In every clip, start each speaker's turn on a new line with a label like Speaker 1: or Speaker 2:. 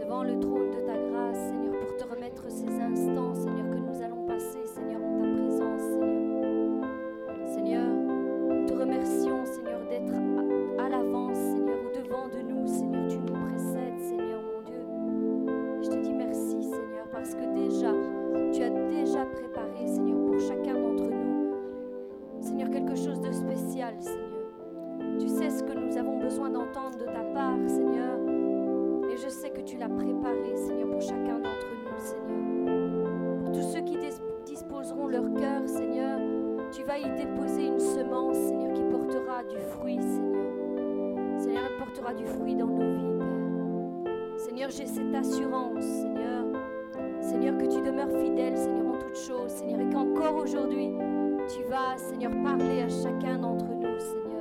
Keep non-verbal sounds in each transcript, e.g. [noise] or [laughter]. Speaker 1: devant le trône de ta grâce, Seigneur, pour te remettre ces instants, Seigneur, que nous allons passer, Seigneur, en ta présence, Seigneur. Seigneur, nous te remercions, Seigneur, d'être à, à l'avance, Seigneur, au devant de nous, Seigneur, tu nous précèdes, Seigneur, mon Dieu. Et je te dis merci, Seigneur, parce que déjà, tu as déjà préparé, Seigneur, pour chacun d'entre nous, Seigneur, quelque chose de spécial, Seigneur. Tu sais ce que nous avons besoin d'entendre de ta part, Seigneur. Et je sais que tu l'as préparé, Seigneur, pour chacun d'entre nous, Seigneur. Pour tous ceux qui dis- disposeront leur cœur, Seigneur, tu vas y déposer une semence, Seigneur, qui portera du fruit, Seigneur. Seigneur, elle portera du fruit dans nos vies, Père. Seigneur, j'ai cette assurance, Seigneur. Seigneur, que tu demeures fidèle, Seigneur, en toutes choses, Seigneur, et qu'encore aujourd'hui, tu vas, Seigneur, parler à chacun d'entre nous, Seigneur.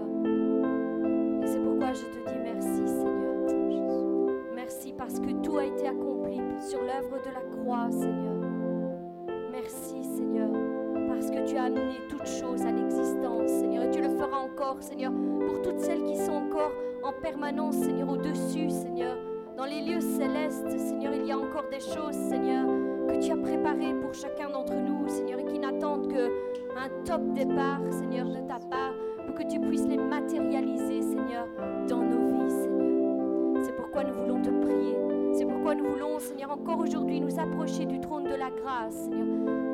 Speaker 1: Et c'est pourquoi je te dis merci, Seigneur. Merci parce que tout a été accompli sur l'œuvre de la croix, Seigneur. Merci, Seigneur, parce que tu as amené toutes choses à l'existence, Seigneur. Et tu le feras encore, Seigneur, pour toutes celles qui sont encore en permanence, Seigneur, au-dessus, Seigneur. Dans les lieux célestes, Seigneur, il y a encore des choses, Seigneur, que tu as préparées pour chacun d'entre nous, Seigneur, et qui n'attendent que un top départ, Seigneur, de ta part, pour que tu puisses les matérialiser, Seigneur, dans nos vies, Seigneur. C'est pourquoi nous voulons te prier. C'est pourquoi nous voulons, Seigneur, encore aujourd'hui nous approcher du trône de la grâce, Seigneur,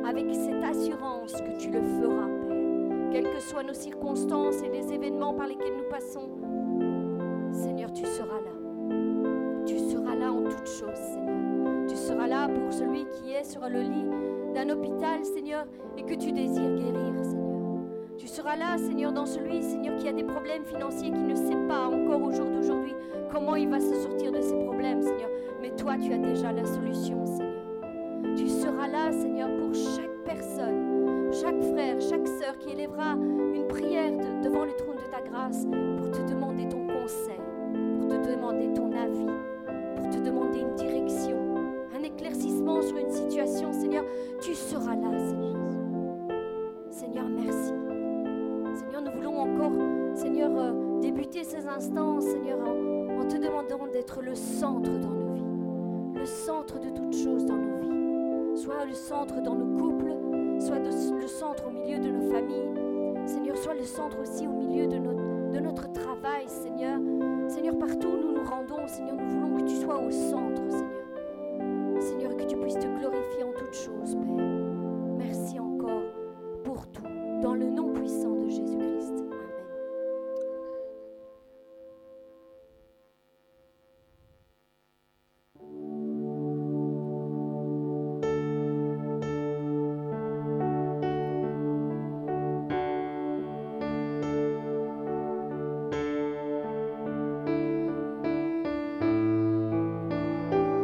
Speaker 1: avec cette assurance que tu le feras, Père. Quelles que soient nos circonstances et les événements par lesquels nous passons, Seigneur, tu seras là. Tu seras là en toutes choses, Seigneur. Tu seras là pour celui qui est sur le lit d'un hôpital, Seigneur, et que tu désires guérir, Seigneur. Tu seras là, Seigneur, dans celui, Seigneur, qui a des problèmes financiers, qui ne sait pas encore au jour d'aujourd'hui comment il va se sortir de ses problèmes, Seigneur. Mais toi, tu as déjà la solution, Seigneur. Tu seras là, Seigneur, pour chaque personne, chaque frère, chaque sœur qui élèvera une prière de- devant le trône de ta grâce pour te demander ton conseil, pour te demander ton avis, pour te demander une direction, un éclaircissement sur une situation, Seigneur. Tu seras là, Seigneur. Seigneur, merci. Seigneur, nous voulons encore, Seigneur, euh, débuter ces instants, Seigneur, en, en te demandant d'être le centre dans nos vies, le centre de toutes choses dans nos vies. Soit le centre dans nos couples, soit de- le centre au milieu de nos familles, Seigneur, soit le centre aussi au milieu de notre, de notre travail, Seigneur. Seigneur, partout où nous nous rendons, Seigneur, nous voulons que tu sois au centre, Seigneur. Seigneur, que tu puisses te glorifier en toutes choses, Père. Merci encore pour tout, dans le nom puissant de Jésus-Christ. Amen.
Speaker 2: Seigneur,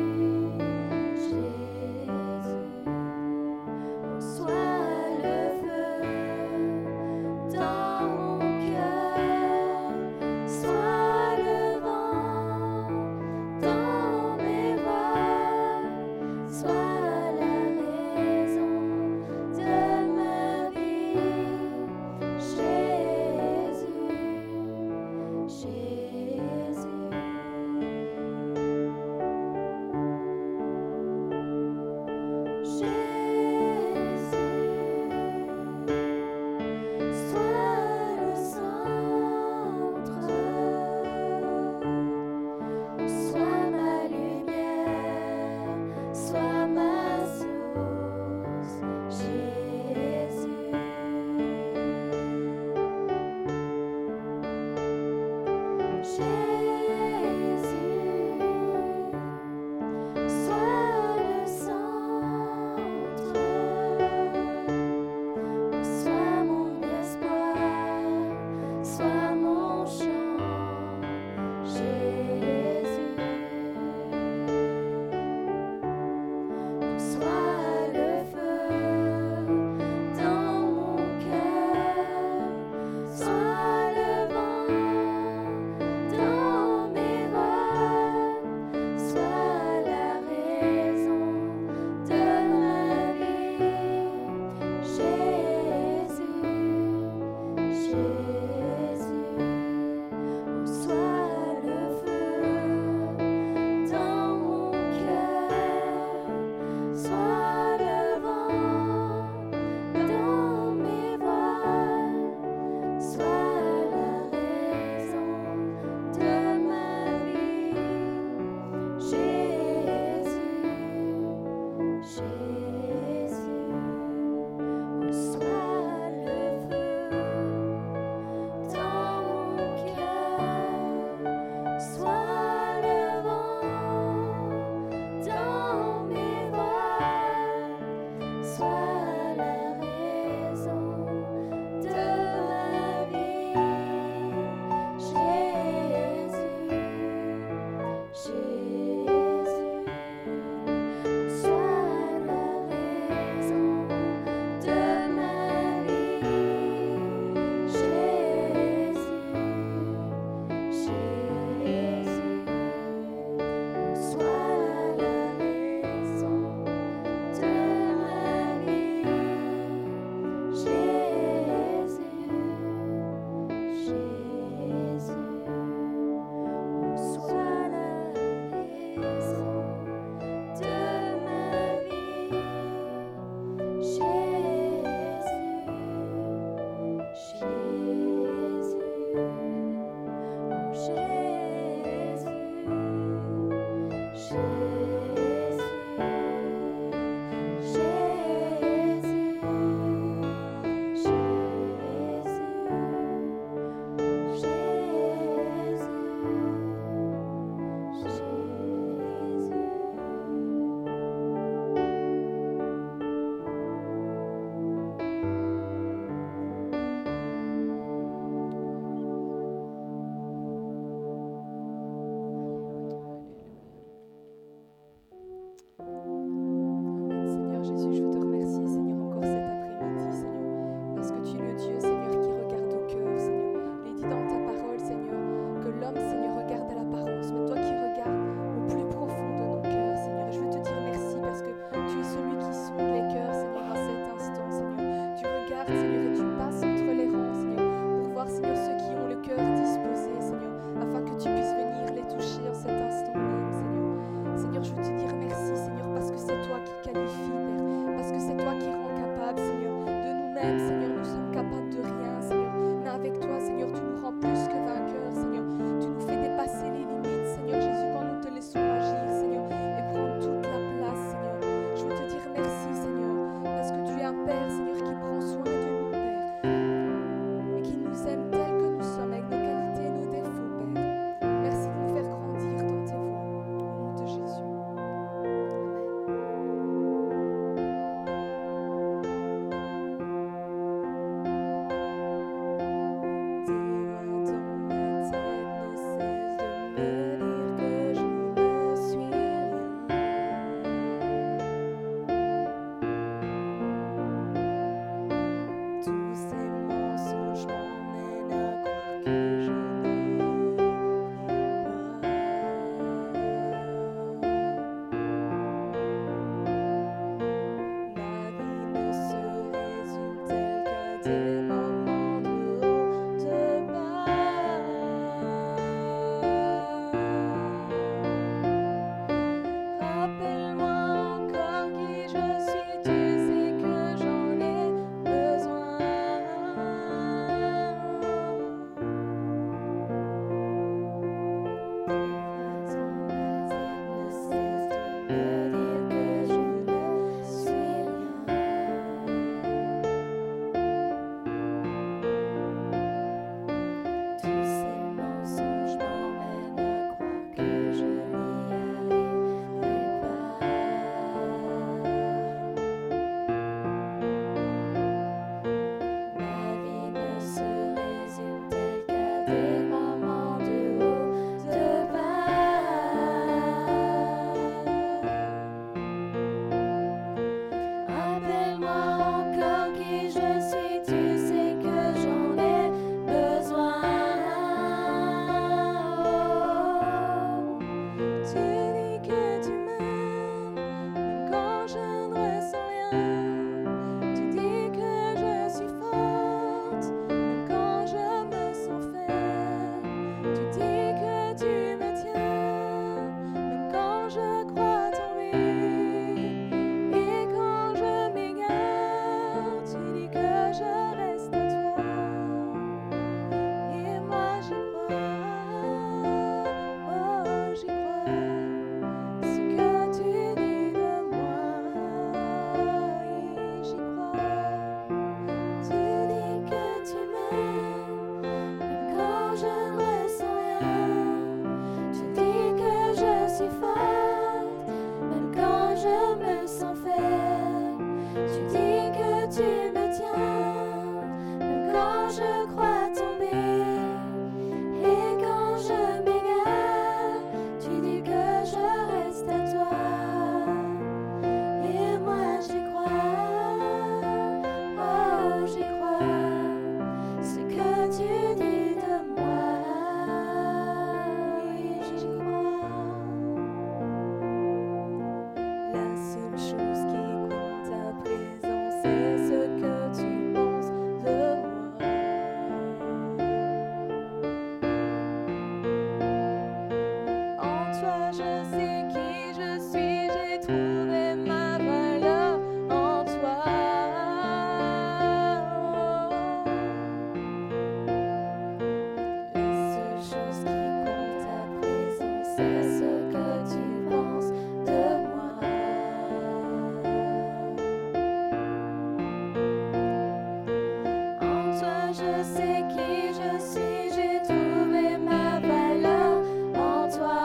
Speaker 3: Jésus, Jésus, sois le feu dans mon cœur, sois le vent dans mes voiles, sois la raison de ma vie, Jésus. Jésus, Jésus, sois le centre, sois ma lumière, sois ma source, Jésus. Jésus, sois le centre, sois mon espoir, sois mon chant, Jésus, sois le feu dans mon cœur, sois le vent. Dans mes voiles, sois la raison de ma vie, Jésus, Jésus, sois le feu dans mon cœur, sois le vent dans mes voiles, sois la raison de ma vie, Jésus, Jésus, sois le feu dans mon cœur, sois le vent dans mes voiles, sois la raison de ma vie. Jésus, Jésus, sois la raison de ma vie. Jésus, Jésus, sois la raison de ma vie. Jésus. Jésus, sois la raison de ma vie. Jésus, Jésus, oh Jésus, Jésus, Jésus. Jésus, Jésus. oh, Oh, je sais qui je suis, j'ai trouvé ma valeur en toi. Les seules choses qui comptent à présent, c'est ce que tu penses de moi. En toi, je sais qui je suis, j'ai trouvé ma valeur en toi.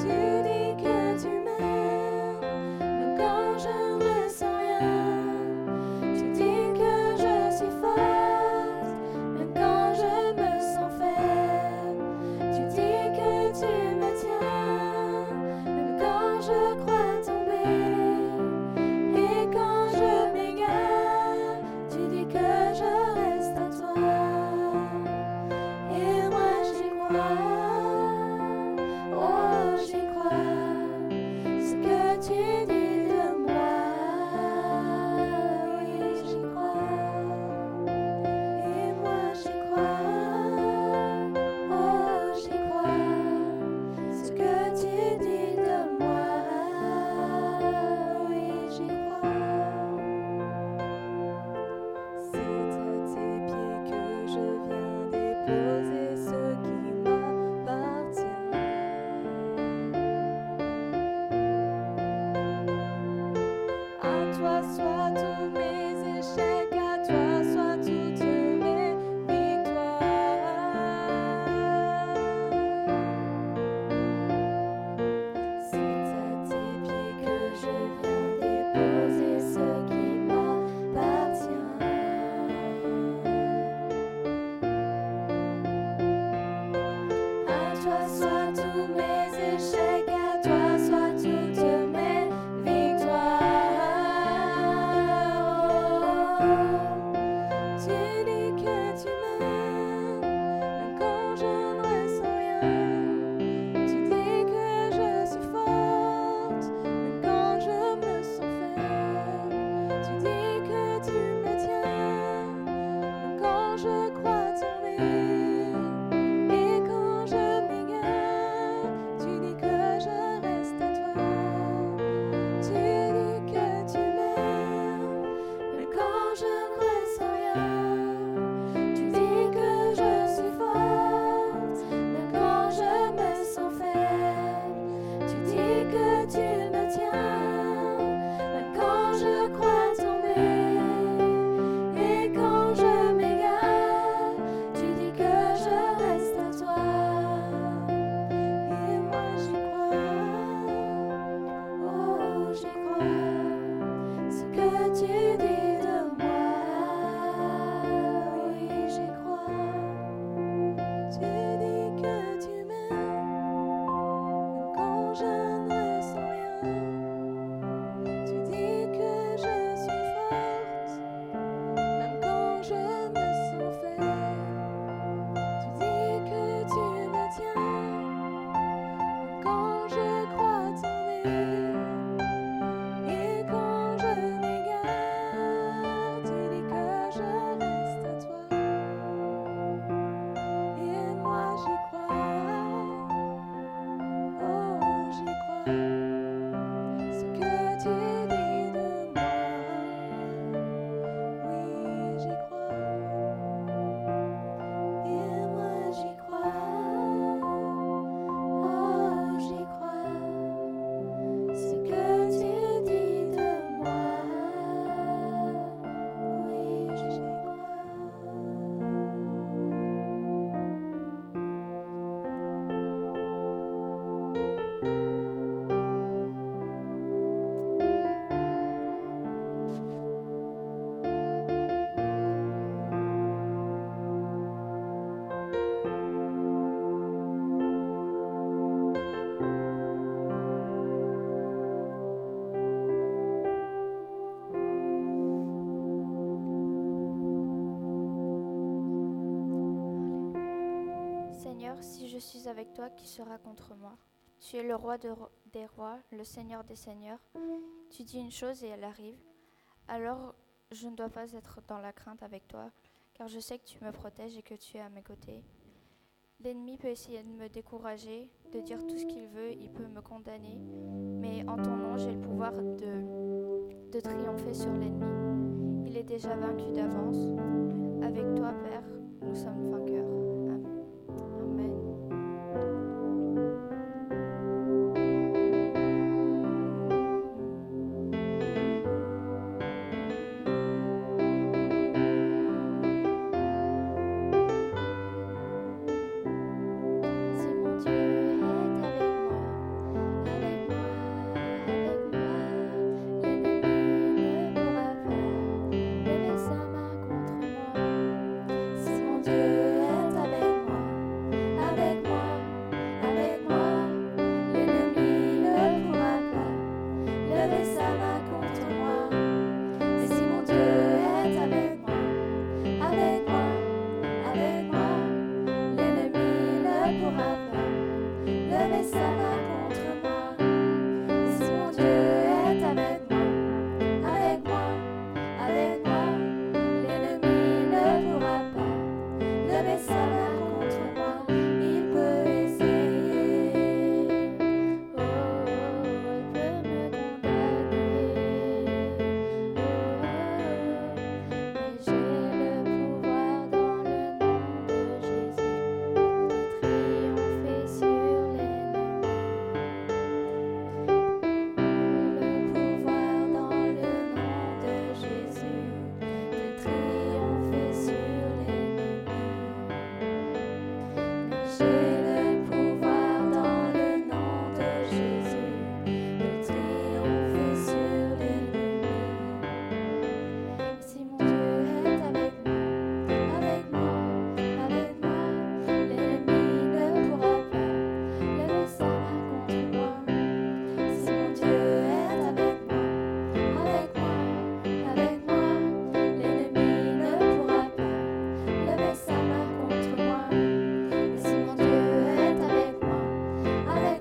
Speaker 3: Tu dis que tu m'aimes, même quand je ne ressens rien. Tu dis que je suis forte, même quand je me sens faible. Tu dis que tu me tiens, même quand je crois tomber. Et quand je m'égare, tu dis que je reste à toi. Et moi j'y crois, oh j'y crois. Ce que tu dis de moi, oui j'y crois. Et moi j'y crois, oh j'y crois. Ce que tu dis de moi, oui j'y crois. C'est à tes pieds que je viens déposer ce qui m'appartient. À toi soit tous mes échecs, à toi soit toutes mes victoires. C'est à tes pieds que je viens déposer ce qui m'appartient. À toi soit tous mes échecs, à toi soit toutes mes Victoire, tu dis que tu m'aimes, même quand je ne ressens rien. Tu dis que je suis forte, même quand je me sens faible. Tu dis que tu me tiens, même quand je crois tomber. Et quand je m'égare, tu dis que je reste à toi. Tu dis que tu m'aimes, mais quand je ne ressens rien. Tu dis que je suis forte, mais quand je me sens faible. Tu dis que tu me tiens, mais quand je crois tomber. Et quand je m'égare, tu dis que je reste à toi. Et moi j'y crois. Oh, j'y crois, ce que tu dis de moi, oui, j'y crois. Tu dis que tu m'aimes, quand je ne ressens rien. Tu dis que je suis forte, même quand je me sens faible. Tu dis que tu me tiens. Quand je crois tomber et quand je m'égare, tu dis que je reste à toi. Et moi j'y crois, oh j'y crois. Ce que tu dis de moi, oui j'y crois. Et moi j'y crois. Oh, j'y crois, ce que tu dis de moi, oui, j'y crois.
Speaker 4: Seigneur, si je suis avec toi, qui sera contre moi Tu es le roi de ro- des rois, le Seigneur des seigneurs. Tu dis une chose et elle arrive. Alors je ne dois pas être dans la crainte avec toi, car je sais que tu me protèges et que tu es à mes côtés.
Speaker 3: L'ennemi peut essayer de me décourager, de dire tout ce qu'il veut, il peut me condamner, mais en ton nom, j'ai le pouvoir de, de triompher sur l'ennemi. Il est déjà vaincu d'avance. Avec toi, Père, nous sommes vainqueurs. Amen. Amen. Si mon Dieu est avec moi, avec moi, avec moi, l'ennemi ne pourra pas lever sa main contre moi. Si mon Dieu est avec moi, avec moi, avec moi, l'ennemi ne pourra pas lever sa main contre moi. Et si mon Dieu est avec moi, avec moi, avec moi. L'ennemi ne pourra pas lever sa main contre moi. Et si mon Dieu est avec moi, avec moi, avec moi, l'ennemi ne pourra pas lever sa main contre moi. Il peut essayer, oh, il peut me condamner, oh. Mais j'ai le pouvoir dans le nom de Jésus de triompher sur l'ennemi. Le pouvoir dans le nom de Jésus de triompher sur l'ennemi. J'ai le pouvoir dans le nom de Jésus de triompher sur l'ennemi. Si mon Dieu est avec moi, avec moi, avec moi, l'ennemi ne pourra pas lever sa main contre moi. Si mon Dieu est avec moi, avec moi,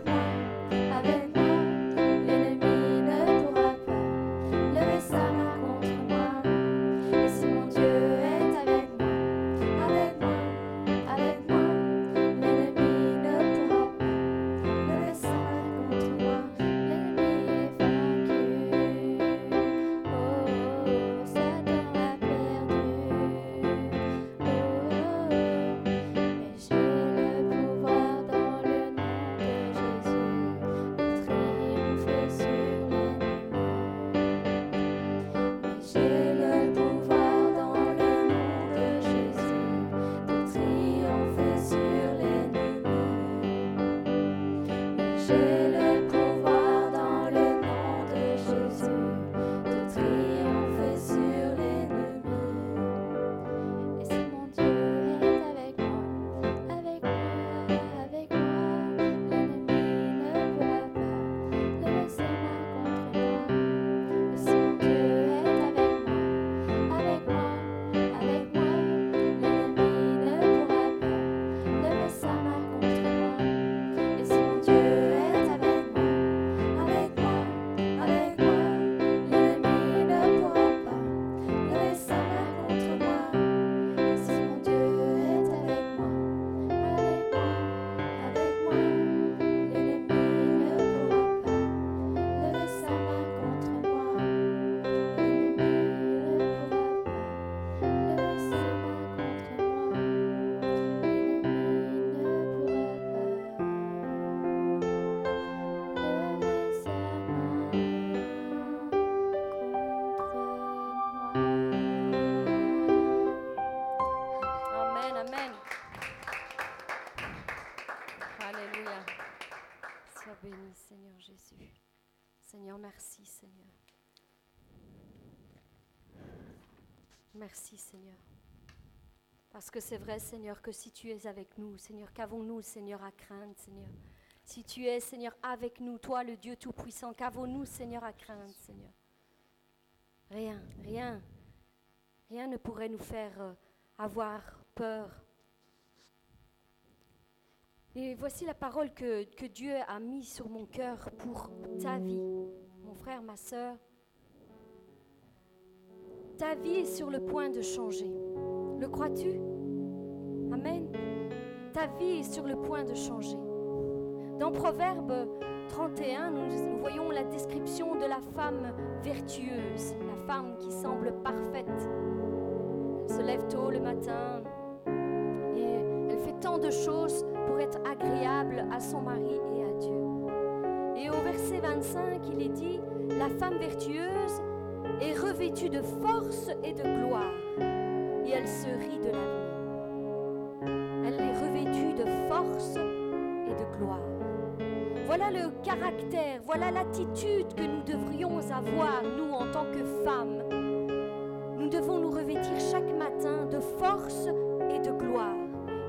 Speaker 3: avec moi, l'ennemi ne pourra pas lever sa main contre moi. Si mon Dieu est avec moi, avec moi, avec moi, l'ennemi ne pourra pas lever sa main contre moi. Et si mon Dieu est avec moi, avec moi, avec moi, l'ennemi ne pourra pas lever sa main contre moi. L'ennemi est vaincu. Oh, Satan a perdu. Oh, mais j'ai le pouvoir dans le nom de Jésus de triompher sur l'ennemi. J'ai le pouvoir dans le nom de Jésus de triompher sur l'ennemi. J'ai le pouvoir dans le nom de Jésus de triompher sur l'ennemi. Et si mon Dieu est avec moi, avec moi, avec moi, l'ennemi ne pourra pas lever sa main contre moi. Et si mon Dieu est avec moi, avec moi, avec moi, l'ennemi ne pourra pas lever sa main contre moi. Et si mon Dieu est avec moi, avec moi, avec moi, l'ennemi ne pourra pas lever sa main contre moi. Et si mon Dieu est avec moi, avec moi, avec moi, l'ennemi ne pourra pas. Levez sa main contre moi, l'ennemi ne pourra pas. Levez sa main contre moi, l'ennemi ne pourra pas. Levez sa main contre moi.
Speaker 1: Amen, amen. Alléluia. Sois béni, Seigneur Jésus. Seigneur, merci, Seigneur. Merci, Seigneur. Parce que c'est vrai, Seigneur, que si tu es avec nous, Seigneur, qu'avons-nous, Seigneur, à craindre, Seigneur Si tu es, Seigneur, avec nous, toi, le Dieu Tout-Puissant, qu'avons-nous, Seigneur, à craindre, Seigneur Rien, rien, rien ne pourrait nous faire euh, avoir peur. Et voici la parole que, que Dieu a mise sur mon cœur pour ta vie, mon frère, ma sœur. Ta vie est sur le point de changer. Le crois-tu Amen. ta vie est sur le point de changer. Dans Proverbe 31, nous voyons la description de la femme vertueuse, la femme qui semble parfaite. Elle se lève tôt le matin et elle fait tant de choses pour être agréable à son mari et à Dieu. Et au verset 25, il est dit, la femme vertueuse est revêtue de force et de gloire, et elle se rit de l'avenir. Elle est revêtue de force et de gloire. Voilà le caractère, voilà l'attitude que nous devrions avoir, nous, en tant que femmes. Nous devons nous revêtir chaque matin de force et de gloire.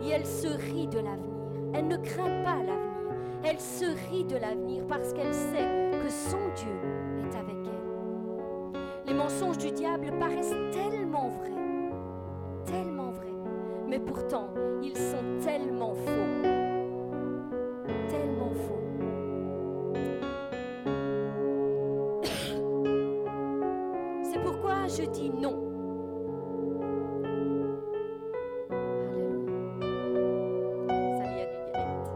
Speaker 1: Et elle se rit de l'avenir. Elle ne craint pas l'avenir. Elle se rit de l'avenir parce qu'elle sait que son Dieu est avec elle. Les mensonges du diable paraissent tellement vrais, tellement vrais, mais pourtant ils sont tellement faux, tellement faux. [coughs] C'est pourquoi je dis non. Alléluia. Ça lie à du dialecte.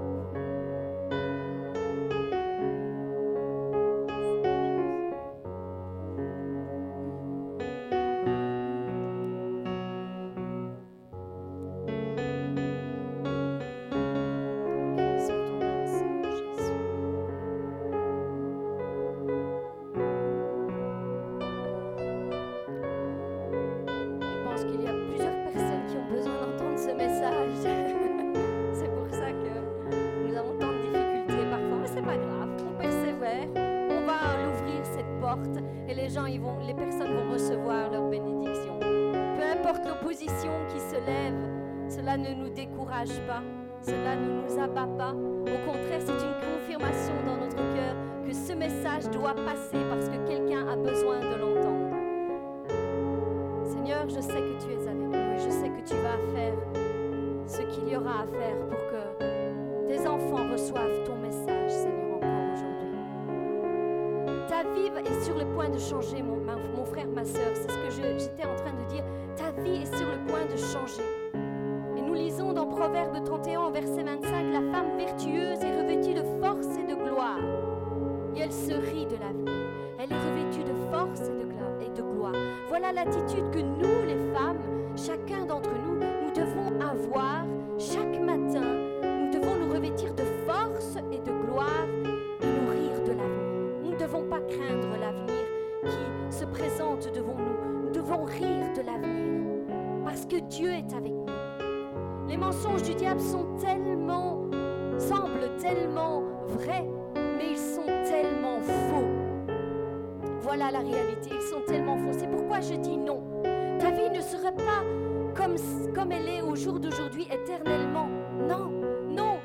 Speaker 2: Bénissons ton nom, Seigneur Jésus.
Speaker 1: Je pense qu'il y a plusieurs personnes qui ont besoin d'entendre ce message. [laughs] c'est pour ça que nous avons tant de difficultés parfois, mais c'est pas grave. On persévère, on va l'ouvrir cette porte et les gens, ils vont, les personnes vont recevoir leur bénédiction. Peu importe l'opposition qui se lève, cela ne nous décourage pas, cela ne nous abat pas. Au contraire, c'est une confirmation dans notre cœur que ce message doit passer parce que quelqu'un a besoin de l'entendre. Seigneur, je sais que tu es avec nous et je sais que tu vas faire ce qu'il y aura à faire pour que tes enfants reçoivent ton message, Seigneur, encore aujourd'hui. Ta vie va- est sur le point de changer, mon, ma- mon frère, ma soeur. C'est ce que je- j'étais en train de dire. Ta vie est sur le point de changer. Et nous lisons dans Proverbe 31, verset 25, la femme vertueuse est revêtue de force et de gloire. Et elle se rit de l'avenir. Elle est revêtue de force et de gla- et de gloire. Voilà l'attitude que nous, les femmes, chacun d'entre nous, nous devons avoir chaque matin. Nous devons nous revêtir de force et de gloire et nous rire de l'avenir. Nous ne devons pas craindre l'avenir qui se présente devant nous. Nous devons rire de l'avenir parce que Dieu est avec nous. Les mensonges du diable sont tellement, semblent tellement vrais, mais ils sont tellement faux. Voilà la réalité. Ils sont tellement faux. C'est pourquoi je dis non. Ta vie ne serait pas comme, comme elle est au jour d'aujourd'hui éternellement. Non, non,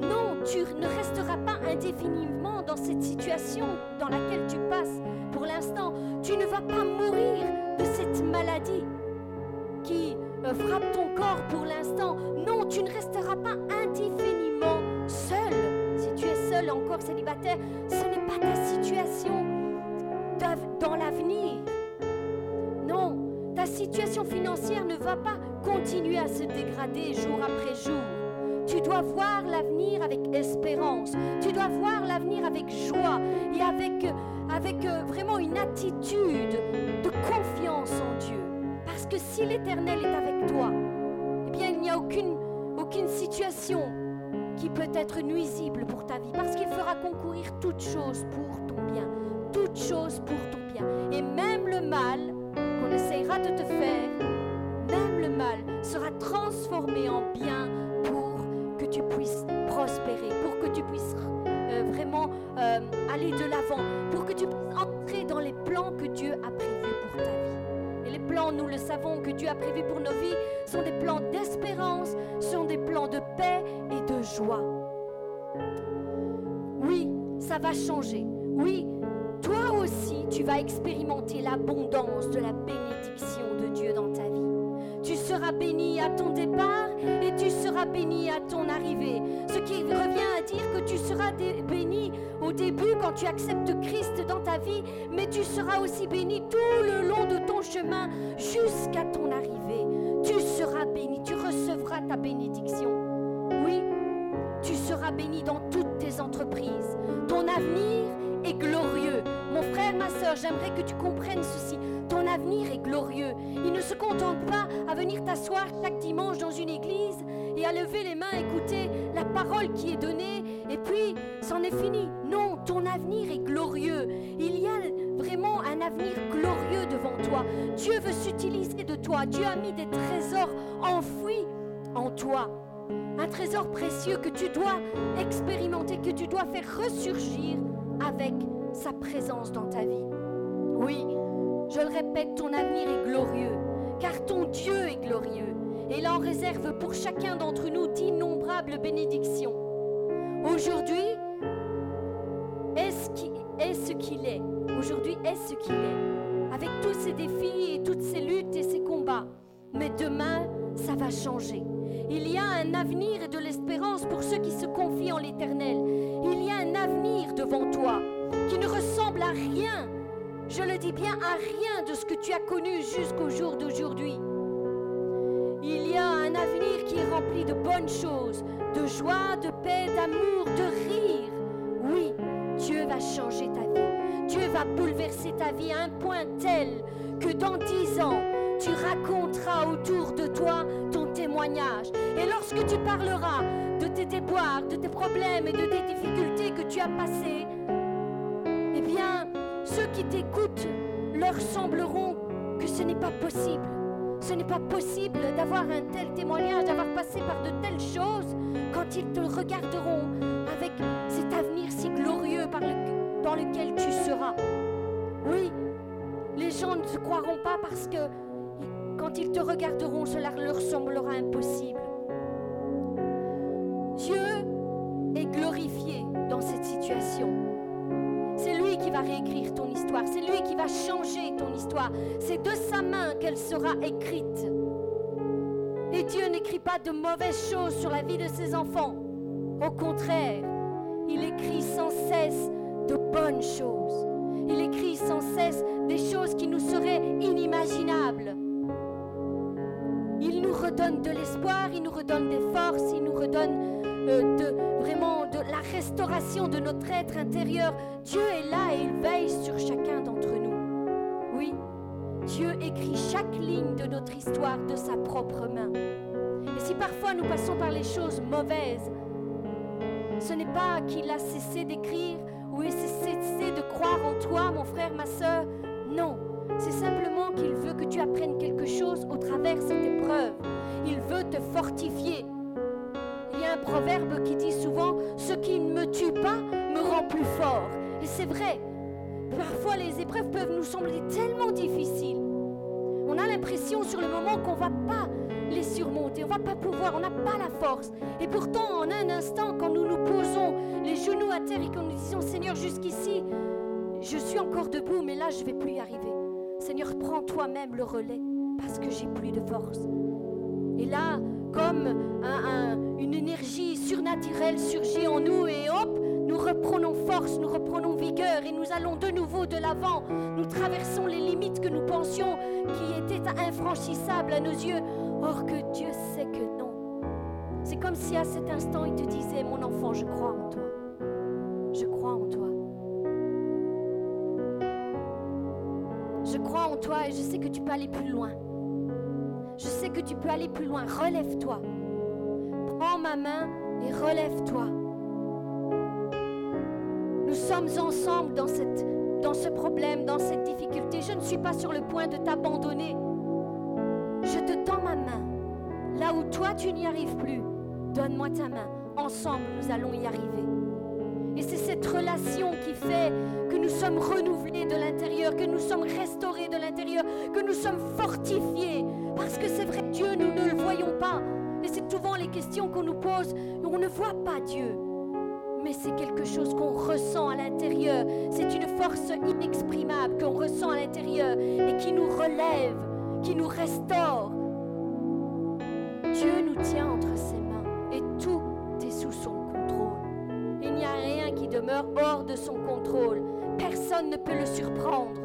Speaker 1: non, tu ne resteras pas indéfiniment dans cette situation dans laquelle tu passes pour l'instant. Tu ne vas pas mourir de cette maladie qui euh, frappe ton corps pour l'instant. Non, tu ne resteras pas indéfiniment seul. Si tu es seul encore célibataire, ce n'est pas ta situation d'av- dans l'avenir. Non, ta situation financière ne va pas continuer à se dégrader jour après jour. Tu dois voir l'avenir avec espérance. Tu dois voir l'avenir avec joie et avec, euh, avec euh, vraiment une attitude de confiance en Dieu. Parce que si l'Éternel est avec toi, eh bien il n'y a aucune, aucune situation qui peut être nuisible pour ta vie. Parce qu'il fera concourir toutes choses pour ton bien toutes choses pour ton bien. Et même le mal qu'on essayera de te faire, même le mal sera transformé en bien pour que tu puisses prospérer, pour que tu puisses euh, vraiment euh, aller de l'avant, pour que tu puisses entrer dans les plans que Dieu a prévus pour ta vie. Et les plans, nous le savons, que Dieu a prévus pour nos vies sont des plans d'espérance, sont des plans de paix et de joie. Oui, ça va changer. Oui, toi aussi, tu vas expérimenter l'abondance de la bénédiction de Dieu dans ta vie. Tu seras béni à ton départ et tu seras béni à ton arrivée. Ce qui revient à dire que tu seras dé- béni au début quand tu acceptes Christ dans ta vie, mais tu seras aussi béni tout le long de ton chemin jusqu'à ton arrivée. Tu seras béni, tu recevras ta bénédiction. Oui, seras béni dans toutes tes entreprises. Ton avenir est glorieux. Mon frère, ma soeur, j'aimerais que tu comprennes ceci. Ton avenir est glorieux. Il ne se contente pas à venir t'asseoir chaque dimanche dans une église et à lever les mains, écouter la parole qui est donnée, et puis c'en est fini. Non, ton avenir est glorieux. Il y a vraiment un avenir glorieux devant toi. Dieu veut s'utiliser de toi. Dieu a mis des trésors enfouis en toi. Un trésor précieux que tu dois expérimenter, que tu dois faire ressurgir avec sa présence dans ta vie. Oui, je le répète, ton avenir est glorieux, car ton Dieu est glorieux. Et il en réserve pour chacun d'entre nous d'innombrables bénédictions. Aujourd'hui, est ce qui- est ce qu'il est. Aujourd'hui est ce qu'il est. Avec tous ses défis et toutes ses luttes et ses combats. Mais demain, ça va changer. Il y a un avenir et de l'espérance pour ceux qui se confient en l'Éternel. Il y a un avenir devant toi qui ne ressemble à rien, je le dis bien, à rien de ce que tu as connu jusqu'au jour d'aujourd'hui. Il y a un avenir qui est rempli de bonnes choses, de joie, de paix, d'amour, de rire. Oui, Dieu va changer ta vie. Dieu va bouleverser ta vie à un point tel que dans dix ans, tu raconteras autour de toi ton témoignage. Et lorsque tu parleras de tes déboires, de tes problèmes et de tes difficultés que tu as passées, eh bien, ceux qui t'écoutent leur sembleront que ce n'est pas possible. Ce n'est pas possible d'avoir un tel témoignage, d'avoir passé par de telles choses, quand ils te regarderont avec cet avenir si glorieux par le- dans lequel tu seras. Oui, les gens ne se croiront pas parce que quand ils te regarderont, cela leur semblera impossible. Dieu est glorifié dans cette situation. C'est lui qui va réécrire ton histoire. C'est lui qui va changer ton histoire. C'est de sa main qu'elle sera écrite. Et Dieu n'écrit pas de mauvaises choses sur la vie de ses enfants. Au contraire, il écrit sans cesse de bonnes choses. Il écrit sans cesse des choses qui nous seraient inimaginables. Il nous redonne de l'espoir, il nous redonne des forces, il nous redonne euh, de, vraiment de la restauration de notre être intérieur. Dieu est là et il veille sur chacun d'entre nous. Oui, Dieu écrit chaque ligne de notre histoire de sa propre main. Et si parfois nous passons par les choses mauvaises, ce n'est pas qu'il a cessé d'écrire ou il a cessé de croire en toi, mon frère, ma sœur. Non, c'est simplement qu'il veut que tu apprennes quelque chose au travers de cette épreuve. Il veut te fortifier. Il y a un proverbe qui dit souvent, ce qui ne me tue pas me rend plus fort. Et c'est vrai, parfois les épreuves peuvent nous sembler tellement difficiles. On a l'impression sur le moment qu'on va pas les surmonter, on va pas pouvoir, on n'a pas la force. Et pourtant, en un instant, quand nous nous posons les genoux à terre et quand nous disons, Seigneur, jusqu'ici, je suis encore debout, mais là, je vais plus y arriver. Seigneur, prends toi-même le relais, parce que j'ai plus de force. Et là, comme un- un- une énergie surnaturelle surgit en nous et hop, nous reprenons force, nous reprenons vigueur et nous allons de nouveau de l'avant. Nous traversons les limites que nous pensions qui étaient infranchissables à nos yeux. Or que Dieu sait que non. C'est comme si à cet instant il te disait, mon enfant, je crois en toi. Je crois en toi. Je crois en toi et je sais que tu peux aller plus loin. Je sais que tu peux aller plus loin. Relève-toi. Prends ma main et relève-toi. Nous sommes ensemble dans, cette- dans ce problème, dans cette difficulté. Je ne suis pas sur le point de t'abandonner. Je te tends ma main. Là où toi, tu n'y arrives plus, donne-moi ta main. Ensemble, nous allons y arriver. Et c'est cette relation qui fait que nous sommes renouvelés de l'intérieur, que nous sommes restaurés de l'intérieur, que nous sommes fortifiés. Parce que c'est vrai, Dieu, nous ne le voyons pas. Et c'est souvent les questions qu'on nous pose. On ne voit pas Dieu. Mais c'est quelque chose qu'on ressent à l'intérieur. C'est une force inexprimable qu'on ressent à l'intérieur et qui nous relève, qui nous restaure. Dieu nous tient entre ses mains et tout est sous son contrôle. Il n'y a rien qui demeure hors de son contrôle. Personne ne peut le surprendre.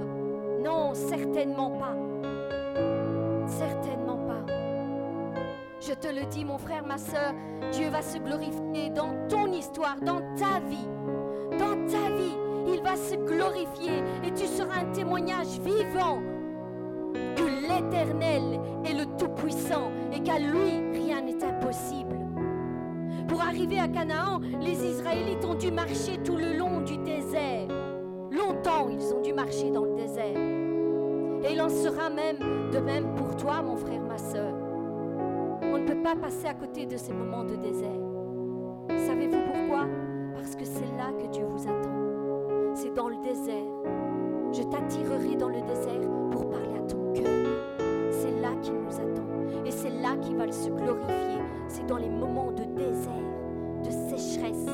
Speaker 1: Non, certainement pas. Certainement pas. Je te le dis, mon frère, ma sœur, Dieu va se glorifier dans ton histoire. victoire dans ta vie. Dans ta vie, il va se glorifier et tu seras un témoignage vivant que l'Éternel est le Tout-Puissant et qu'à lui, rien n'est impossible. Pour arriver à Canaan, les Israélites ont dû marcher tout le long du désert. Longtemps, ils ont dû marcher dans le désert. Et il en sera même de même pour toi, mon frère, ma sœur. On ne peut pas passer à côté de ces moments de désert. Savez-vous pourquoi Parce que c'est là que Dieu vous attend. C'est dans le désert. Je t'attirerai dans le désert pour parler à ton cœur. C'est là qu'il nous attend. Et c'est là qu'il va se glorifier. C'est dans les moments de désert, de sécheresse,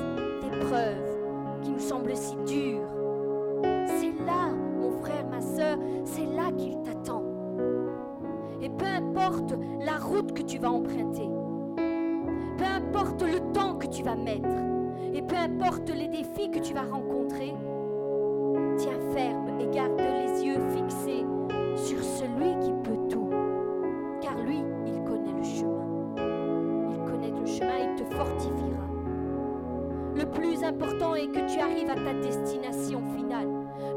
Speaker 1: d'épreuve, qui nous semblent si durs. C'est là, mon frère, ma sœur, c'est là qu'il t'attend. Et peu importe la route que tu vas emprunter, peu importe le temps que tu vas mettre, et peu importe les défis que tu vas rencontrer, tiens ferme et garde les yeux fixés sur celui qui peut tout. Car lui, il connaît le chemin. Il connaît le chemin et il te fortifiera. Le plus important est que tu arrives à ta destination finale.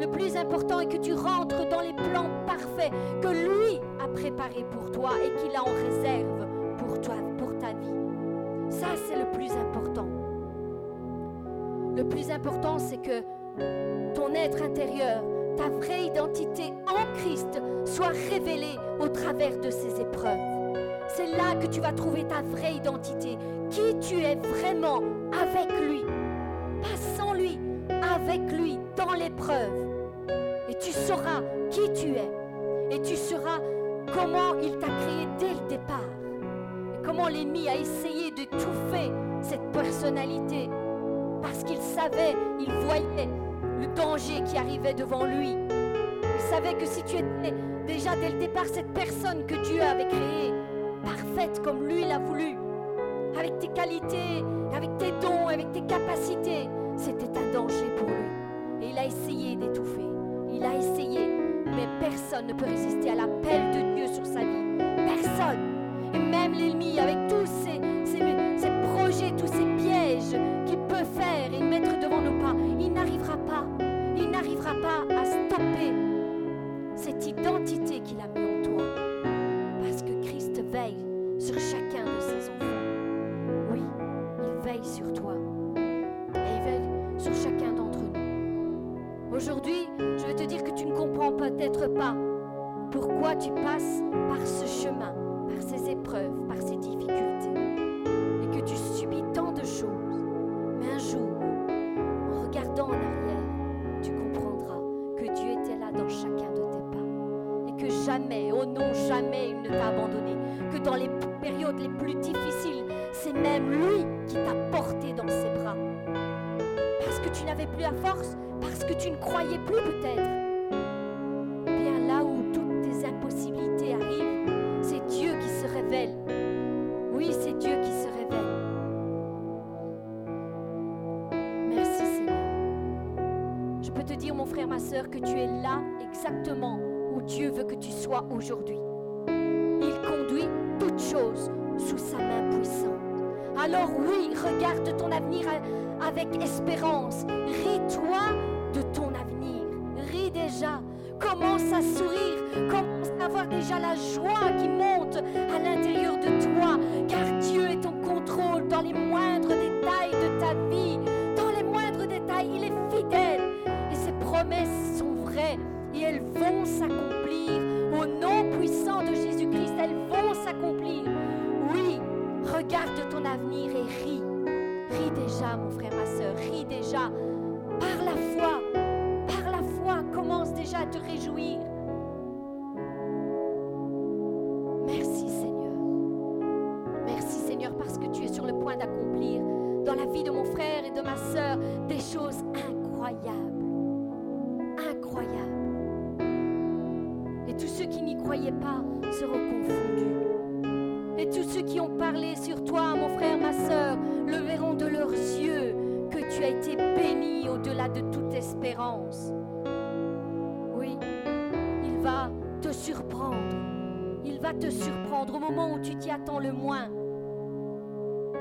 Speaker 1: Le plus important est que tu rentres dans les plans parfaits que lui a préparés pour toi et qu'il a en réserve pour toi, pour ta vie. Ça, c'est le plus important. Le plus important, c'est que ton être intérieur, ta vraie identité en Christ soit révélée au travers de ces épreuves. C'est là que tu vas trouver ta vraie identité, qui tu es vraiment avec lui, pas sans lui, avec lui dans l'épreuve. Et tu sauras qui tu es, et tu sauras comment il t'a créé dès le départ, et comment l'ennemi a essayé d'étouffer cette personnalité, parce qu'il savait, il voyait le danger qui arrivait devant lui. Il savait que si tu étais déjà dès le départ cette personne que Dieu avait créée, parfaite comme lui l'a voulu, avec tes qualités, avec tes dons, avec tes capacités, c'était un danger pour lui. Et il a essayé d'étouffer. Il a essayé, mais personne ne peut résister à l'appel de Dieu sur sa vie. Personne. Et même l'ennemi, avec tous ses, ses- ses projets, tous ses pièges qu'il peut faire et mettre devant nos pas, il n'arrivera pas. Il n'arrivera pas à stopper cette identité qu'il a mis en toi. Parce que Christ veille sur chacun de ses enfants. Oui, il veille sur toi. Et il veille sur chacun d'entre nous. Aujourd'hui, je vais te dire que tu ne comprends peut-être pas pourquoi tu passes par ce chemin, par ces épreuves, par ces difficultés. Et que tu subis tant de choses. Mais un jour, en regardant en arrière, tu comprendras que Dieu était là dans chacun de tes pas. Et que jamais, oh non, jamais il ne t'a abandonné. Que dans les p- périodes les plus difficiles, c'est même lui qui t'a porté dans ses bras. Parce que tu n'avais plus la force, parce que tu ne croyais plus peut-être. Bien là où toutes tes impossibilités arrivent, c'est Dieu qui se révèle. Oui, c'est Dieu qui se révèle. Merci Seigneur. Je peux te dire, mon frère, ma soeur, que tu es là exactement où Dieu veut que tu sois aujourd'hui. Il conduit toutes choses sous sa main puissante. Alors oui, regarde ton avenir a- avec espérance. Ris-toi de ton avenir. Ris déjà. Commence à sourire. Commence à avoir déjà la joie qui monte à l'intérieur de toi. Car Dieu est en contrôle dans les moindres détails de ta vie. Dans les moindres détails, il est fidèle. Et ses promesses sont vraies. Et elles vont s'accomplir. Au nom puissant de Jésus-Christ, elles vont s'accomplir. Oui, regarde ton avenir et ris. Ris déjà, mon frère, ma soeur, ris déjà. Par la foi, par la foi, commence déjà à te réjouir. Merci Seigneur. Merci Seigneur parce que tu es sur le point d'accomplir dans la vie de mon frère et de ma soeur des choses incroyables. Incroyables. Et tous ceux qui n'y croyaient pas seront confondus. Et tous ceux qui ont parlé sur toi, mon frère, ma sœur, le verront de leurs yeux que tu as été béni au-delà de toute espérance. Oui, il va te surprendre. Il va te surprendre au moment où tu t'y attends le moins.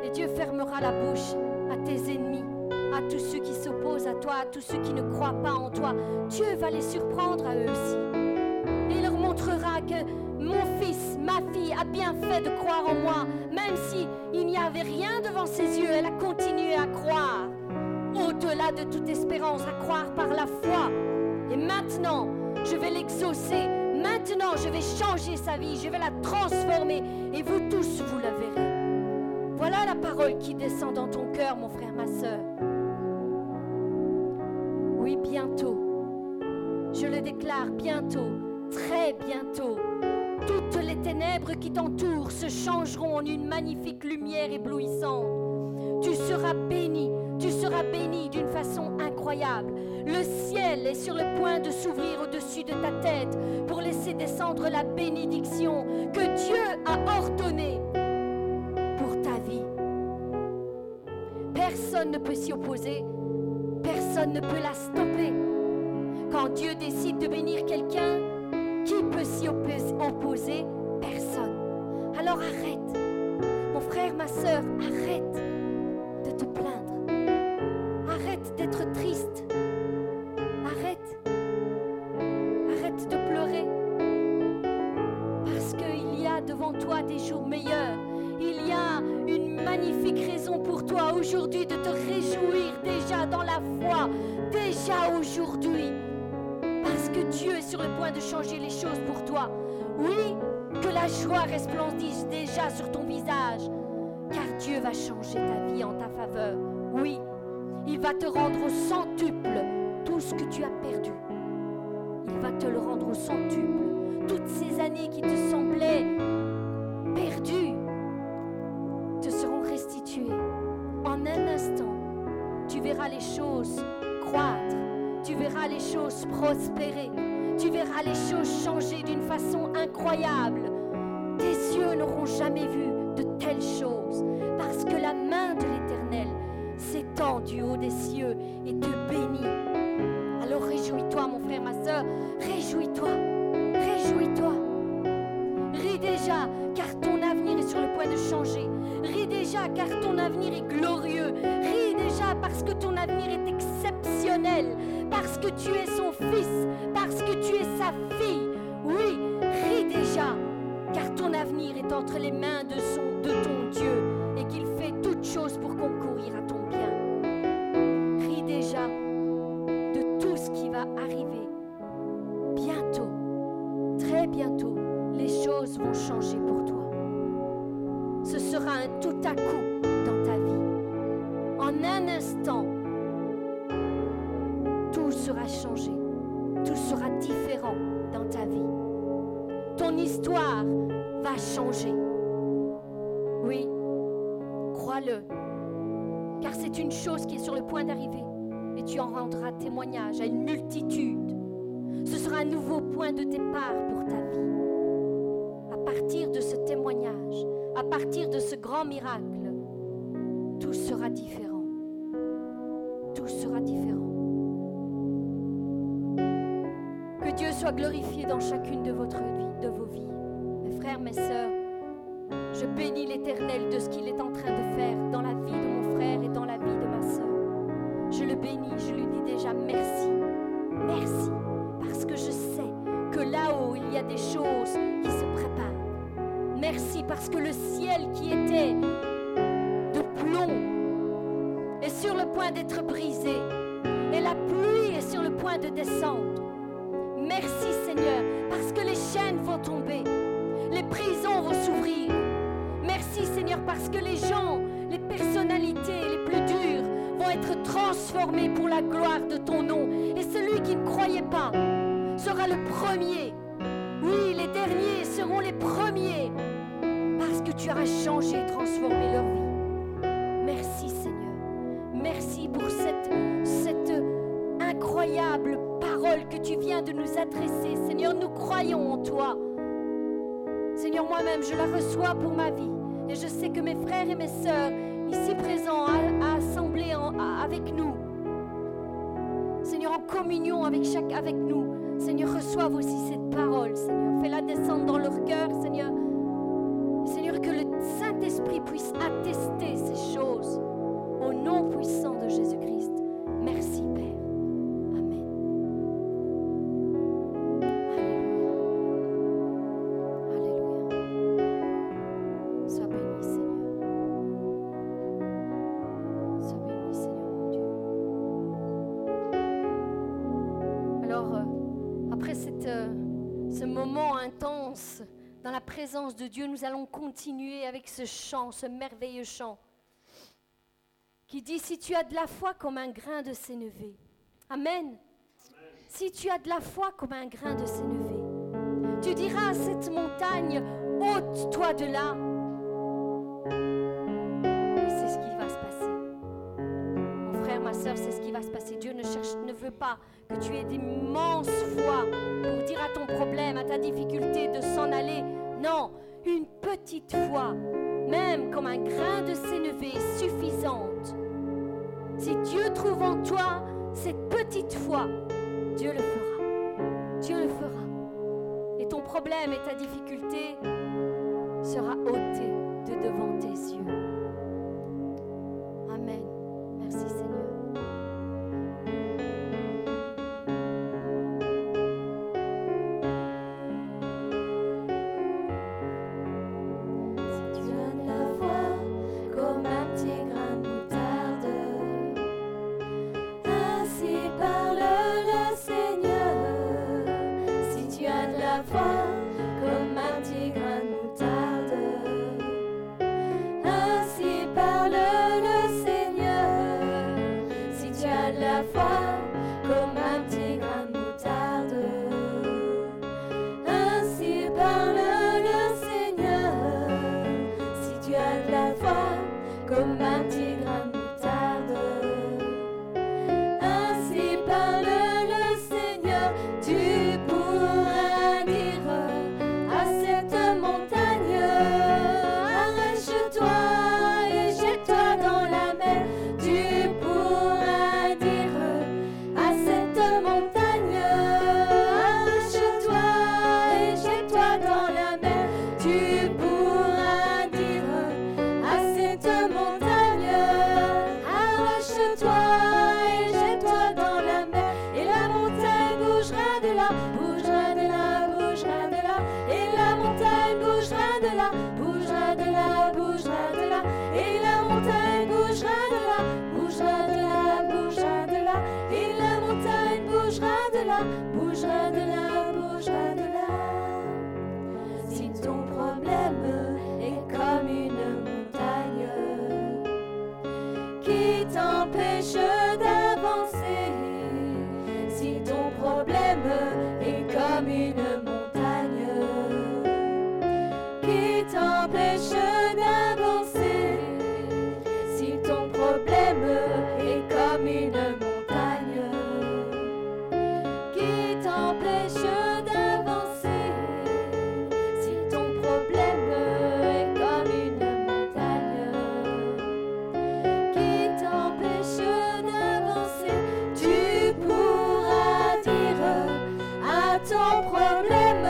Speaker 1: Et Dieu fermera la bouche à tes ennemis. à tous ceux qui s'opposent à toi, à tous ceux qui ne croient pas en toi. Dieu va les surprendre à eux aussi. Et il leur montrera que mon fils, ma fille a bien fait de croire en moi, même si il n'y avait rien devant ses yeux, elle a continué à croire. Au-delà de toute espérance, à croire par la foi. Et maintenant, je vais l'exaucer. Maintenant, je vais changer sa vie, je vais la transformer. Et vous tous, vous la verrez. Voilà la parole qui descend dans ton cœur, mon frère, ma sœur. Oui, bientôt. Je le déclare bientôt, très bientôt. Toutes les ténèbres qui t'entourent se changeront en une magnifique lumière éblouissante. Tu seras béni, tu seras béni d'une façon incroyable. Le ciel est sur le point de s'ouvrir au-dessus de ta tête pour laisser descendre la bénédiction que Dieu a ordonnée pour ta vie. Personne ne peut s'y opposer, personne ne peut la stopper. Quand Dieu décide de bénir quelqu'un, qui peut s'y oppo- opposer Personne. Alors arrête. Mon frère, ma soeur, arrête de te plaindre. Arrête d'être triste. Arrête. Arrête de pleurer. Parce qu'il y a devant toi des jours meilleurs. Il y a une magnifique raison pour toi aujourd'hui de te réjouir déjà dans la foi, déjà aujourd'hui parce que Dieu est sur le point de changer les choses pour toi. Oui, que la joie resplendisse déjà sur ton visage, car Dieu va changer ta vie en ta faveur. Oui, il va te rendre au centuple tout ce que tu as perdu. Il va te le rendre au centuple. Toutes ces années qui te semblaient perdues te seront restituées. En un instant, tu verras les choses croître tu verras les choses prospérer, tu verras les choses changer d'une façon incroyable. Tes yeux n'auront jamais vu de telles choses, parce que la main de l'Éternel s'étend du haut des cieux et te bénit. Alors réjouis-toi, mon frère, ma soeur, réjouis-toi, réjouis-toi. Ris déjà, car ton avenir est sur le point de changer. Ris déjà, car ton avenir est glorieux. Ris déjà, parce que ton avenir est exceptionnel parce que tu es son fils, parce que tu es sa fille. Oui, ris déjà, car ton avenir est entre les mains de, son, de ton Dieu et qu'il fait toutes choses pour concourir à ton bien. Ris déjà de tout ce qui va arriver. Bientôt, très bientôt, les choses vont changer pour toi. Ce sera un tout à coup dans ta vie. En un instant, tout sera changé, tout sera différent dans ta vie. Ton histoire va changer. Oui, crois-le, car c'est une chose qui est sur le point d'arriver et tu en rendras témoignage à une multitude. Ce sera un nouveau point de départ pour ta vie. À partir de ce témoignage, à partir de ce grand miracle, tout sera différent. Tout sera différent. Que Dieu soit glorifié dans chacune de, votre vie, de vos vies. Mes frères, mes sœurs, je bénis l'Éternel de ce qu'il est en train de faire dans la vie de mon frère et dans la vie de ma sœur. Je le bénis, je lui dis déjà merci. Merci, parce que je sais que là-haut, il y a des choses qui se préparent. Merci parce que le ciel qui était de plomb est sur le point d'être brisé et la pluie est sur le point de descendre. Merci Seigneur, parce que les chaînes vont tomber, les prisons vont s'ouvrir. Merci Seigneur, parce que les gens, les personnalités les plus dures vont être transformées pour la gloire de ton nom. Et celui qui ne croyait pas sera le premier. Oui, les derniers seront les premiers, parce que tu auras changé et transformé leur vie. Merci Seigneur. Merci pour cette, cette incroyable parole que tu viens de nous adresser. Seigneur, nous croyons en toi. Seigneur, moi-même, je la reçois pour ma vie. Et je sais que mes frères et mes sœurs, ici présents, à, à assembler en- à- avec nous, Seigneur, en communion avec, chaque, avec nous, Seigneur, reçoivent aussi cette parole, Seigneur. Fais-la descendre dans leur cœur, Seigneur. Seigneur, que le Saint-Esprit puisse attester ces choses au nom puissant de Jésus-Christ. euh, moment intense dans la présence de Dieu, nous allons continuer avec ce chant, ce merveilleux chant, qui dit, si tu as de la foi comme un grain de sénévé, Amen. Si tu as de la foi comme un grain de sénévé, tu diras à cette montagne, ôte-toi de là. Et c'est ce qui va se passer. Mon frère, ma soeur, c'est ce qui va se passer. Dieu ne, cherche, ne veut pas que tu aies d'immenses foi pour dire à ton problème, à ta difficulté de s'en aller. Non, une petite foi, même comme un grain de sénévé, est suffisante. Si Dieu trouve en toi cette petite foi, Dieu le fera. Dieu le fera. Et ton problème et ta difficulté sera ôté de devant tes yeux. Amen. Merci Seigneur.
Speaker 3: Tu as de la foi comme un petit grain de moutarde. Ainsi parle le Seigneur. Si tu as de la foi comme un petit grain de moutarde. Ainsi parle le Seigneur. Si tu as de la foi comme un petit grain de moutarde. Ainsi parle le Seigneur, si tu as de la foi comme un petit grain de moutarde. Ainsi parle le Seigneur, tu pourras dire à cette montagne, arrache-toi et jette-toi dans la mer. Tu pourras dire à cette montagne, arrache-toi et jette-toi dans la mer. Tu pourras dire à cette montagne, arrache-toi et jette-toi dans la mer. Et la montagne bougera de là, bougera de là, bougera de là. Et la montagne bougera de là, bougera de là, bougera de là. Et la montagne bougera de là, bougera de là, bougera de là. Et la montagne bougera de là, bougera de là, bougera de là. Si ton problème est comme une montagne qui t'empêche d'avancer, si ton problème est comme une montagne qui t'empêche d'avancer, si ton problème est comme une montagne qui t'empêche d'avancer. Si ton problème est comme une montagne qui t'empêche d'avancer, tu pourras dire à ton problème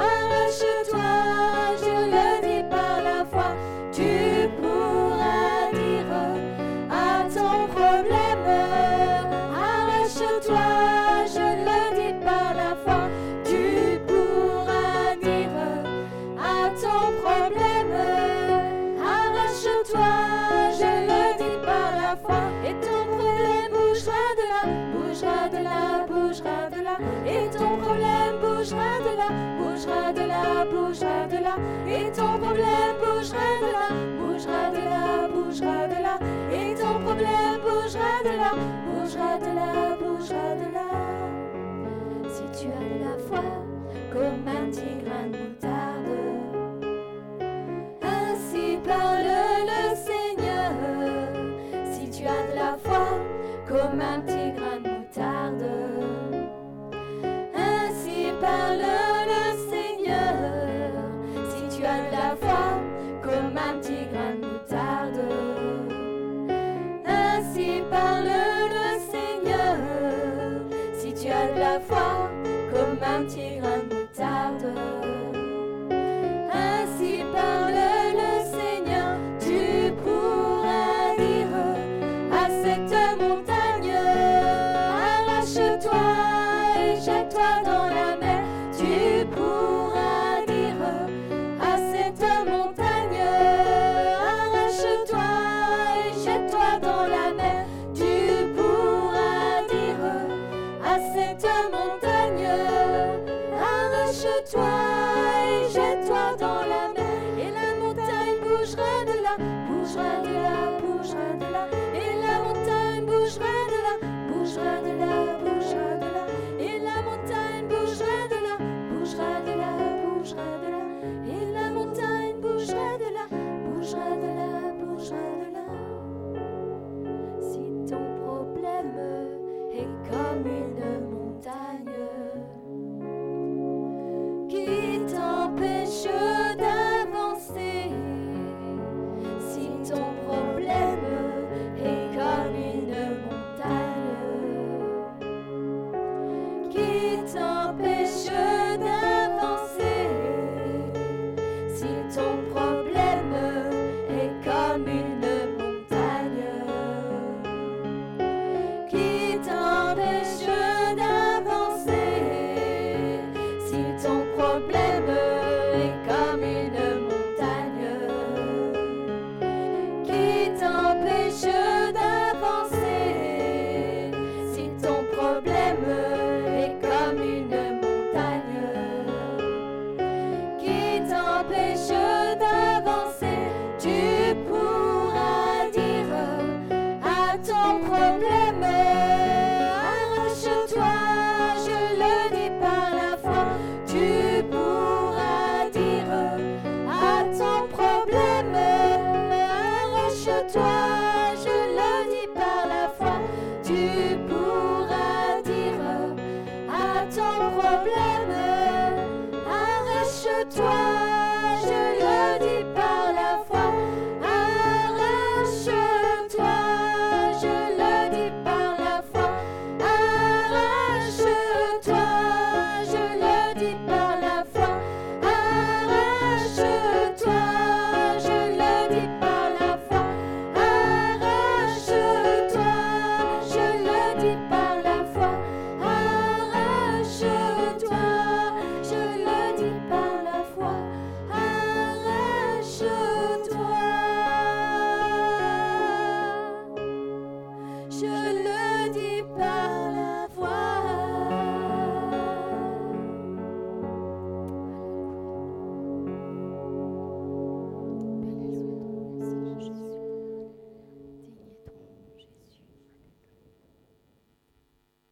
Speaker 3: Arrache-toi, je le dis par la foi. Tu pourras dire à ton problème Arrache-toi, je le dis par la foi. Tu pourras dire à ton problème Arrache-toi, je le dis par la foi Et ton problème bougera de là, bougera de là, bougera de là Et ton problème bougera de là, bougera de là, bougera de là Et ton problème bougera de là, bougera de là, bougera de là Et ton problème bougera de là, bougera de là, bougera de là si tu as de la foi comme un petit grain de moutarde. Ainsi parle le Seigneur, si tu as de la foi comme un petit grain de moutarde. Ainsi parle le Seigneur, si tu as de la foi comme un petit grain de moutarde. Ainsi parle le Seigneur, si tu as de la foi comme un petit grain de moutarde. Ainsi parle le Seigneur, tu pourras dire à cette montagne, arrache-toi et jette-toi dans la mer. Tu pourras dire à cette montagne, arrache-toi et jette-toi dans la mer. Tu pourras dire à cette montagne, arrache
Speaker 2: Je le dis par la voix.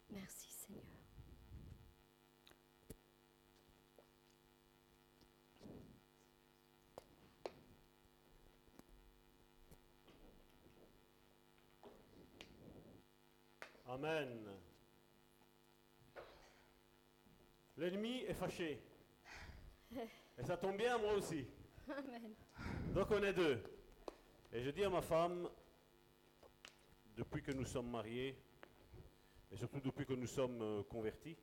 Speaker 1: Merci Seigneur.
Speaker 5: Amen. L'ennemi est fâché. Et ça tombe bien, moi aussi. Donc on est deux. Et je dis à ma femme, depuis que nous sommes mariés, et surtout depuis que nous sommes euh, convertis,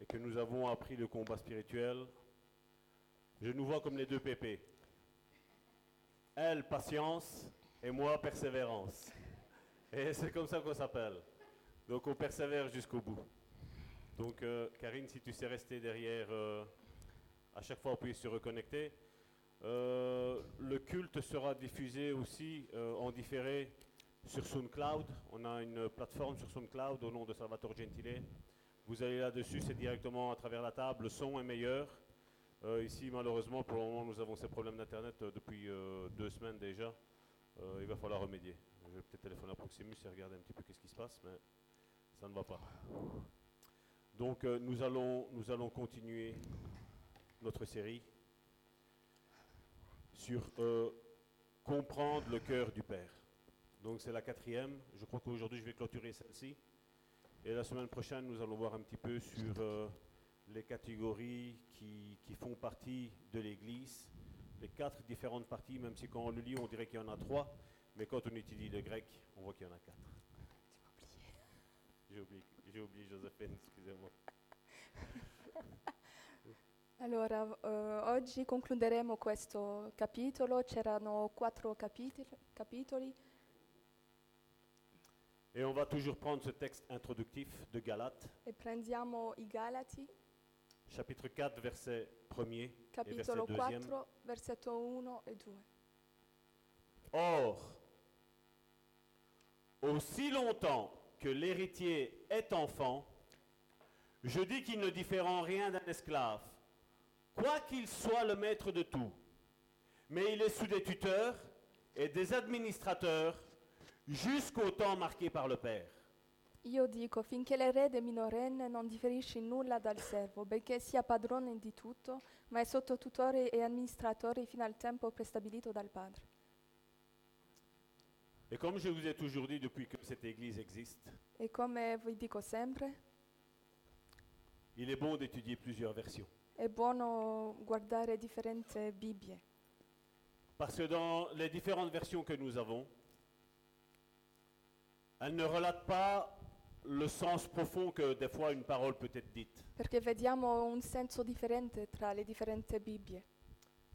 Speaker 5: et que nous avons appris le combat spirituel, je nous vois comme les deux pépés. Elle, patience, et moi, persévérance. Et c'est comme ça qu'on s'appelle. Donc on persévère jusqu'au bout. Donc euh, Karine, si tu sais rester derrière, euh, à chaque fois appuyer sur reconnecter. Euh, le culte sera diffusé aussi euh, en différé sur SoundCloud. On a une plateforme sur SoundCloud au nom de Salvatore Gentile. Vous allez là-dessus, c'est directement à travers la table. Le son est meilleur. Euh, ici, malheureusement, pour le moment, nous avons ces problèmes d'Internet euh, depuis euh, deux semaines déjà. Euh, il va falloir remédier. Je vais peut-être téléphoner à Proximus et regarder un petit peu qu'est-ce qui se passe, mais ça ne va pas. Donc euh, nous, allons, nous allons continuer notre série sur euh, comprendre le cœur du Père. Donc c'est la quatrième. Je crois qu'aujourd'hui je vais clôturer celle-ci. Et la semaine prochaine, nous allons voir un petit peu sur euh, les catégories qui, qui font partie de l'Église, les quatre différentes parties, même si quand on le lit, on dirait qu'il y en a trois, mais quand on étudie le grec, on voit qu'il y en a quatre. J'ai oublié, j'ai oublié Joséphine, excusez-moi.
Speaker 2: Allora, eh, oggi concluderemo questo capitolo, c'erano quattro capitoli, capitoli
Speaker 5: Et on va toujours prendre ce texte introductif de Galates,
Speaker 2: e prendiamo i Galati,
Speaker 5: chapitre 4, verset 1er.
Speaker 2: capitolo
Speaker 5: deuxième.
Speaker 2: 4, versetto 1 e 2.
Speaker 5: Or, aussi longtemps que l'héritier est enfant, je dis qu'il ne diffère en rien d'un esclave, quoi qu'il soit le maître de tout. Mais il est sous des tuteurs et des administrateurs jusqu'au temps marqué par le Père.
Speaker 2: Io dico, finché l'erede minorenne non differisce in nulla dal servo, benché sia padrone di tutto, ma è sotto tutore e amministratore fino al tempo prestabilito dal padre.
Speaker 5: Et comme je vous ai toujours dit depuis que cette Église existe,
Speaker 2: E come vi dico sempre,
Speaker 5: il est bon d'étudier plusieurs versions.
Speaker 2: è buono guardare differenti Bibbie,
Speaker 5: Parce que dans les différentes versions que nous avons, elles ne relatent pas le sens profond que des fois une parole peut être dite.
Speaker 2: perché vediamo un senso differente tra le differenti Bibbie.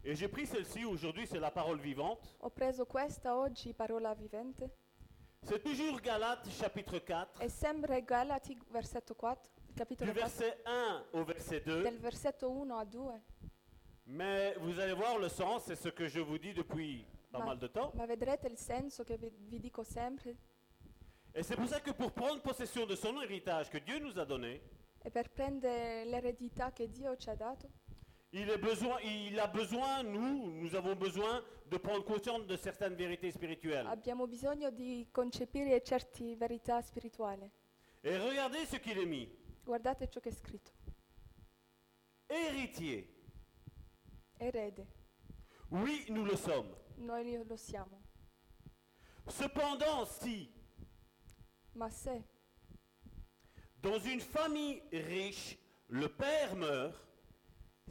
Speaker 5: Et j'ai pris celle-ci aujourd'hui, c'est la parole vivante.
Speaker 2: Ho preso questa oggi, parola vivente,
Speaker 5: C'est toujours Galates chapitre 4,
Speaker 2: e sempre Galati, versetto 4,
Speaker 5: du
Speaker 2: capitolo 4,
Speaker 5: verset 1 au verset 2.
Speaker 2: del versetto 1 a 2.
Speaker 5: Mais vous allez voir le sens, c'est ce que je vous dis depuis pas
Speaker 2: Ma-
Speaker 5: mal de temps.
Speaker 2: Ma vedrete il senso che vi- vi dico sempre?
Speaker 5: Et c'est pour ça que pour prendre possession de son héritage que Dieu nous a donné,
Speaker 2: E per prendere l'eredità che Dio ci ha dato,
Speaker 5: il, est besoin, il a besoin, nous, nous avons besoin de prendre conscience de certaines vérités spirituelles.
Speaker 2: abbiamo bisogno di concepire certe verità spirituali.
Speaker 5: Et regardez ce qu'il est mis.
Speaker 2: Guardate ciò che è scritto.
Speaker 5: Héritier.
Speaker 2: Erede,
Speaker 5: Oui, nous le sommes.
Speaker 2: noi li- lo siamo.
Speaker 5: Cependant, si,
Speaker 2: Ma se
Speaker 5: dans une famille riche, le père meurt,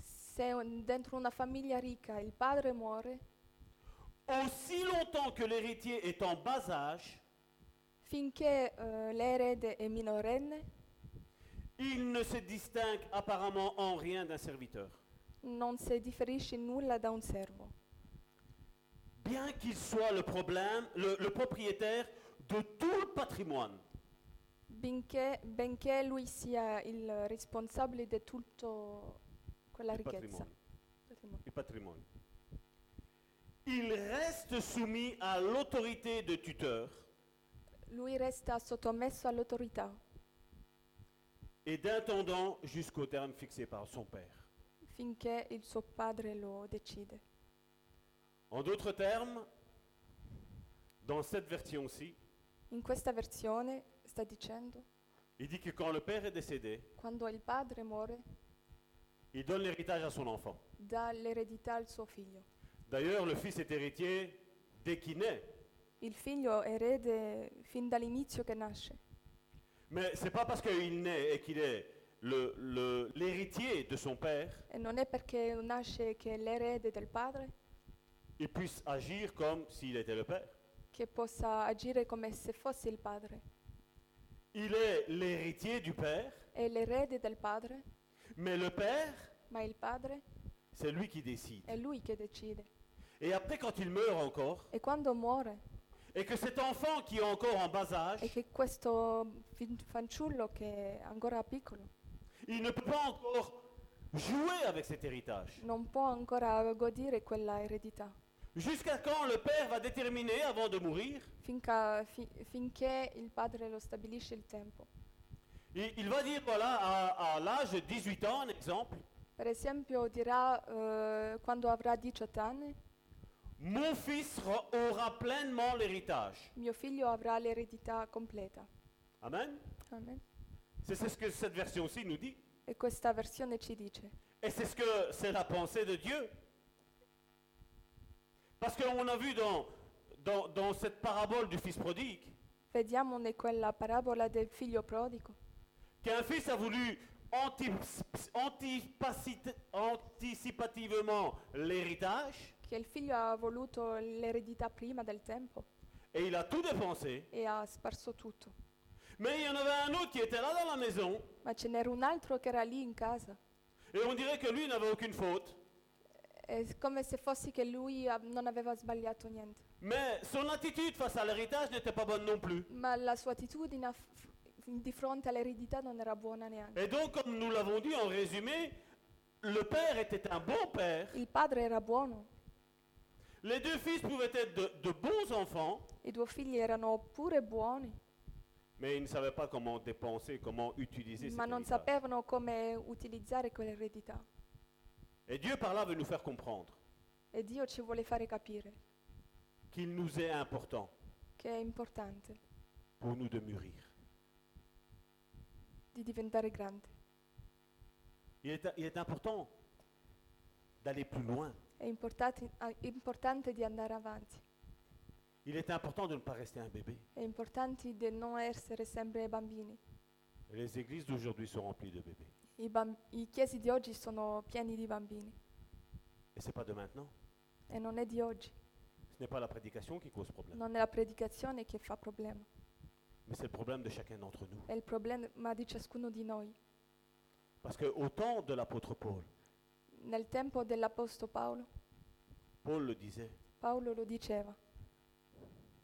Speaker 2: se un- dentro una famiglia ricca il padre muore,
Speaker 5: aussi longtemps que l'héritier est en bas âge,
Speaker 2: finché eh, l'erede è minorenne,
Speaker 5: il ne se distingue apparemment en rien d'un serviteur,
Speaker 2: non si differisce in nulla da un servo,
Speaker 5: bien qu'il soit le, problème, le, le propriétaire de tout le patrimoine.
Speaker 2: benché, benché lui sia il responsabile di tutta quella
Speaker 5: du
Speaker 2: ricchezza.
Speaker 5: patrimoine. du patrimoine. Il reste soumis à l'autorité de tuteur
Speaker 2: lui resta sottomesso all'autorità
Speaker 5: et d'un tendon jusqu'au terme fixé par son père.
Speaker 2: finché il suo padre lo decide.
Speaker 5: En d'autres termes, dans cette version-ci,
Speaker 2: In questa versione sta dicendo,
Speaker 5: il dit que quand le père est décédé,
Speaker 2: quando il padre muore,
Speaker 5: il donne l'héritage à son enfant.
Speaker 2: dà l'eredità al suo figlio.
Speaker 5: D'ailleurs, le fils est héritier dès qu'il naît.
Speaker 2: Il figlio è erede fin dall'inizio che nasce,
Speaker 5: Mais c'est pas parce qu'il naît et qu'il est le- le- l'héritier de son père,
Speaker 2: e non è perché nasce che è l'erede del padre
Speaker 5: il puisse agir comme s'il était le père.
Speaker 2: che possa agire come se fosse il padre.
Speaker 5: Il est l'héritier du père,
Speaker 2: È l'erede del padre,
Speaker 5: mais le père,
Speaker 2: ma il padre
Speaker 5: c'est lui qui décide.
Speaker 2: è lui che decide.
Speaker 5: Et après, quand il meurt encore,
Speaker 2: E quando muore,
Speaker 5: et que cet enfant qui est encore en bas âge,
Speaker 2: è che questo fin- fanciullo che è ancora piccolo
Speaker 5: il ne peut pas encore jouer avec cet héritage.
Speaker 2: non può ancora godere quella eredità,
Speaker 5: Jusqu'à quand le père va déterminer avant de mourir
Speaker 2: finca- fi- finché il padre lo stabilisce il tempo.
Speaker 5: Il, il va dire, voilà, à, à l'âge de 18 ans, un exemple,
Speaker 2: Per esempio dirà eh, quando avrà 18 anni,
Speaker 5: mon fils ra- aura pleinement l'héritage.
Speaker 2: mio figlio avrà l'eredità completa.
Speaker 5: Amen.
Speaker 2: Amen.
Speaker 5: C'est c'est ce que cette version-ci nous dit.
Speaker 2: E questa versione ci dice,
Speaker 5: Et c'est ce que c'est la pensée de Dieu. Parce qu'on a vu dans, dans, dans cette parabole du fils prodigue
Speaker 2: vediamo in quella parabola del figlio prodigo,
Speaker 5: qu'un fils a voulu antips- antipacit- anticipativement l'héritage
Speaker 2: che il figlio ha voluto l'eredità prima del tempo
Speaker 5: et il a tout dépensé.
Speaker 2: e ha sparso tutto.
Speaker 5: Mais il y en avait un autre qui était là dans la maison
Speaker 2: Ma ce n'era un altro che era lì in casa.
Speaker 5: et on dirait que lui n'avait aucune faute.
Speaker 2: È come se fosse che lui ah, non aveva sbagliato niente.
Speaker 5: Mais son attitude face à l'héritage n'était pas bonne non plus.
Speaker 2: Ma la sua attitudine a f- di fronte all'eredità non era buona neanche.
Speaker 5: Et donc, comme nous l'avons dit en résumé, le père était un bon père.
Speaker 2: Il padre era buono,
Speaker 5: Les deux fils pouvaient être de, de bons enfants,
Speaker 2: i due figli erano pure buoni,
Speaker 5: mais ils ne savaient pas comment dépenser, comment utiliser cet
Speaker 2: ma non
Speaker 5: héritage.
Speaker 2: sapevano come utilizzare quell'eredità.
Speaker 5: Et Dieu par là veut nous faire comprendre
Speaker 2: E Dio ci vuole fare capire
Speaker 5: qu'il nous est important
Speaker 2: che è importante
Speaker 5: pour nous de mûrir.
Speaker 2: di diventare grandi,
Speaker 5: Il est, il est important d'aller plus loin.
Speaker 2: è importati- ah, importante di andare avanti,
Speaker 5: Il est important de ne pas rester un bébé.
Speaker 2: è importante di non essere sempre bambini.
Speaker 5: Et les églises d'aujourd'hui sont remplies de bébés.
Speaker 2: I, bam- I chiesi di oggi sono pieni di bambini
Speaker 5: Et ce n'est pas de maintenant.
Speaker 2: e non è di oggi,
Speaker 5: Ce n'est pas la prédication qui cause problème,
Speaker 2: non è la predicazione che fa problema,
Speaker 5: mais c'est le problème de chacun d'entre nous.
Speaker 2: è il problema di ciascuno di noi.
Speaker 5: Parce que au temps de l'apôtre Paul,
Speaker 2: Nel tempo dell'Apostolo Paolo,
Speaker 5: Paul le disait,
Speaker 2: Paolo lo diceva,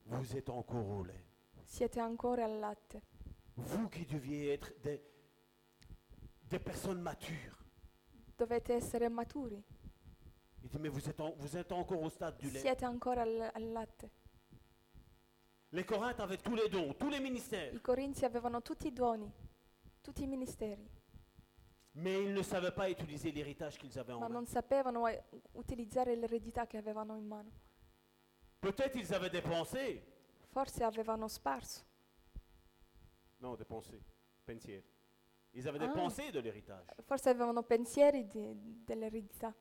Speaker 5: vous êtes encore au lait.
Speaker 2: siete ancora al latte,
Speaker 5: Vous qui deviez être des, des personnes matures.
Speaker 2: dovete essere maturi,
Speaker 5: Il dit, mais vous êtes, en- vous êtes encore au stade du lait.
Speaker 2: siete ancora al, al latte.
Speaker 5: Les Corinthes avaient tous les dons, tous les ministères,
Speaker 2: I Corinzi avevano tutti i doni, tutti i ministeri,
Speaker 5: mais ils ne savaient pas utiliser l'héritage qu'ils avaient en
Speaker 2: ma
Speaker 5: main.
Speaker 2: non sapevano eh, utilizzare l'eredità che avevano in mano.
Speaker 5: Peut-être ils avaient dépensé.
Speaker 2: Forse avevano sparso,
Speaker 5: Non, dépensé. Pensier. Ils avaient
Speaker 2: Ah.
Speaker 5: dépensé de l'héritage,
Speaker 2: forse avevano pensieri di- dell'eredità,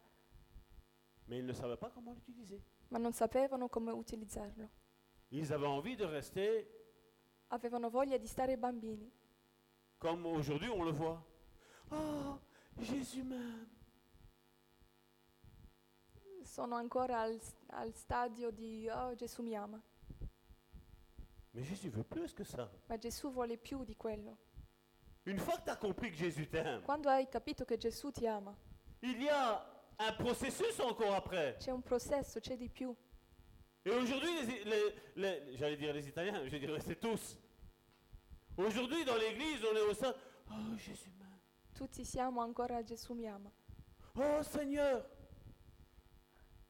Speaker 5: mais ils ne savaient pas comment l'utiliser.
Speaker 2: ma non sapevano come utilizzarlo.
Speaker 5: Ils avaient envie de rester
Speaker 2: Avevano voglia di stare bambini.
Speaker 5: comme aujourd'hui on le voit. Oh, Jésus même.
Speaker 2: Sono ancora al, al stadio di oh Gesù mi ama,
Speaker 5: Mais Jésus veut plus que ça.
Speaker 2: ma Gesù vuole più di quello.
Speaker 5: Une fois que tu as compris que Jésus t'aime,
Speaker 2: Quando hai capito che Gesù ti ama,
Speaker 5: Il y a un processus encore après.
Speaker 2: c'è un processo, c'è di più.
Speaker 5: Et aujourd'hui, les- les- les- j'allais dire les Italiens, je dirais c'est tous. Aujourd'hui, dans l'église, on est au sein. Oh Jésus, m'aime.
Speaker 2: Tutti siamo ancora a Gesù mi ama.
Speaker 5: oh Seigneur,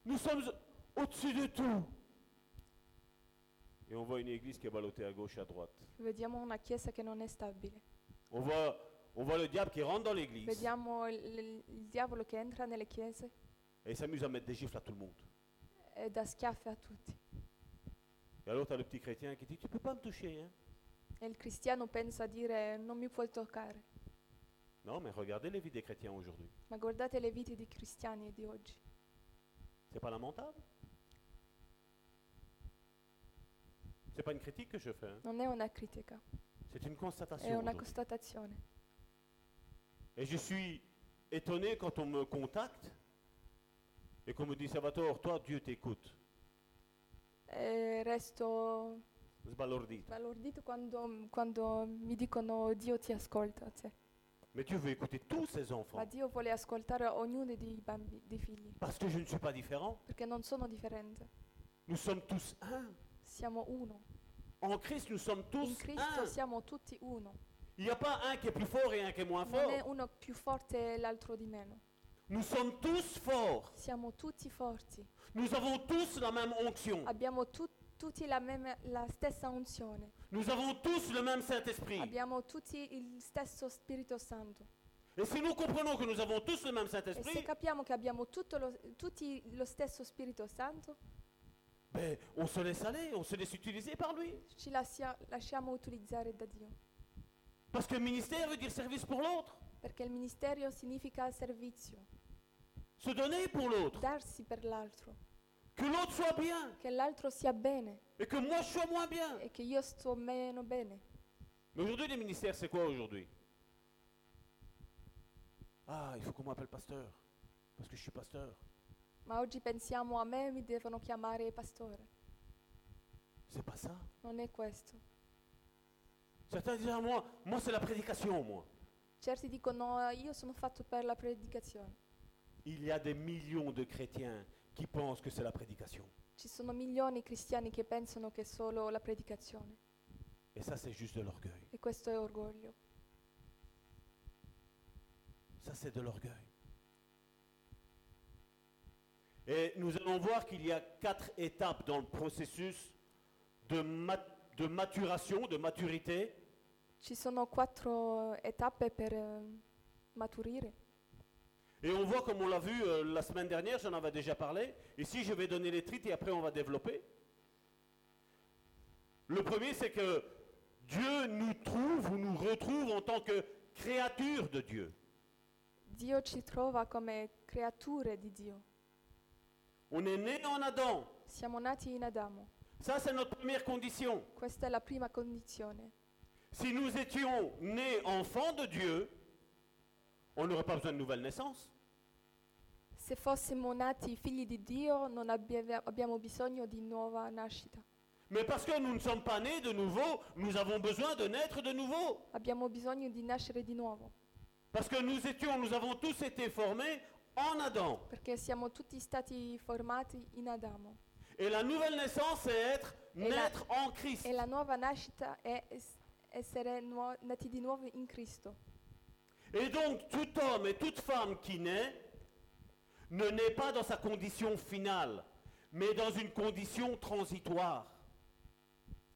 Speaker 5: nous sommes au-dessus de tout. et on voit une église qui est ballottée à gauche, à droite.
Speaker 2: Vediamo una chiesa che non è stabile.
Speaker 5: On voit, on voit le diable qui rentre dans l'église
Speaker 2: Vediamo il, il- il diavolo che entra nelle chiese
Speaker 5: et il s'amuse à mettre des gifles à tout le monde.
Speaker 2: e dà schiaffi a tutti.
Speaker 5: Et alors, tu as le petit chrétien qui dit Tu peux pas me toucher. Hein?
Speaker 2: E il cristiano pensa a dire non mi puoi toccare.
Speaker 5: Non, mais regardez les vies des chrétiens aujourd'hui.
Speaker 2: Ma guardate le vite dei cristiani di oggi.
Speaker 5: C'est pas lamentable C'est pas une critique que je fais, hein.
Speaker 2: Non è una critica,
Speaker 5: c'est une constatation.
Speaker 2: è una
Speaker 5: aujourd'hui.
Speaker 2: constatazione.
Speaker 5: Et je suis étonné quand on me contacte et qu'on me dit Salvatore, toi, Dieu t'écoute.
Speaker 2: E resto
Speaker 5: Sbalordito.
Speaker 2: balordito quando, quando mi dicono Dio ti ascolta. cioè.
Speaker 5: Mais Dieu veut écouter tous ses
Speaker 2: Ma
Speaker 5: enfants
Speaker 2: Dio vuole ascoltare ognuno dei, bambi- dei figli,
Speaker 5: parce que je ne suis pas différent.
Speaker 2: perché non sono differenti.
Speaker 5: Nous sommes tous un.
Speaker 2: Siamo uno.
Speaker 5: En Christ, nous sommes tous
Speaker 2: In Cristo
Speaker 5: un.
Speaker 2: siamo tutti uno.
Speaker 5: Il n'y a pas un qui est plus fort et un qui est moins
Speaker 2: Non è
Speaker 5: fort.
Speaker 2: uno più forte e l'altro di meno.
Speaker 5: Nous sommes tous forts.
Speaker 2: Siamo tutti forti.
Speaker 5: Nous avons tous la même onction.
Speaker 2: Abbiamo tu- tutti la, meme- la stessa unzione.
Speaker 5: Nous avons tous le même Saint-Esprit.
Speaker 2: Abbiamo tutti il stesso Spirito Santo.
Speaker 5: Et si nous comprenons que nous avons tous le même
Speaker 2: E se
Speaker 5: Saint-Esprit,
Speaker 2: capiamo che abbiamo tutto lo- tutti lo stesso Spirito Santo,
Speaker 5: ben, on se laisse aller, on se laisse utiliser par lui.
Speaker 2: ci lascia- lasciamo utilizzare da Dio.
Speaker 5: Parce que ministère veut dire service pour l'autre,
Speaker 2: Perché il ministero significa servizio,
Speaker 5: se donner pour l'autre,
Speaker 2: darsi per l'altro,
Speaker 5: que l'autre soit bien
Speaker 2: che l'altro sia bene
Speaker 5: et que moi je sois moins bien.
Speaker 2: e che io sto meno bene.
Speaker 5: Mais aujourd'hui, les ministères, c'est quoi aujourd'hui Ah, il faut qu'on m'appelle pasteur, parce que je suis pasteur.
Speaker 2: Ma oggi pensiamo a me mi devono chiamare pastore.
Speaker 5: C'est pas ça.
Speaker 2: Non è questo.
Speaker 5: Certains disent à moi, moi c'est la prédication, moi.
Speaker 2: Certi dicono "Ah, io sono fatto per la predicazione.
Speaker 5: Il y a des millions de chrétiens qui pensent que c'est la prédication.
Speaker 2: Ci sono milioni di cristiani che pensano che è solo la predicazione
Speaker 5: Et ça, c'est juste de l'orgueil.
Speaker 2: e questo è orgoglio.
Speaker 5: Ça, c'est de l'orgueil. Et nous allons voir qu'il y a quatre étapes dans le processus de, ma- de maturation, de maturité.
Speaker 2: Ci sono quattro eh, tappe per eh, maturire.
Speaker 5: Et on voit, comme on l'a vu euh, la semaine dernière, j'en avais déjà parlé. Ici, je vais donner les trites et après, on va développer. Le premier, c'est que Dieu nous trouve ou nous retrouve en tant que créature de Dieu.
Speaker 2: Dio ci trova come creature di Dio.
Speaker 5: On est né en Adam.
Speaker 2: Siamo nati in Adamo.
Speaker 5: Ça, c'est notre première condition.
Speaker 2: Questa è la prima condizione.
Speaker 5: Si nous étions nés enfants de Dieu, on n'aurait pas besoin de nouvelle naissance.
Speaker 2: Se fossimo nati figli di Dio non abbia- abbiamo bisogno di nuova nascita.
Speaker 5: Mais parce que nous ne sommes pas nés de nouveau, nous avons besoin de naître de nouveau.
Speaker 2: Abbiamo bisogno di nascere di nuovo,
Speaker 5: Parce que nous étions, nous avons tous été formés en Adam.
Speaker 2: perché siamo tutti stati formati in Adamo.
Speaker 5: Et la nouvelle naissance, c'est être
Speaker 2: Et la-
Speaker 5: naître en Christ.
Speaker 2: E la nuova nascita è es- essere nuo- nati di nuovo in Cristo.
Speaker 5: Et donc, tout homme et toute femme qui naît ne naît pas dans sa condition finale, mais dans une condition transitoire.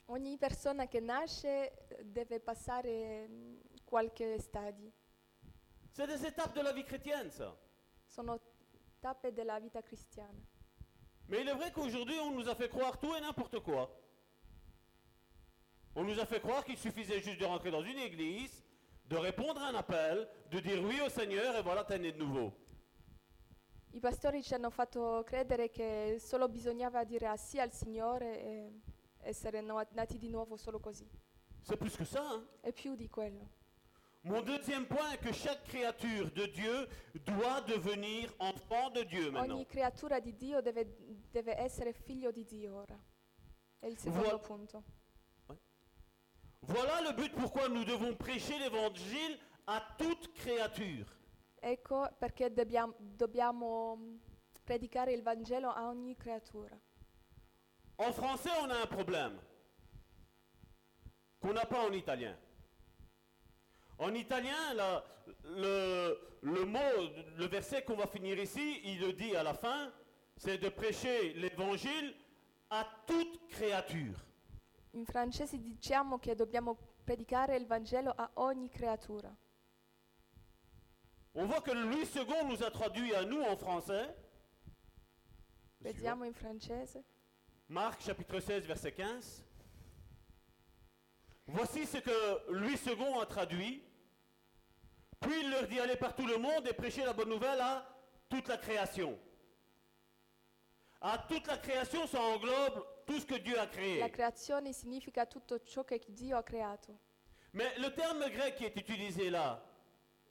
Speaker 2: Ogni persona che nasce eh, deve passare mm, qualche stadio.
Speaker 5: C'est des étapes de la vie chrétienne, ça.
Speaker 2: Sono tappe della vita cristiana.
Speaker 5: Mais il est vrai qu'aujourd'hui, on nous a fait croire tout et n'importe quoi. On nous a fait croire qu'il suffisait juste de rentrer dans une église, de répondre à un appel, de dire oui au Seigneur et voilà, t'es né de nouveau.
Speaker 2: I pastori ci hanno fatto credere che solo bisognava dire ah sì al Signore e essere no- nati di nuovo solo così.
Speaker 5: C'est plus que ça. hein.
Speaker 2: E più di quello.
Speaker 5: Mon deuxième point est que chaque créature de Dieu doit devenir enfant de Dieu maintenant.
Speaker 2: Ogni creatura di Dio deve, deve essere figlio di Dio ora. È il secondo
Speaker 5: Vuol-
Speaker 2: punto.
Speaker 5: Voilà le but pourquoi nous devons prêcher l'évangile à toute créature.
Speaker 2: Ecco perché dobbiam- dobbiamo mh, predicare il Vangelo a ogni creatura.
Speaker 5: En français, on a un problème qu'on n'a pas en italien. En italien, la- le, le mot, le verset qu'on va finir ici, il le dit à la fin, c'est de prêcher l'évangile à toute créature.
Speaker 2: In francese diciamo che dobbiamo predicare il Vangelo a ogni creatura.
Speaker 5: On voit que Louis II nous a traduit à nous en français. Le suivant.
Speaker 2: Vediamo in francese.
Speaker 5: Marc chapitre 16 verset 15. Voici ce que Louis II a traduit. Puis il leur dit allez par tout le monde et prêchez la bonne nouvelle à toute la création. À toute la création, ça englobe tout ce que Dieu a créé.
Speaker 2: La creazione significa tutto ciò che Dio ha creato,
Speaker 5: Mais le terme grec qui est utilisé là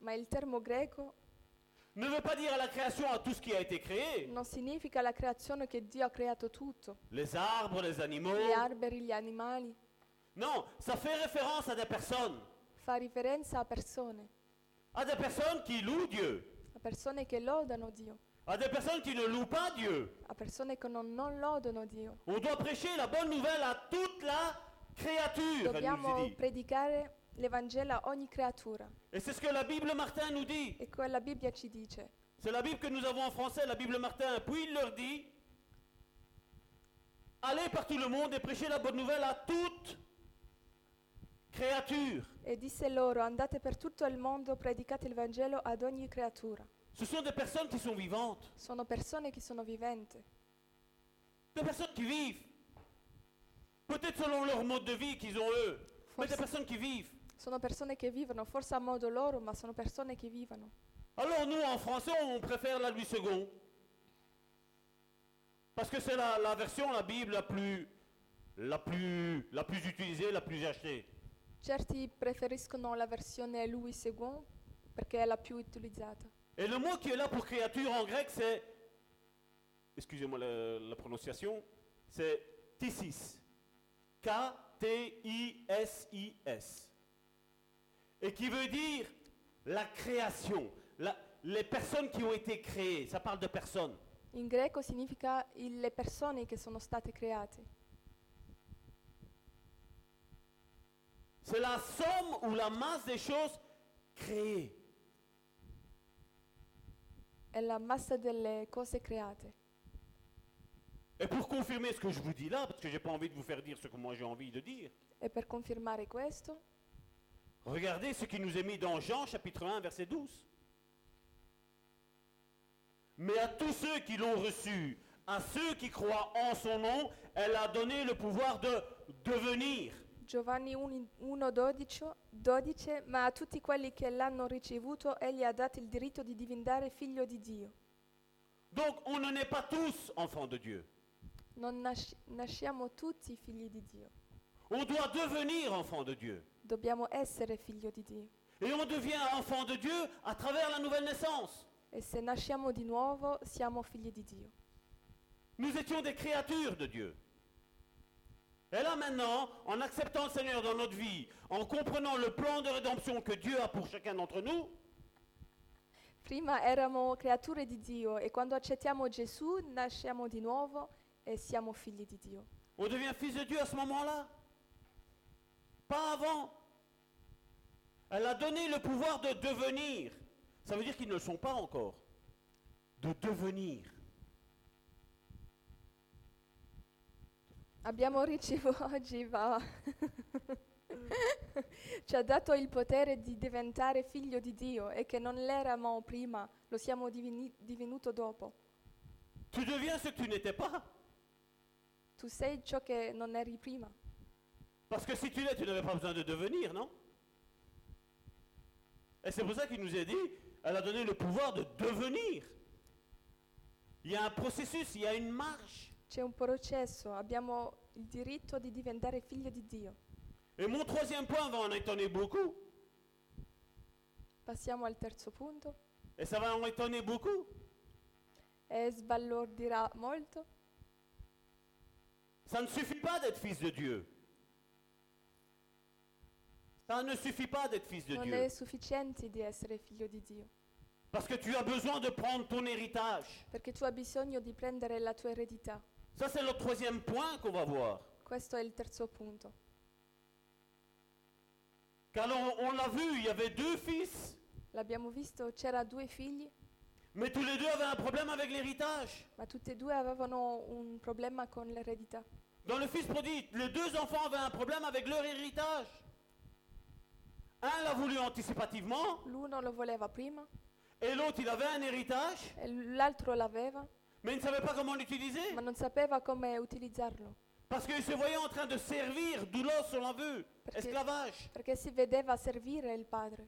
Speaker 2: ma il termo greco
Speaker 5: ne veut pas dire à la création à tout ce qui a été créé.
Speaker 2: non significa la creazione che Dio ha creato tutto,
Speaker 5: Les arbres, les animaux.
Speaker 2: gli alberi, gli animali,
Speaker 5: Non, ça fait référence à des personnes.
Speaker 2: fa riferenza a persone,
Speaker 5: À des personnes qui louent Dieu.
Speaker 2: a persone che lodano Dio,
Speaker 5: À des personnes qui ne louent pas Dieu.
Speaker 2: a persone che non, non lodano Dio.
Speaker 5: On doit prêcher la bonne nouvelle à toute la créature, elle nous est
Speaker 2: Dobbiamo
Speaker 5: dit.
Speaker 2: predicare l'Evangelo a ogni creatura
Speaker 5: Et c'est ce que la Bible Martin nous dit.
Speaker 2: e quella Bibbia ci dice.
Speaker 5: C'est la Bible que nous avons en français, la Bible Martin. Puis il leur dit, allez par tout le monde et prêchez la bonne nouvelle à toute créature.
Speaker 2: E disse loro, andate per tutto il mondo, predicate il Vangelo ad ogni creatura.
Speaker 5: Ce sont des personnes qui sont vivantes,
Speaker 2: Sono persone che sono viventi,
Speaker 5: des personnes qui vivent. Peut-être selon leur mode de vie qu'ils ont eux, mais des personnes qui vivent.
Speaker 2: sono persone che vivono, forse a modo loro, ma sono persone che vivono.
Speaker 5: Alors nous, en français, on préfère la Louis II. Parce que c'est la, la version, la Bible la plus, la plus, la plus utilisée, la plus achetée.
Speaker 2: Certi preferiscono la versione Louis II perché è la più utilizzata.
Speaker 5: Et le mot qui est là pour créature en grec, c'est, excusez-moi la, la prononciation, c'est Tisis. K-T-I-S-I-S. Et qui veut dire la création, la- les personnes qui ont été créées. Ça parle de personnes.
Speaker 2: In greco significa il- le persone che sono state create.
Speaker 5: C'est la somme ou la masse des choses créées.
Speaker 2: È la massa delle cose create.
Speaker 5: Et pour confirmer ce que je vous dis là, parce que j'ai pas envie de vous faire dire ce que moi j'ai envie de dire,
Speaker 2: E per confermare questo,
Speaker 5: regardez ce qui nous est mis dans Jean chapitre 1 verset 12. Mais à tous ceux qui l'ont reçu, à ceux qui croient en son nom, elle a donné le pouvoir de devenir.
Speaker 2: Giovanni 1,12 12, ma a tutti quelli che l'hanno ricevuto egli ha dato il diritto di diventare figlio di Dio.
Speaker 5: Donc on ne naît pas tous enfants de Dieu.
Speaker 2: Non nasci- nasciamo tutti figli di Dio,
Speaker 5: On doit devenir enfants de Dieu.
Speaker 2: dobbiamo essere figlio di Dio.
Speaker 5: Et on devient enfant de Dieu à travers la nouvelle naissance.
Speaker 2: E se nasciamo di nuovo siamo figli di Dio.
Speaker 5: Nous étions des créatures de Dieu. Et là maintenant, en acceptant le Seigneur dans notre vie, en comprenant le plan de rédemption que Dieu a pour chacun d'entre nous,
Speaker 2: Prima eravamo creature di Dio e quando accettiamo Gesù nasciamo di nuovo e siamo figli di Dio.
Speaker 5: on devient fils de Dieu à ce moment-là. Pas avant. Elle a donné le pouvoir de devenir. Ça veut dire qu'ils ne le sont pas encore. De devenir.
Speaker 2: Abbiamo ricevuto [laughs] oggi, va. Ci ha dato il potere di diventare figlio di Dio e che non l'eravamo prima, lo siamo divini- divenuto dopo.
Speaker 5: Tu deviens ce que tu n'étais pas.
Speaker 2: Tu sei ciò che non eri prima,
Speaker 5: Parce que si tu l'es, tu n'avais pas besoin de devenir, non Et c'est pour ça qu'il nous a dit, elle a donné le pouvoir de devenir. Il y a un processus, il y a une marche.
Speaker 2: c'è un processo, abbiamo il diritto di diventare figlio di Dio.
Speaker 5: Et mon troisième point va en étonner beaucoup.
Speaker 2: Passiamo al terzo punto.
Speaker 5: Et ça va en étonner beaucoup.
Speaker 2: E sbalordirà molto.
Speaker 5: Ça ne suffit pas d'être fils de Dieu. Ça ne suffit pas d'être fils de
Speaker 2: Non
Speaker 5: Dieu.
Speaker 2: è sufficiente di essere figlio di Dio,
Speaker 5: Parce que tu as besoin de prendre ton héritage.
Speaker 2: perché tu hai bisogno di prendere la tua eredità.
Speaker 5: Ça, c'est le troisième point qu'on va voir.
Speaker 2: Questo è il terzo punto.
Speaker 5: Car on, on l'a vu, il y avait deux fils.
Speaker 2: L'abbiamo visto, c'era due figli
Speaker 5: Mais tous les deux avaient un problème avec l'héritage.
Speaker 2: Ma tutti e due avevano un problema con l'eredità.
Speaker 5: Dans le fils prodigue, les deux enfants avaient un problème avec leur héritage. Un l'a voulu anticipativement
Speaker 2: L'uno lo voleva prima
Speaker 5: et l'autre il avait un héritage,
Speaker 2: e l'altro l'aveva,
Speaker 5: mais il ne savait pas comment l'utiliser
Speaker 2: ma non sapeva come utilizzarlo,
Speaker 5: parce qu'il se voyait en train de servir doulos sur l'enveu,
Speaker 2: Perché-
Speaker 5: esclavage.
Speaker 2: perché si vedeva servire il padre.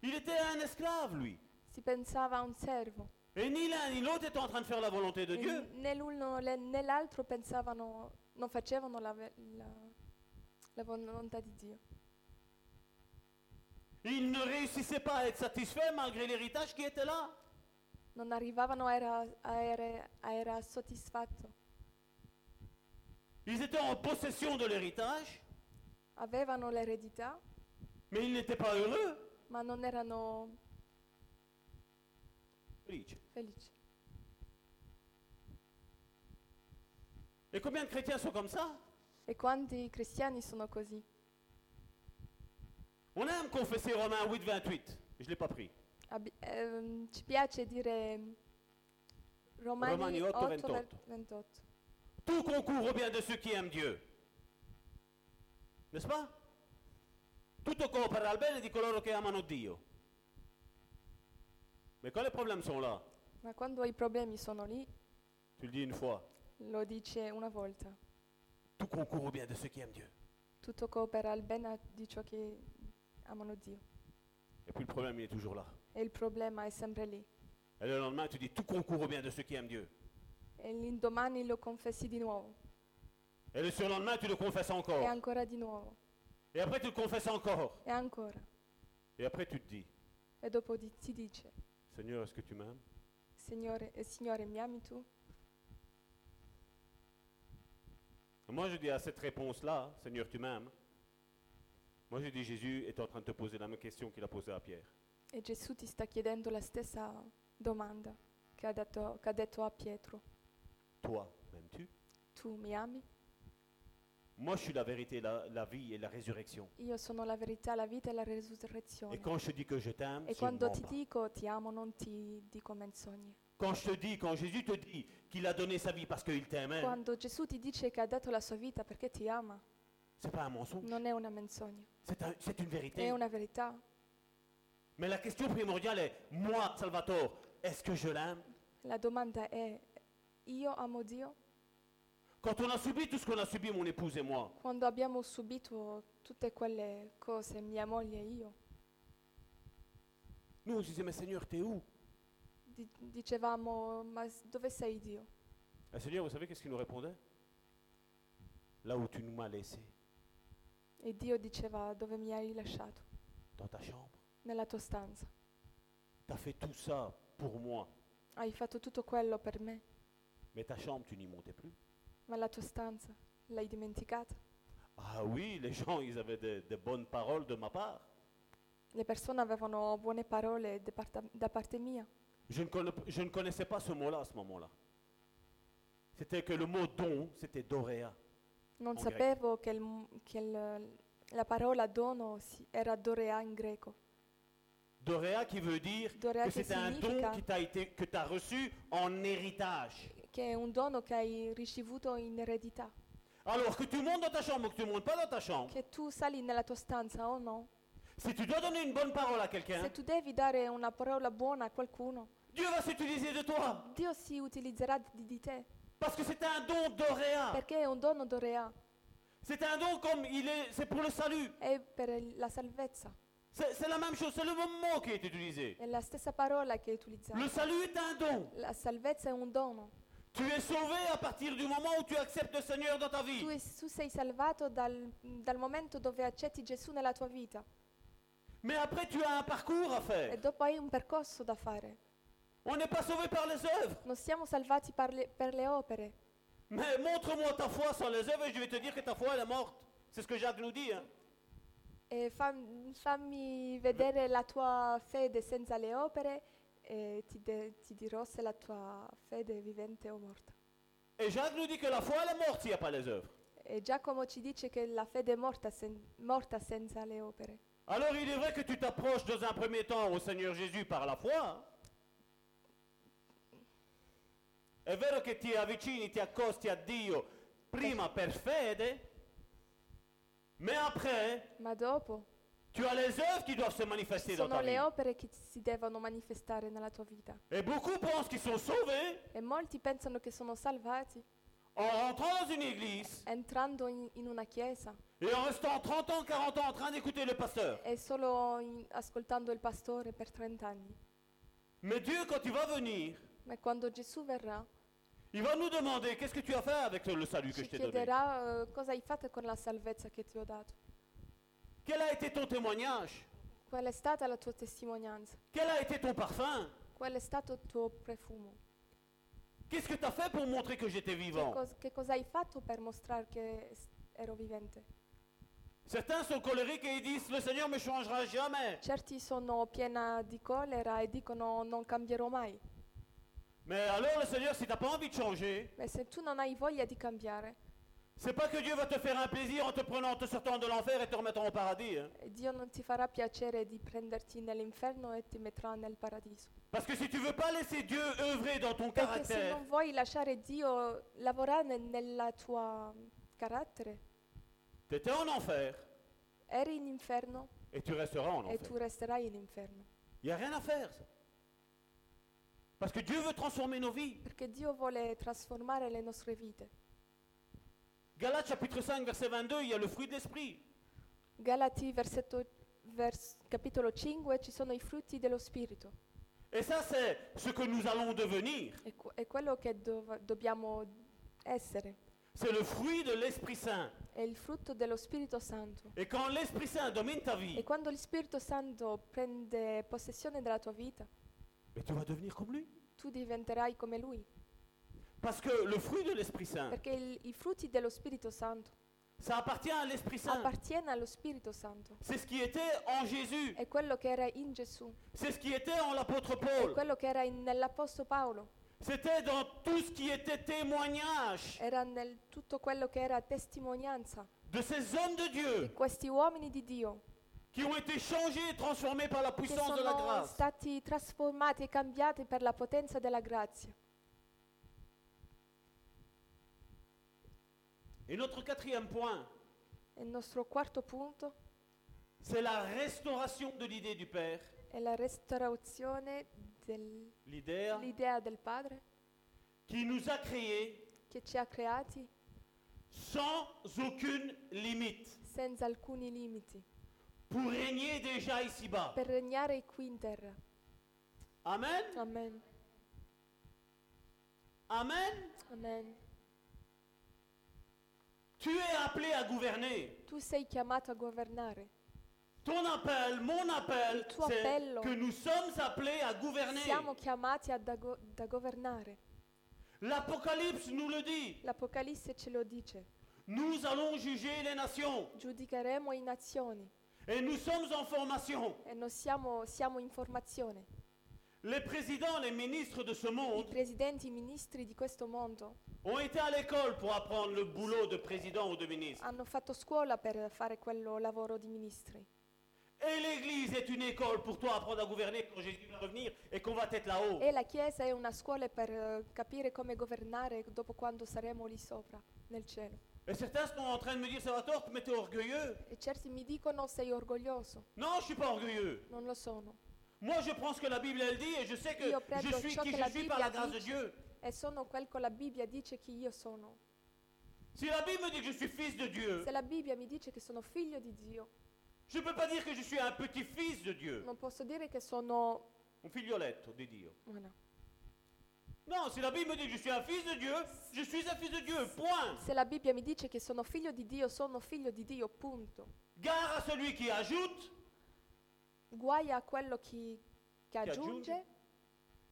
Speaker 5: Il était un esclave lui.
Speaker 2: Si pensava a un servo.
Speaker 5: Et ni l'un ni l'autre étaient en train de faire la volonté de
Speaker 2: E
Speaker 5: Dieu.
Speaker 2: n- né l'uno le- né l'altro pensavano, non facevano la, ve- la- la volontà di Dio.
Speaker 5: Ils ne réussissaient pas à être satisfaits malgré l'héritage qui était là.
Speaker 2: Non arrivavano a era, a era- a era soddisfatto.
Speaker 5: Ils étaient en possession de l'héritage,
Speaker 2: Avevano l'eredità,
Speaker 5: mais ils n'étaient pas heureux.
Speaker 2: ma non erano
Speaker 5: Preach.
Speaker 2: felici.
Speaker 5: Et combien de chrétiens sont comme ça
Speaker 2: E quanti cristiani sono così?
Speaker 5: On aime confesser Romains 8, 28. Je ne l'ai pas pris.
Speaker 2: Abbi- ehm, ci piace dire mm, Romani,
Speaker 5: Romani 8,
Speaker 2: 8,
Speaker 5: 28.
Speaker 2: 28.
Speaker 5: Tout concourt au bien de ceux qui aiment Dieu. N'est-ce pas Tutto coopera al bene di coloro che amano Dio. Mais quand les problèmes sont là,
Speaker 2: Ma quando i problemi sono lì,
Speaker 5: tu le dis une fois,
Speaker 2: lo dice una volta.
Speaker 5: tout concourt au bien de ceux qui aiment Dieu.
Speaker 2: Tutto coopera al bene a- di ciò che amano Dio.
Speaker 5: Et puis le problème, il est toujours là.
Speaker 2: E il problema è sempre lì.
Speaker 5: Et le lendemain, tu dis tout concourt au bien de ceux qui aiment Dieu.
Speaker 2: E l'indomani lo confessi di nuovo.
Speaker 5: Et le surlendemain, tu le confesses
Speaker 2: E
Speaker 5: encore.
Speaker 2: ancora di nuovo.
Speaker 5: Et après, tu le confesses encore.
Speaker 2: E ancora.
Speaker 5: Et après, tu te dis,
Speaker 2: E dopo di- si dice,
Speaker 5: Seigneur, est-ce que tu m'aimes
Speaker 2: Signore, eh, Signore mi ami tu?
Speaker 5: Et Moi, je dis à cette réponse-là, Seigneur, tu m'aimes. Moi, je dis, Jésus est en train de te poser la même question qu'il a posée à Pierre.
Speaker 2: E Gesù ti sta chiedendo la stessa domanda che ha, dato- che ha detto a Pietro.
Speaker 5: Toi, m'aimes-tu
Speaker 2: Tu mi ami?
Speaker 5: Moi, je suis la vérité, la, la vie et la résurrection.
Speaker 2: Io sono la verità, la vita e la
Speaker 5: Et
Speaker 2: risurrezione.
Speaker 5: quand je te dis que je t'aime,
Speaker 2: E
Speaker 5: je ne
Speaker 2: quando
Speaker 5: mens
Speaker 2: ti
Speaker 5: pas.
Speaker 2: dico ti amo, non ti dico menzogne.
Speaker 5: Quand je te dis, quand Jésus te dit qu'il a donné sa vie parce qu'il t'aimait,
Speaker 2: Quando Gesù ti dice che ha dato la sua vita perché ti ama,
Speaker 5: c'est pas un mensonge,
Speaker 2: non è una menzogna,
Speaker 5: c'est un- c'est une
Speaker 2: è
Speaker 5: vérité.
Speaker 2: una verità.
Speaker 5: Mais la question primordiale est, moi, Salvatore, est-ce que je l'aime
Speaker 2: La domanda è, io amo Dio?
Speaker 5: Quand on a subi tout ce qu'on a subi, mon épouse et moi,
Speaker 2: Quando abbiamo subito tutte quelle cose, mia moglie e io,
Speaker 5: nous, on se disait, mais Seigneur, t'es où
Speaker 2: di- dicevamo, ma s- dove sei Dio?
Speaker 5: Le Ah, Seigneur, vous savez qu'est-ce qu'il nous répondait Là où tu nous m'as laissé,
Speaker 2: E Dio diceva, dove mi hai lasciato?
Speaker 5: dans ta chambre.
Speaker 2: Nella tua stanza.
Speaker 5: T'as fait tout ça pour moi,
Speaker 2: Hai fatto tutto quello per me,
Speaker 5: mais ta chambre, tu n'y montais plus.
Speaker 2: ma la tua stanza l'hai dimenticata?
Speaker 5: Ah oui, les gens, ils avaient des, des bonnes paroles de ma part.
Speaker 2: Le persone avevano buone parole da parte- da parte mia.
Speaker 5: Je ne, conna- je ne connaissais pas ce mot-là à ce moment-là. C'était que le mot don, c'était doréa.
Speaker 2: Non
Speaker 5: Ok.
Speaker 2: sapevo che, il m- che il- la parola dono si- era dorea in greco.
Speaker 5: Doréa qui veut dire
Speaker 2: Doréa
Speaker 5: que
Speaker 2: qui
Speaker 5: c'était un don
Speaker 2: significa-
Speaker 5: qui t'a été, que t'as reçu en héritage.
Speaker 2: Che è un dono che hai ricevuto in eredità.
Speaker 5: Alors que tu montes dans ta chambre ou que tu ne montes pas dans ta chambre,
Speaker 2: Che tu sali nella tua stanza o no.
Speaker 5: si tu dois donner une bonne parole à quelqu'un,
Speaker 2: Se tu devi dare una parola buona a qualcuno,
Speaker 5: Dieu va s'utiliser de toi.
Speaker 2: Dio si utilizzerà di, di te.
Speaker 5: Parce que c'est un don d'Oréa.
Speaker 2: Perché è un dono dorea.
Speaker 5: C'est un don comme il est, c'est pour le salut.
Speaker 2: È per il- la salvezza.
Speaker 5: C'est c'est la même chose, c'est le même mot qui est utilisé.
Speaker 2: È la stessa parola che hai utilizzato.
Speaker 5: Le salut est un don.
Speaker 2: La salvezza è un dono.
Speaker 5: Tu es sauvé à partir du moment où tu acceptes le Seigneur dans ta vie.
Speaker 2: Tu, tu sei salvato dal, dal momento dove accetti Gesù nella tua vita.
Speaker 5: Mais après, tu as un parcours à
Speaker 2: E
Speaker 5: faire.
Speaker 2: dopo hai un percorso da fare.
Speaker 5: On n'est pas sauvé par les œuvres.
Speaker 2: Non siamo salvati par le- per le opere,
Speaker 5: Mais montre-moi ta foi sans les œuvres et je vais te dire que ta foi, elle est morte. C'est ce que Jacques nous dit. hein.
Speaker 2: e fam- fammi vedere la tua fede senza le opere e ti, de- ti dirò se la tua fede è vivente o morta.
Speaker 5: Et Jacques nous dit que la foi, elle est morte s'il n'y a pas les œuvres.
Speaker 2: E Giacomo ci dice che la fede è morta, sen- morta senza le opere.
Speaker 5: Alors il est vrai que tu t'approches dans un premier temps au Seigneur Jésus par la foi. hein. È vero che ti avvicini, ti accosti a Dio prima per fede, mais après,
Speaker 2: ma dopo
Speaker 5: tu as les œuvres qui doivent se manifester dans
Speaker 2: sono
Speaker 5: ta
Speaker 2: le
Speaker 5: vie.
Speaker 2: opere che si devono manifestare nella tua vita.
Speaker 5: Et beaucoup pensent qu'ils sont sauvés
Speaker 2: E molti pensano che sono salvati
Speaker 5: en rentrant dans une église
Speaker 2: entrando in, in una chiesa
Speaker 5: et en restant 30 ans, 40 ans en train d'écouter le pasteur.
Speaker 2: e solo in- ascoltando il pastore per 30 anni.
Speaker 5: Mais Dieu, quand il va venir,
Speaker 2: Ma quando Gesù verrà
Speaker 5: il va nous demander qu'est-ce que tu as fait avec le salut que
Speaker 2: ci
Speaker 5: je t'ai donné
Speaker 2: chiederà eh, cosa hai fatto con la salvezza che ti ho dato.
Speaker 5: Quel a été ton témoignage
Speaker 2: Qual è stata la tua testimonianza?
Speaker 5: Quel a été ton parfum
Speaker 2: Qual è stato il tuo profumo?
Speaker 5: Qu'est-ce que tu as fait pour montrer que j'étais
Speaker 2: Che,
Speaker 5: vivant
Speaker 2: cos- che cosa hai fatto per mostrare che s- ero vivente?
Speaker 5: Certains sont colériques et ils disent Le Seigneur ne me changera jamais.
Speaker 2: Certi sono piena di collera e dicono non cambierò mai.
Speaker 5: Mais alors, le Seigneur, si tu n'as pas envie de changer,
Speaker 2: Ma se tu non hai voglia di cambiare,
Speaker 5: c'est pas que Dieu va te faire un plaisir en te prenant, en te sortant de l'enfer et te remettant au paradis. hein.
Speaker 2: eh, Dio non ti farà piacere di prenderti nell'inferno e ti metterà nel paradiso.
Speaker 5: Parce que si tu veux pas laisser Dieu œuvrer dans ton
Speaker 2: Perché se
Speaker 5: caractère,
Speaker 2: non vuoi lasciare Dio lavorare nella tua mm, carattere,
Speaker 5: tu étais en enfer
Speaker 2: eri in inferno
Speaker 5: et tu resteras en
Speaker 2: e
Speaker 5: enfer.
Speaker 2: tu resterai in inferno.
Speaker 5: Il n'y a rien à faire. ça. Parce que Dieu veut transformer nos vies.
Speaker 2: Perché Dio vuole trasformare le nostre vite.
Speaker 5: Galates chapitre 5, verset 22, il y a le fruit de l'esprit.
Speaker 2: Galati versetto- vers- capitolo 5 ci sono i frutti dello spirito.
Speaker 5: Et ça, c'est ce que nous allons devenir.
Speaker 2: È, que- è quello che dov- dobbiamo essere.
Speaker 5: C'est le fruit de l'Esprit Saint.
Speaker 2: È il frutto dello Spirito Santo.
Speaker 5: Et quand l'Esprit Saint domine ta vie,
Speaker 2: E quando lo Spirito Santo prende possessione della tua vita,
Speaker 5: mais tu vas devenir comme lui.
Speaker 2: tu diventerai come lui,
Speaker 5: Parce que le fruit de l'Esprit Saint,
Speaker 2: perché il- i frutti dello Spirito Santo
Speaker 5: ça appartient à l'Esprit Saint.
Speaker 2: appartiene allo Spirito Santo.
Speaker 5: C'est ce qui était en Jésus.
Speaker 2: È quello che era in Gesù,
Speaker 5: C'est ce qui était en l'apôtre
Speaker 2: è
Speaker 5: Paul.
Speaker 2: quello che era in- nell'Apostolo Paolo,
Speaker 5: C'était dans tout ce qui était témoignage
Speaker 2: era nel tutto quello che era testimonianza
Speaker 5: de ces hommes de
Speaker 2: di
Speaker 5: Dieu
Speaker 2: questi uomini di Dio
Speaker 5: qui ont été changés et transformés par la
Speaker 2: che
Speaker 5: puissance de la
Speaker 2: sono
Speaker 5: grâce.
Speaker 2: stati trasformati e cambiati per la potenza della grazia.
Speaker 5: Et notre quatrième point,
Speaker 2: E il nostro quarto punto
Speaker 5: c'est la restauration de l'idée du Père.
Speaker 2: è la restaurazione del-
Speaker 5: L'idée
Speaker 2: dell'idea del Padre
Speaker 5: qui nous a créés
Speaker 2: che ci ha creati
Speaker 5: sans aucune limite
Speaker 2: senza alcuni limiti
Speaker 5: pour régner déjà ici-bas.
Speaker 2: per regnare qui in terra.
Speaker 5: Amen.
Speaker 2: Amen.
Speaker 5: Amen.
Speaker 2: Amen.
Speaker 5: Tu es appelé à gouverner.
Speaker 2: Tu sei chiamato a governare.
Speaker 5: Ton appel, mon appel,
Speaker 2: Il tuo
Speaker 5: c'est
Speaker 2: appello.
Speaker 5: que nous sommes appelés à gouverner.
Speaker 2: Siamo chiamati ad ago- da governare.
Speaker 5: L'Apocalypse nous le dit.
Speaker 2: L'Apocalisse ce lo dice.
Speaker 5: Nous allons juger les nations
Speaker 2: Giudicheremo i nazioni
Speaker 5: et nous sommes en formation.
Speaker 2: e non siamo, siamo in formazione.
Speaker 5: Les présidents, les ministres de ce
Speaker 2: I
Speaker 5: monde
Speaker 2: presidenti, i ministri di questo mondo
Speaker 5: ont été à l'école pour apprendre le boulot de président ou de ministre.
Speaker 2: hanno fatto scuola per fare quello lavoro di ministri.
Speaker 5: Et l'Église est une école pour toi apprendre à gouverner quand Jésus va revenir et qu'on va être là-haut.
Speaker 2: E la Chiesa è una scuola per eh, capire come governare dopo quando saremo lì sopra, nel cielo.
Speaker 5: Et certains sont en train de me dire, Salvatore, mais t'es orgueilleux.
Speaker 2: E certi mi dicono sei orgoglioso.
Speaker 5: Non, je suis pas orgueilleux.
Speaker 2: Non lo sono.
Speaker 5: Moi, je prends ce que la Bible, elle dit et je sais que
Speaker 2: Io prendo
Speaker 5: je suis
Speaker 2: ciò
Speaker 5: qui
Speaker 2: che
Speaker 5: je
Speaker 2: la
Speaker 5: suis par la
Speaker 2: Bibbia
Speaker 5: grâce de
Speaker 2: dice.
Speaker 5: Dieu.
Speaker 2: E sono quel che la Bibbia dice chi io sono.
Speaker 5: Si la Bible me dit que je suis fils de Dieu,
Speaker 2: Se la Bibbia mi dice che sono figlio di Dio,
Speaker 5: je ne peux pas dire que je suis un petit-fils de Dieu.
Speaker 2: non posso dire che sono...
Speaker 5: Un figlioletto di Dio.
Speaker 2: ma no.
Speaker 5: Non, si la Bible me dit que je suis un fils de Dieu, je suis un fils de Dieu, point.
Speaker 2: Se la Bibbia mi dice che sono figlio di Dio, sono figlio di Dio, punto.
Speaker 5: Gare à celui qui ajoute
Speaker 2: Guai a quello chi, che
Speaker 5: aggiunge.
Speaker 2: aggiunge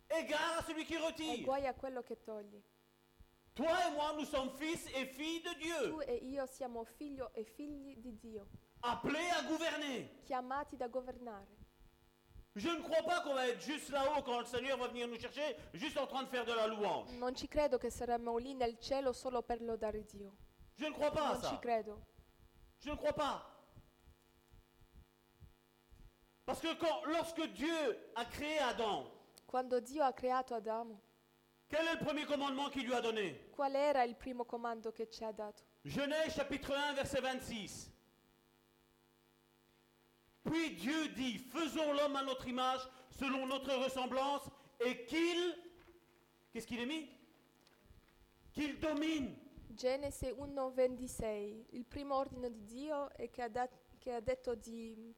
Speaker 5: et gare à celui qui
Speaker 2: e
Speaker 5: retire.
Speaker 2: guai a quello che togli.
Speaker 5: Toi et moi, nous sommes fils et filles de Dieu,
Speaker 2: Tu e io siamo figlio e figli di Dio,
Speaker 5: appelés à gouverner.
Speaker 2: chiamati da governare.
Speaker 5: Je ne crois pas qu'on va être juste là-haut quand le Seigneur va venir nous chercher, juste en train de faire de la louange.
Speaker 2: Non ci credo che saremmo lì nel cielo solo per lodare Dio.
Speaker 5: Je ne crois pas à
Speaker 2: Non ci
Speaker 5: ça.
Speaker 2: credo.
Speaker 5: Je ne crois pas. Parce que quand, lorsque Dieu a créé Adam,
Speaker 2: Quando Dio ha creato Adamo,
Speaker 5: Quel est le premier commandement qu'il lui a donné
Speaker 2: Qual era il primo comando che ci ha dato?
Speaker 5: Genèse chapitre 1, verset 26. Puis Dieu dit, faisons l'homme à notre image, selon notre ressemblance, et qu'il... Qu'est-ce qu'il est mis Qu'il domine.
Speaker 2: Genesi 1,26. Il primo ordine di Dio è che ha, dat- che ha detto di...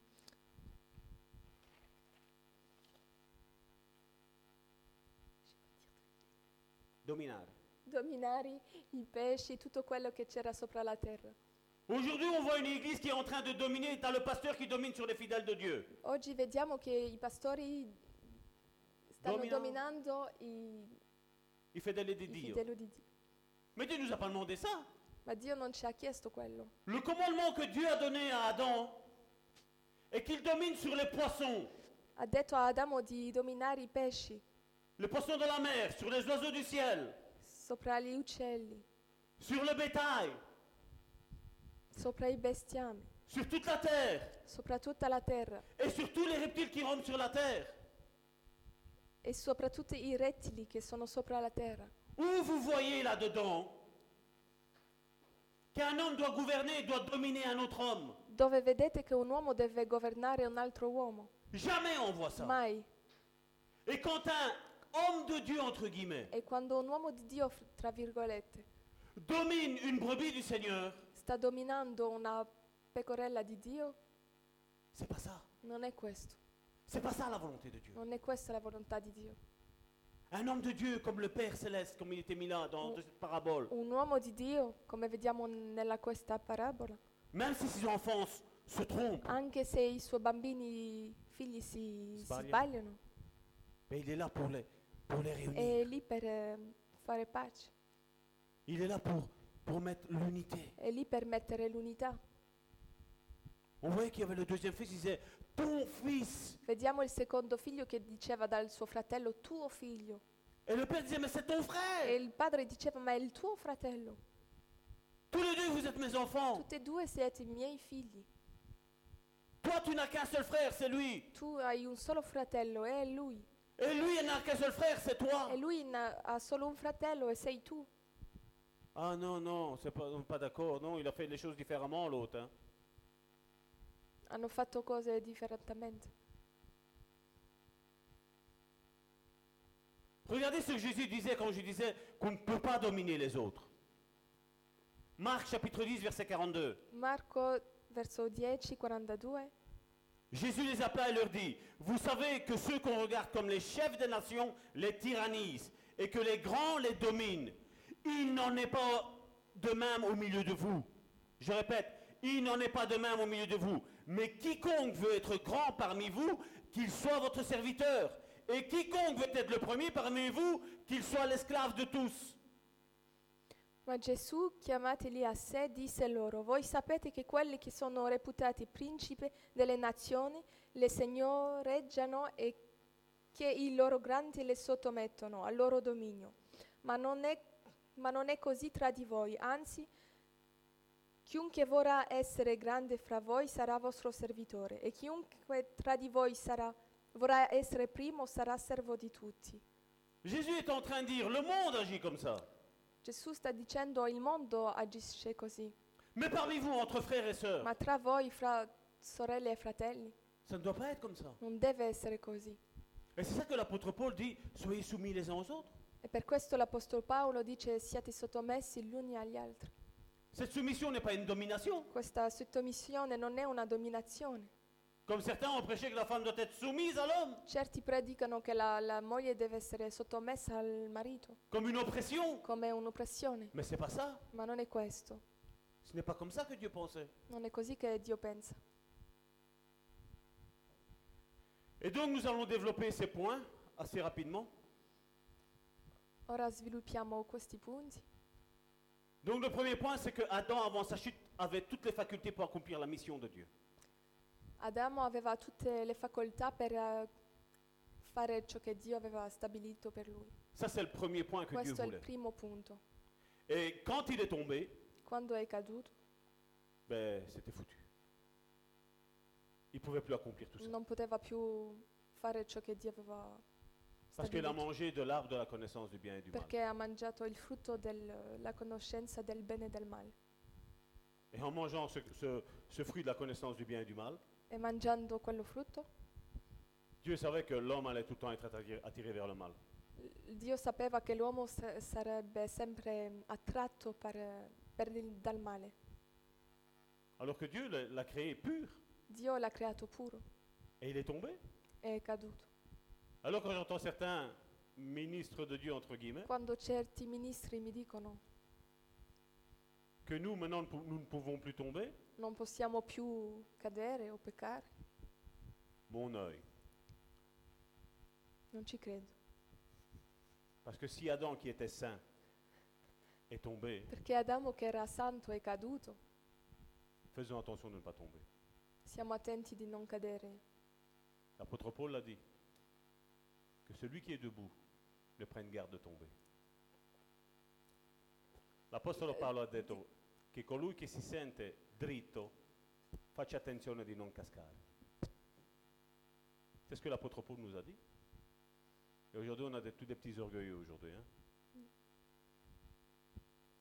Speaker 5: Dominar.
Speaker 2: dominare i pesci, tutto quello che c'era sopra la terra.
Speaker 5: Aujourd'hui, on voit une église qui est en train de dominer. T'as le pasteur qui domine sur les fidèles de Dieu.
Speaker 2: Oggi vediamo che i pastori stanno
Speaker 5: Dominano.
Speaker 2: dominando i,
Speaker 5: Il fait d'aller des
Speaker 2: i
Speaker 5: dires.
Speaker 2: fedeli di Dio.
Speaker 5: Mais Dieu nous a pas demandé ça.
Speaker 2: Ma Dio non ci ha chiesto quello.
Speaker 5: Le commandement que Dieu a donné à Adam est qu'il domine sur les poissons,
Speaker 2: Ha detto a Adamo di dominare i pesci
Speaker 5: les poissons de la mer, sur les oiseaux du ciel,
Speaker 2: sopra gli uccelli,
Speaker 5: sur le bétail,
Speaker 2: sopra i bestiami,
Speaker 5: sur toute la terre
Speaker 2: sopra tutta la terra
Speaker 5: et sur tous les reptiles qui rampent sur la terre.
Speaker 2: e sopra tutti i rettili che sono sopra la terra.
Speaker 5: Où vous voyez là-dedans qu'un homme doit gouverner, doit dominer un autre homme
Speaker 2: Dove vedete che un uomo deve governare un altro uomo?
Speaker 5: Jamais on voit ça.
Speaker 2: Mai.
Speaker 5: Et quand un homme de Dieu, entre guillemets,
Speaker 2: E quando un uomo di Dio, fr- tra virgolette,
Speaker 5: domine une brebis du Seigneur,
Speaker 2: sta dominando una pecorella di Dio,
Speaker 5: c'est pas ça.
Speaker 2: non è questo.
Speaker 5: C'est pas ça la volonté de Dieu.
Speaker 2: Non è questa la volontà di Dio.
Speaker 5: Un homme de Dieu comme le Père Céleste, comme il était mis là dans cette parabole,
Speaker 2: Un uomo di Dio, come vediamo nella questa parabola,
Speaker 5: même si ses enfants s- se trompent,
Speaker 2: anche se i suoi bambini figli si si
Speaker 5: Sbagliano.
Speaker 2: sbagliano,
Speaker 5: mais il est là pour les, pour les réunir.
Speaker 2: è lì per eh, fare pace,
Speaker 5: Il est là pour, pour mettre l'unité.
Speaker 2: è lì per mettere l'unità.
Speaker 5: On voyait qu'il y avait le deuxième fils, il disait, ton fils.
Speaker 2: Vediamo il secondo figlio che diceva dal suo fratello tuo figlio
Speaker 5: Et le Père disait, mais c'est ton
Speaker 2: e
Speaker 5: frère.
Speaker 2: il padre diceva ma è il tuo fratello.
Speaker 5: Tous les deux, vous êtes mes enfants.
Speaker 2: Tutti e due siete i miei figli.
Speaker 5: Toi, tu n'as qu'un seul frère, c'est lui.
Speaker 2: Tu hai un solo fratello e è lui.
Speaker 5: Et lui, il n'a qu'un seul frère, c'est toi.
Speaker 2: E lui na- ha solo un fratello e sei tu.
Speaker 5: Ah non, non, c'est pas, on est pas d'accord. Non, il a fait les choses différemment, l'autre. hein.
Speaker 2: Hanno fatto cose differentemente.
Speaker 5: Regardez ce que Jésus disait quand je disais qu'on ne peut pas dominer les autres. Marc chapitre 10, verset 42.
Speaker 2: Marco verso 10, 42.
Speaker 5: Jésus les appela et leur dit, vous savez que ceux qu'on regarde comme les chefs des nations les tyrannisent et que les grands les dominent. Il n'en est pas de même au milieu de vous. Je répète, il n'en est pas de même au milieu de vous. Mais quiconque veut être grand parmi vous, qu'il soit votre serviteur. Et quiconque veut être le premier parmi vous, qu'il soit l'esclave de tous.
Speaker 2: Ma Gesù, chiamateli a sé, disse loro, voi sapete che quelli che sono reputati principe delle nazioni le signoreggiano e che i loro grandi le sottomettono al loro dominio. Ma non è, ma non è così tra di voi, anzi, chiunque vorrà essere grande fra voi sarà vostro servitore e chiunque tra di voi sarà- vorrà essere primo sarà servo di tutti.
Speaker 5: Jésus est en train de dire, le monde agit comme ça.
Speaker 2: Gesù sta dicendo il mondo agisce così.
Speaker 5: Mais parmi vous, entre frères et sœurs,
Speaker 2: Ma tra voi, fra sorelle e fratelli,
Speaker 5: ça ne doit pas être comme ça.
Speaker 2: non deve essere così.
Speaker 5: Et c'est ça que l'apôtre Paul dit, soyez soumis les uns aux autres.
Speaker 2: E per questo l'Apostolo Paolo dice siate sottomessi gli uni agli altri.
Speaker 5: Cette soumission n'est pas une domination.
Speaker 2: Questa sottomissione non è una dominazione.
Speaker 5: Comme certains ont prêché que la femme doit être soumise à l'homme,
Speaker 2: Certi predicano che la, la moglie deve essere sottomessa al marito,
Speaker 5: comme une oppression.
Speaker 2: come un'oppressione,
Speaker 5: Mais c'est pas ça.
Speaker 2: ma non è questo.
Speaker 5: Ce n'est pas comme ça que Dieu pensait.
Speaker 2: Non è così che Dio pensa.
Speaker 5: Et donc nous allons développer ces points assez rapidement.
Speaker 2: Ora sviluppiamo questi punti.
Speaker 5: Donc le premier point, c'est que Adam, avant sa chute, avait toutes les facultés pour accomplir la mission de Dieu.
Speaker 2: Adamo aveva tutte le facoltà per eh, fare ciò che Dio aveva stabilito per lui.
Speaker 5: Ça, c'est le premier point que Dieu
Speaker 2: Questo è il
Speaker 5: voulait.
Speaker 2: primo punto.
Speaker 5: Et quand il est tombé,
Speaker 2: Quando è caduto,
Speaker 5: ben, c'était foutu. Il pouvait plus accomplir tout ça.
Speaker 2: non poteva più fare ciò che Dio aveva
Speaker 5: Parce qu'elle a mangé de l'arbre de la connaissance du bien et du mal.
Speaker 2: perché ha mangiato il frutto della conoscenza del bene e del male.
Speaker 5: Et en mangeant ce, ce- ce fruit de la connaissance du bien et du mal,
Speaker 2: E mangiando quello frutto,
Speaker 5: Dieu savait que l'homme allait tout le temps être attiré, attiré vers le mal.
Speaker 2: l- Dio sapeva che l'uomo sa- sarebbe sempre mm, attratto per- per il- dal male.
Speaker 5: Alors que Dieu l'a l'a créé pur
Speaker 2: Dio l'ha creato puro
Speaker 5: et il est tombé.
Speaker 2: e è caduto.
Speaker 5: Alors quand j'entends certains ministres de Dieu, entre guillemets,
Speaker 2: Quando certi ministri mi dicono
Speaker 5: que nous, maintenant, ne pou- nous ne pouvons plus tomber,
Speaker 2: non possiamo più cadere o peccare,
Speaker 5: mon œil.
Speaker 2: non ci credo.
Speaker 5: Parce que si Adam, qui était saint, est tombé,
Speaker 2: Perché Adamo che era santo è caduto.
Speaker 5: faisons attention de ne pas tomber.
Speaker 2: Siamo attenti di non cadere.
Speaker 5: L'apôtre Paul l'a dit, que celui qui est debout ne prenne garde de tomber. L'apostolo Paolo ha detto che colui che si sente dritto faccia attenzione di non cascare. C'est ce que l'apôtre Paul nous a dit. Et aujourd'hui, on a des- tous des petits orgueilleux aujourd'hui. hein.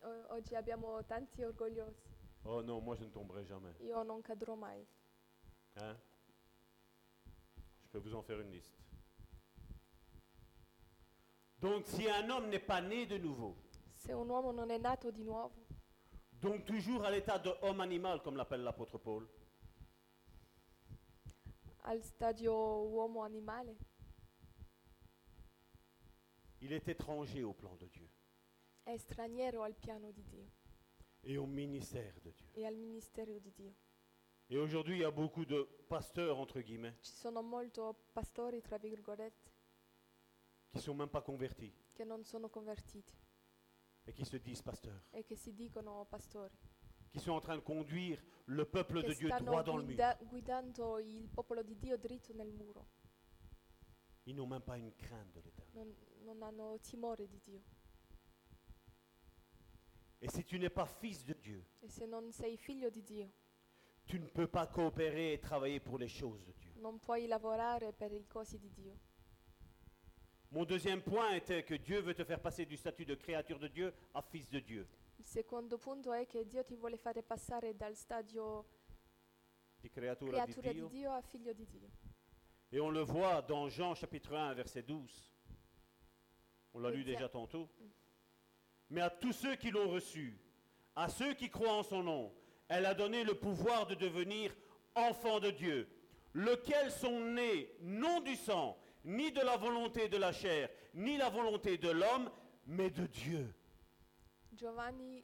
Speaker 2: O- oggi abbiamo tanti orgogliosi.
Speaker 5: Oh non, moi je ne tomberai jamais.
Speaker 2: Io non cadrò mai.
Speaker 5: Hein? Je peux vous en faire une liste. Donc si un homme n'est pas né de nouveau,
Speaker 2: Se un uomo non è nato di nuovo,
Speaker 5: donc toujours à l'état de homme animal, comme l'appelle l'apôtre Paul,
Speaker 2: al stadio uomo animale,
Speaker 5: il est étranger au plan de Dieu
Speaker 2: è straniero al piano di Dio
Speaker 5: et au ministère de Dieu.
Speaker 2: e al ministero di Dio.
Speaker 5: Et aujourd'hui, il y a beaucoup de pasteurs, entre guillemets,
Speaker 2: Ci sono molti pastori, tra virgolette,
Speaker 5: qui ne sont même pas convertis
Speaker 2: che non sono convertiti
Speaker 5: et qui se disent pasteurs,
Speaker 2: e che si dicono pastori,
Speaker 5: qui sont en train de conduire le peuple de
Speaker 2: che
Speaker 5: Dieu
Speaker 2: stanno
Speaker 5: droit dans le mur.
Speaker 2: guida- guidando il popolo di Dio dritto nel muro,
Speaker 5: Ils n'ont même pas une crainte de l'éternel.
Speaker 2: non, non hanno timore di Dio.
Speaker 5: Et si tu n'es pas fils de Dieu,
Speaker 2: E se non sei figlio di Dio,
Speaker 5: tu ne peux pas coopérer et travailler pour les choses de Dieu.
Speaker 2: non puoi lavorare per i cosi di Dio.
Speaker 5: Mon deuxième point était que Dieu veut te faire passer du statut de créature de Dieu à fils de Dieu.
Speaker 2: Il secondo punto è che Dio ti vuole fare passare dal stadio
Speaker 5: Di creatura di
Speaker 2: creatura di
Speaker 5: Dio.
Speaker 2: Dio a figlio di Dio.
Speaker 5: Et on le voit dans Jean chapitre 1, verset 12. On l'a
Speaker 2: Le
Speaker 5: lu
Speaker 2: dia-
Speaker 5: déjà tantôt. Mais à tous ceux qui l'ont reçu, à ceux qui croient en son nom, elle a donné le pouvoir de devenir enfants de Dieu, lesquels sont nés non du sang, ni de la volonté de la chair, ni la volonté de l'homme, mais de Dieu.
Speaker 2: Giovanni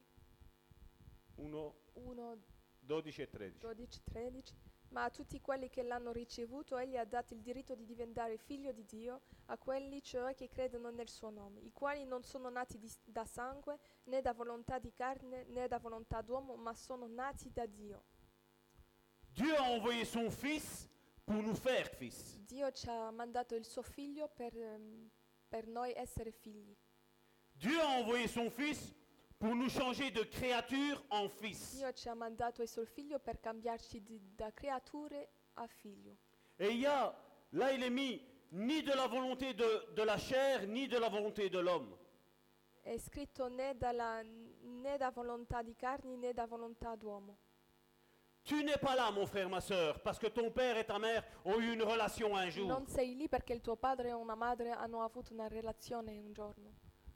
Speaker 5: 1,
Speaker 2: 1,
Speaker 5: 12 et 13.
Speaker 2: 12, 13. Ma a tutti quelli che l'hanno ricevuto egli ha dato il diritto di diventare figlio di Dio, a quelli cioè che credono nel suo nome, i quali non sono nati di- da sangue, né da volontà di carne, né da volontà d'uomo, ma sono nati da Dio.
Speaker 5: Dieu a envoyé son Fils pour nous faire fils.
Speaker 2: Dio ci ha mandato il suo figlio per, ehm, per noi essere figli.
Speaker 5: Dieu a envoyé son Fils pour nous changer de créature en fils.
Speaker 2: Dio ci ha mandato il suo figlio per cambiarci di- da creature a figlio.
Speaker 5: Et il y a, là il est mis, ni de la volonté de, de la chair, ni de la volonté de l'homme.
Speaker 2: È scritto né, dalla, né da volontà di carne né da volontà d'uomo.
Speaker 5: Tu n'es pas là, mon frère, ma soeur, parce que ton père et ta mère ont eu une relation un jour.
Speaker 2: Non sei lì perché il tuo padre o una madre hanno avuto una relazione un giorno.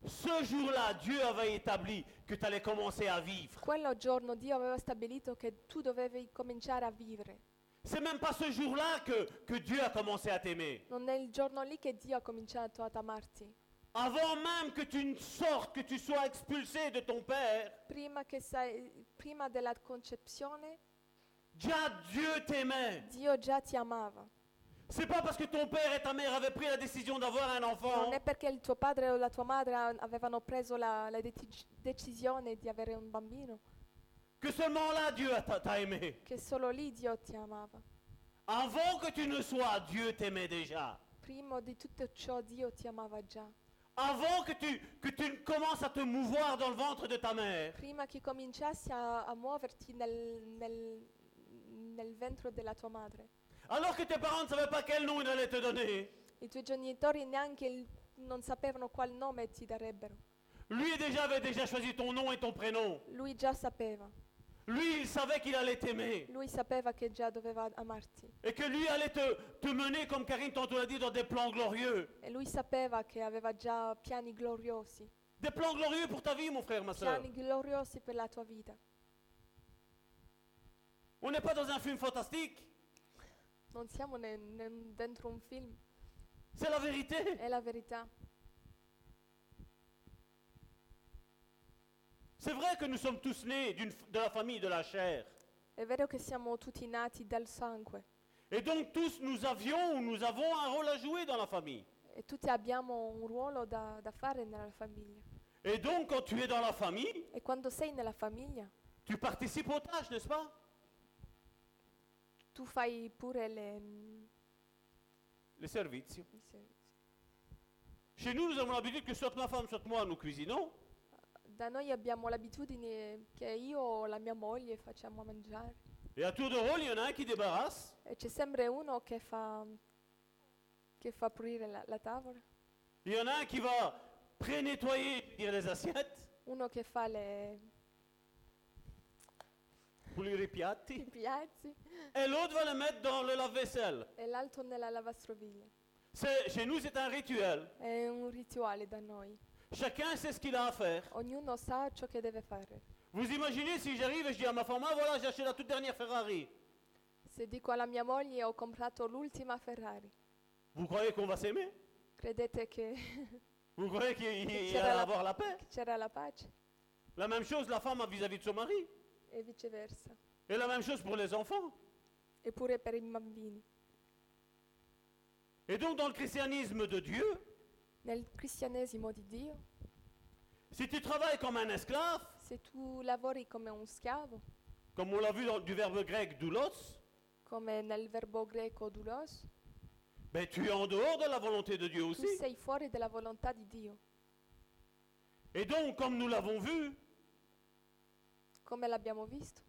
Speaker 5: Ce jour-là, Dieu avait établi que tu allais commencer à vivre.
Speaker 2: Quello giorno Dio aveva stabilito che tu dovevi cominciare a vivere.
Speaker 5: C'est même pas ce jour-là que, que Dieu a commencé à t'aimer.
Speaker 2: Non è il giorno lì che Dio ha cominciato ad amarti.
Speaker 5: Avant même que tu ne sortes, que tu sois expulsé de ton père,
Speaker 2: Prima, che sei, prima della concezione
Speaker 5: déjà Dieu t'aimait.
Speaker 2: Dio già ti amava.
Speaker 5: C'est pas parce que ton père et ta mère avaient pris la décision d'avoir un enfant
Speaker 2: Non è perché il tuo padre o la tua madre a- avevano preso la, la deci- decisione di avere un bambino,
Speaker 5: que seulement là Dieu a- t'a t'a aimé.
Speaker 2: che solo lì Dio ti amava.
Speaker 5: Avant que tu ne sois, Dieu t'aimait déjà.
Speaker 2: Prima di tutto ciò Dio ti amava già.
Speaker 5: Avant que tu, que tu ne commences à te mouvoir dans le ventre de ta mère,
Speaker 2: Prima che cominciassi a, a muoverti nel, nel- nel ventre della tua madre,
Speaker 5: alors que tes parents ne savaient pas quel nom ils allaient te donner,
Speaker 2: i tuoi genitori neanche il- non sapevano qual nome ti darebbero.
Speaker 5: Lui déjà avait déjà choisi ton nom et ton prénom.
Speaker 2: Lui già sapeva,
Speaker 5: Lui, il savait qu'il allait t'aimer.
Speaker 2: lui sapeva che già doveva amarti
Speaker 5: Et que lui allait te, te mener, comme Karine tantôt l'a dit, dans des plans glorieux.
Speaker 2: e lui sapeva che aveva già piani gloriosi,
Speaker 5: Des plans glorieux pour ta vie, mon frère, ma soeur.
Speaker 2: piani gloriosi per la tua vita.
Speaker 5: On n'est pas dans un film fantastique.
Speaker 2: Non siamo ne- ne- dentro un film,
Speaker 5: C'est la vérité.
Speaker 2: è la verità.
Speaker 5: C'est vrai que nous sommes tous nés d'une f- de la famille de la chair.
Speaker 2: È vero che siamo tutti nati dal sangue
Speaker 5: Et donc tous nous avions ou nous avons un rôle à jouer dans la famille.
Speaker 2: e tutti abbiamo un ruolo da, da fare nella famiglia.
Speaker 5: Et donc quand tu es dans la famille,
Speaker 2: E quando sei nella famiglia,
Speaker 5: tu participes aux tâches, n'est-ce pas
Speaker 2: tu fai pure le... mm,
Speaker 5: Les services.
Speaker 2: i servizi.
Speaker 5: Chez nous, nous avons l'habitude que soit ma femme, soit moi, nous cuisinons.
Speaker 2: Da noi abbiamo l'abitudine che io o la mia moglie facciamo a mangiare
Speaker 5: Et à tour de rôle, il y en a un qui débarrasse,
Speaker 2: e c'è sempre uno che fa, che fa pulire la, la tavola,
Speaker 5: il y en a un qui va pré-nettoyer je veux dire, les assiettes,
Speaker 2: uno che fa le,
Speaker 5: pulire i
Speaker 2: i
Speaker 5: piatti,
Speaker 2: piatti
Speaker 5: et l'autre va le mettre dans le lave-vaisselle.
Speaker 2: e l'altro nella lavastoviglie.
Speaker 5: C'est- Chez nous, c'est un rituel.
Speaker 2: È un rituale da noi,
Speaker 5: Chacun sait ce qu'il a à faire.
Speaker 2: ognuno sa ciò che deve fare.
Speaker 5: Vous imaginez si j'arrive et je dis à ma femme, ah voilà, j'ai acheté la toute dernière Ferrari.
Speaker 2: Se dico alla mia moglie ho comprato l'ultima Ferrari,
Speaker 5: Vous croyez qu'on va s'aimer
Speaker 2: credete che [laughs]
Speaker 5: Vous croyez qu'il
Speaker 2: Che
Speaker 5: il
Speaker 2: c'era
Speaker 5: va
Speaker 2: la-
Speaker 5: avoir la paix
Speaker 2: che c'era la pace
Speaker 5: La même chose la femme a vis-à-vis de son mari.
Speaker 2: e viceversa,
Speaker 5: Et la même chose pour les enfants.
Speaker 2: eppure per i bambini.
Speaker 5: Et donc dans le christianisme de Dieu,
Speaker 2: Nel cristianesimo di Dio,
Speaker 5: si tu travailles comme un esclave,
Speaker 2: se tu lavori come un schiavo,
Speaker 5: comme on l'a vu dans, du verbe grec doulos,
Speaker 2: come nel verbo greco doulos,
Speaker 5: ben tu es en dehors de la volonté de Dieu
Speaker 2: tu
Speaker 5: aussi.
Speaker 2: sei fuori dalla volontà di Dio.
Speaker 5: Et donc, comme nous l'avons vu,
Speaker 2: Come l'abbiamo visto,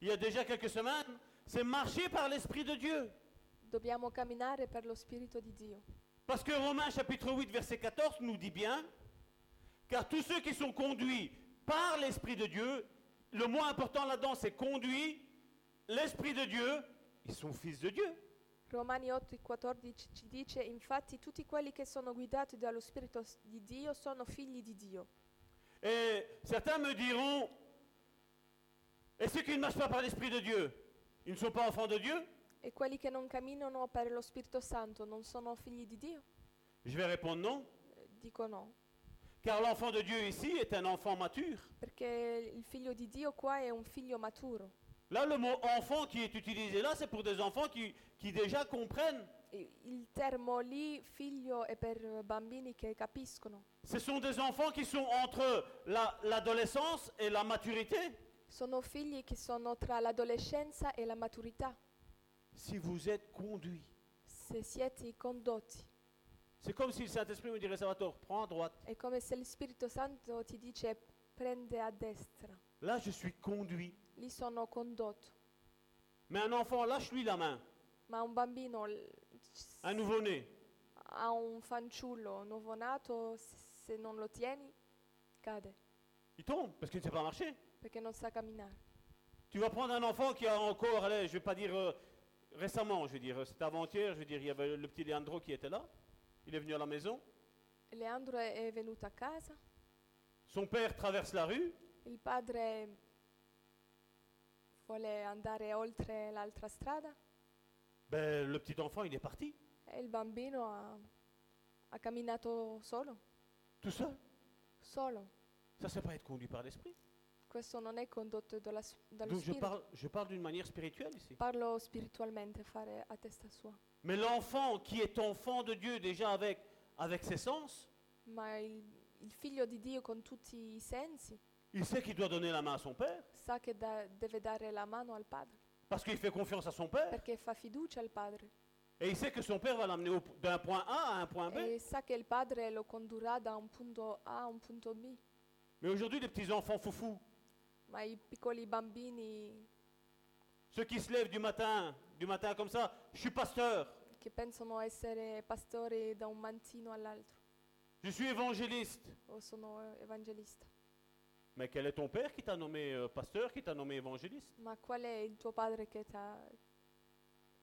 Speaker 5: il y a déjà quelques semaines, c'est marcher par l'Esprit de Dieu.
Speaker 2: dobbiamo camminare per lo Spirito di Dio.
Speaker 5: Parce que Romains chapitre 8, verset 14 nous dit bien, car tous ceux qui sont conduits par l'Esprit de Dieu, le moins important là-dedans, c'est conduits, l'Esprit de Dieu, ils sont fils de Dieu.
Speaker 2: Romani 8,14 ci dice: Infatti, tutti quelli che sono guidati dallo Spirito s- di Dio sono figli di Dio.
Speaker 5: Et certains me diront, et ceux qui ne marchent pas par l'Esprit de Dieu, ils ne sont pas enfants de Dieu
Speaker 2: E quelli che non camminano per lo Spirito Santo non sono figli di Dio?
Speaker 5: Je vais répondre non,
Speaker 2: Eh, Dico no,
Speaker 5: car l'enfant de Dieu ici est un enfant mature.
Speaker 2: perché il figlio di Dio qua è un figlio maturo.
Speaker 5: Là, le mot enfant qui est utilisé là, c'est pour des enfants qui, qui déjà comprennent.
Speaker 2: I- Il termo lì figlio è per eh, bambini che capiscono.
Speaker 5: Ce sont des enfants qui sont entre la- l'adolescence et la maturité.
Speaker 2: Sono figli che sono tra l'adolescenza e la maturità,
Speaker 5: Si vous êtes conduit,
Speaker 2: se siete condotti.
Speaker 5: c'est comme si le Saint-Esprit me dirait, Salvatore, prends à droite.
Speaker 2: È come se lo Spirito Santo ti dice prende a destra,
Speaker 5: Là, je suis conduit.
Speaker 2: lì sono condotto.
Speaker 5: Mais un enfant, lâche-lui la main,
Speaker 2: Ma un bambino l-
Speaker 5: un nouveau-né.
Speaker 2: a un fanciullo nuovonato, se se non lo tieni, cade,
Speaker 5: Il tombe parce qu'il ne sait pas marcher.
Speaker 2: perché non sa camminare.
Speaker 5: Tu vas prendre un enfant qui a encore, allez, je ne vais pas dire euh, récemment, je vais dire, euh, c'était avant-hier, je vais dire, il y avait le petit Leandro qui était là. Il est venu à la maison.
Speaker 2: Leandro è, è venuto a casa,
Speaker 5: Son père traverse la rue.
Speaker 2: il padre vuole andare oltre l'altra strada
Speaker 5: Ben, le petit enfant, il est parti,
Speaker 2: e il bambino ha, ha camminato solo,
Speaker 5: tout seul.
Speaker 2: solo.
Speaker 5: Ça, c'est pas être conduit par l'esprit.
Speaker 2: Questo non è condotto dalla s- dallo
Speaker 5: Donc, je
Speaker 2: spirito.
Speaker 5: parle, je parle d'une manière spirituelle ici.
Speaker 2: Parlo spiritualmente, fare a testa sua.
Speaker 5: Mais l'enfant qui est enfant de Dieu déjà avec, avec ses sens,
Speaker 2: Ma il, il figlio di Dio con tutti i sensi
Speaker 5: il sait qu'il doit donner la main à son père
Speaker 2: sa che da- deve dare la mano al padre,
Speaker 5: parce qu'il fait confiance à son père
Speaker 2: perché fa fiducia al padre
Speaker 5: et il sait que son père va l'amener au- d'un point A à un point B.
Speaker 2: e sa che il padre lo condurrà da un punto A a un punto B.
Speaker 5: Mais aujourd'hui, les petits enfants foufous,
Speaker 2: Ma i piccoli bambini
Speaker 5: ceux qui se lèvent du matin, du matin comme ça, je suis pasteur.
Speaker 2: che pensano essere pastori da un mantino all'altro,
Speaker 5: Je suis évangéliste.
Speaker 2: Och sono eh, evangelista.
Speaker 5: Mais quel est ton père qui t'a nommé euh, pasteur, qui t'a nommé évangéliste
Speaker 2: Ma qual è il tuo padre che t'ha-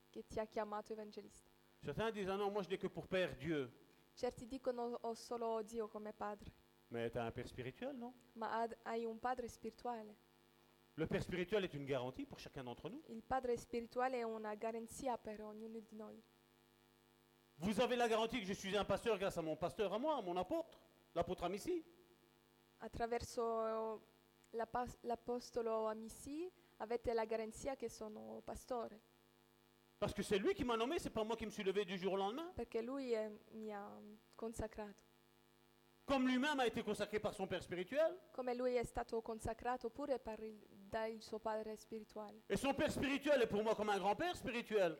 Speaker 2: che ti ha chiamato evangelista?
Speaker 5: Certains disent, ah non, moi je n'ai que pour père Dieu.
Speaker 2: Certi dicono ho solo Dio come padre,
Speaker 5: Mais tu as un père spirituel, non
Speaker 2: ma ad- hai un padre spirituale.
Speaker 5: Le père spirituel est une garantie pour chacun d'entre nous.
Speaker 2: Il padre spirituale è una garanzia per ognuno di noi.
Speaker 5: Vous avez la garantie que je suis un pasteur grâce à mon pasteur à moi, à mon apôtre, l'apôtre Amici.
Speaker 2: Attraverso eh, la pas- l'apostolo Amissi avete la garanzia che sono pastore,
Speaker 5: Parce que c'est lui qui m'a nommé, c'est pas moi qui me suis levé du jour au lendemain.
Speaker 2: perché lui eh, mi ha consacrato.
Speaker 5: Comme lui-même a été consacré par son père spirituel.
Speaker 2: Come lui è stato consacrato pure per il- dal suo padre spirituale.
Speaker 5: Et son père spirituel est pour moi comme un grand-père spirituel.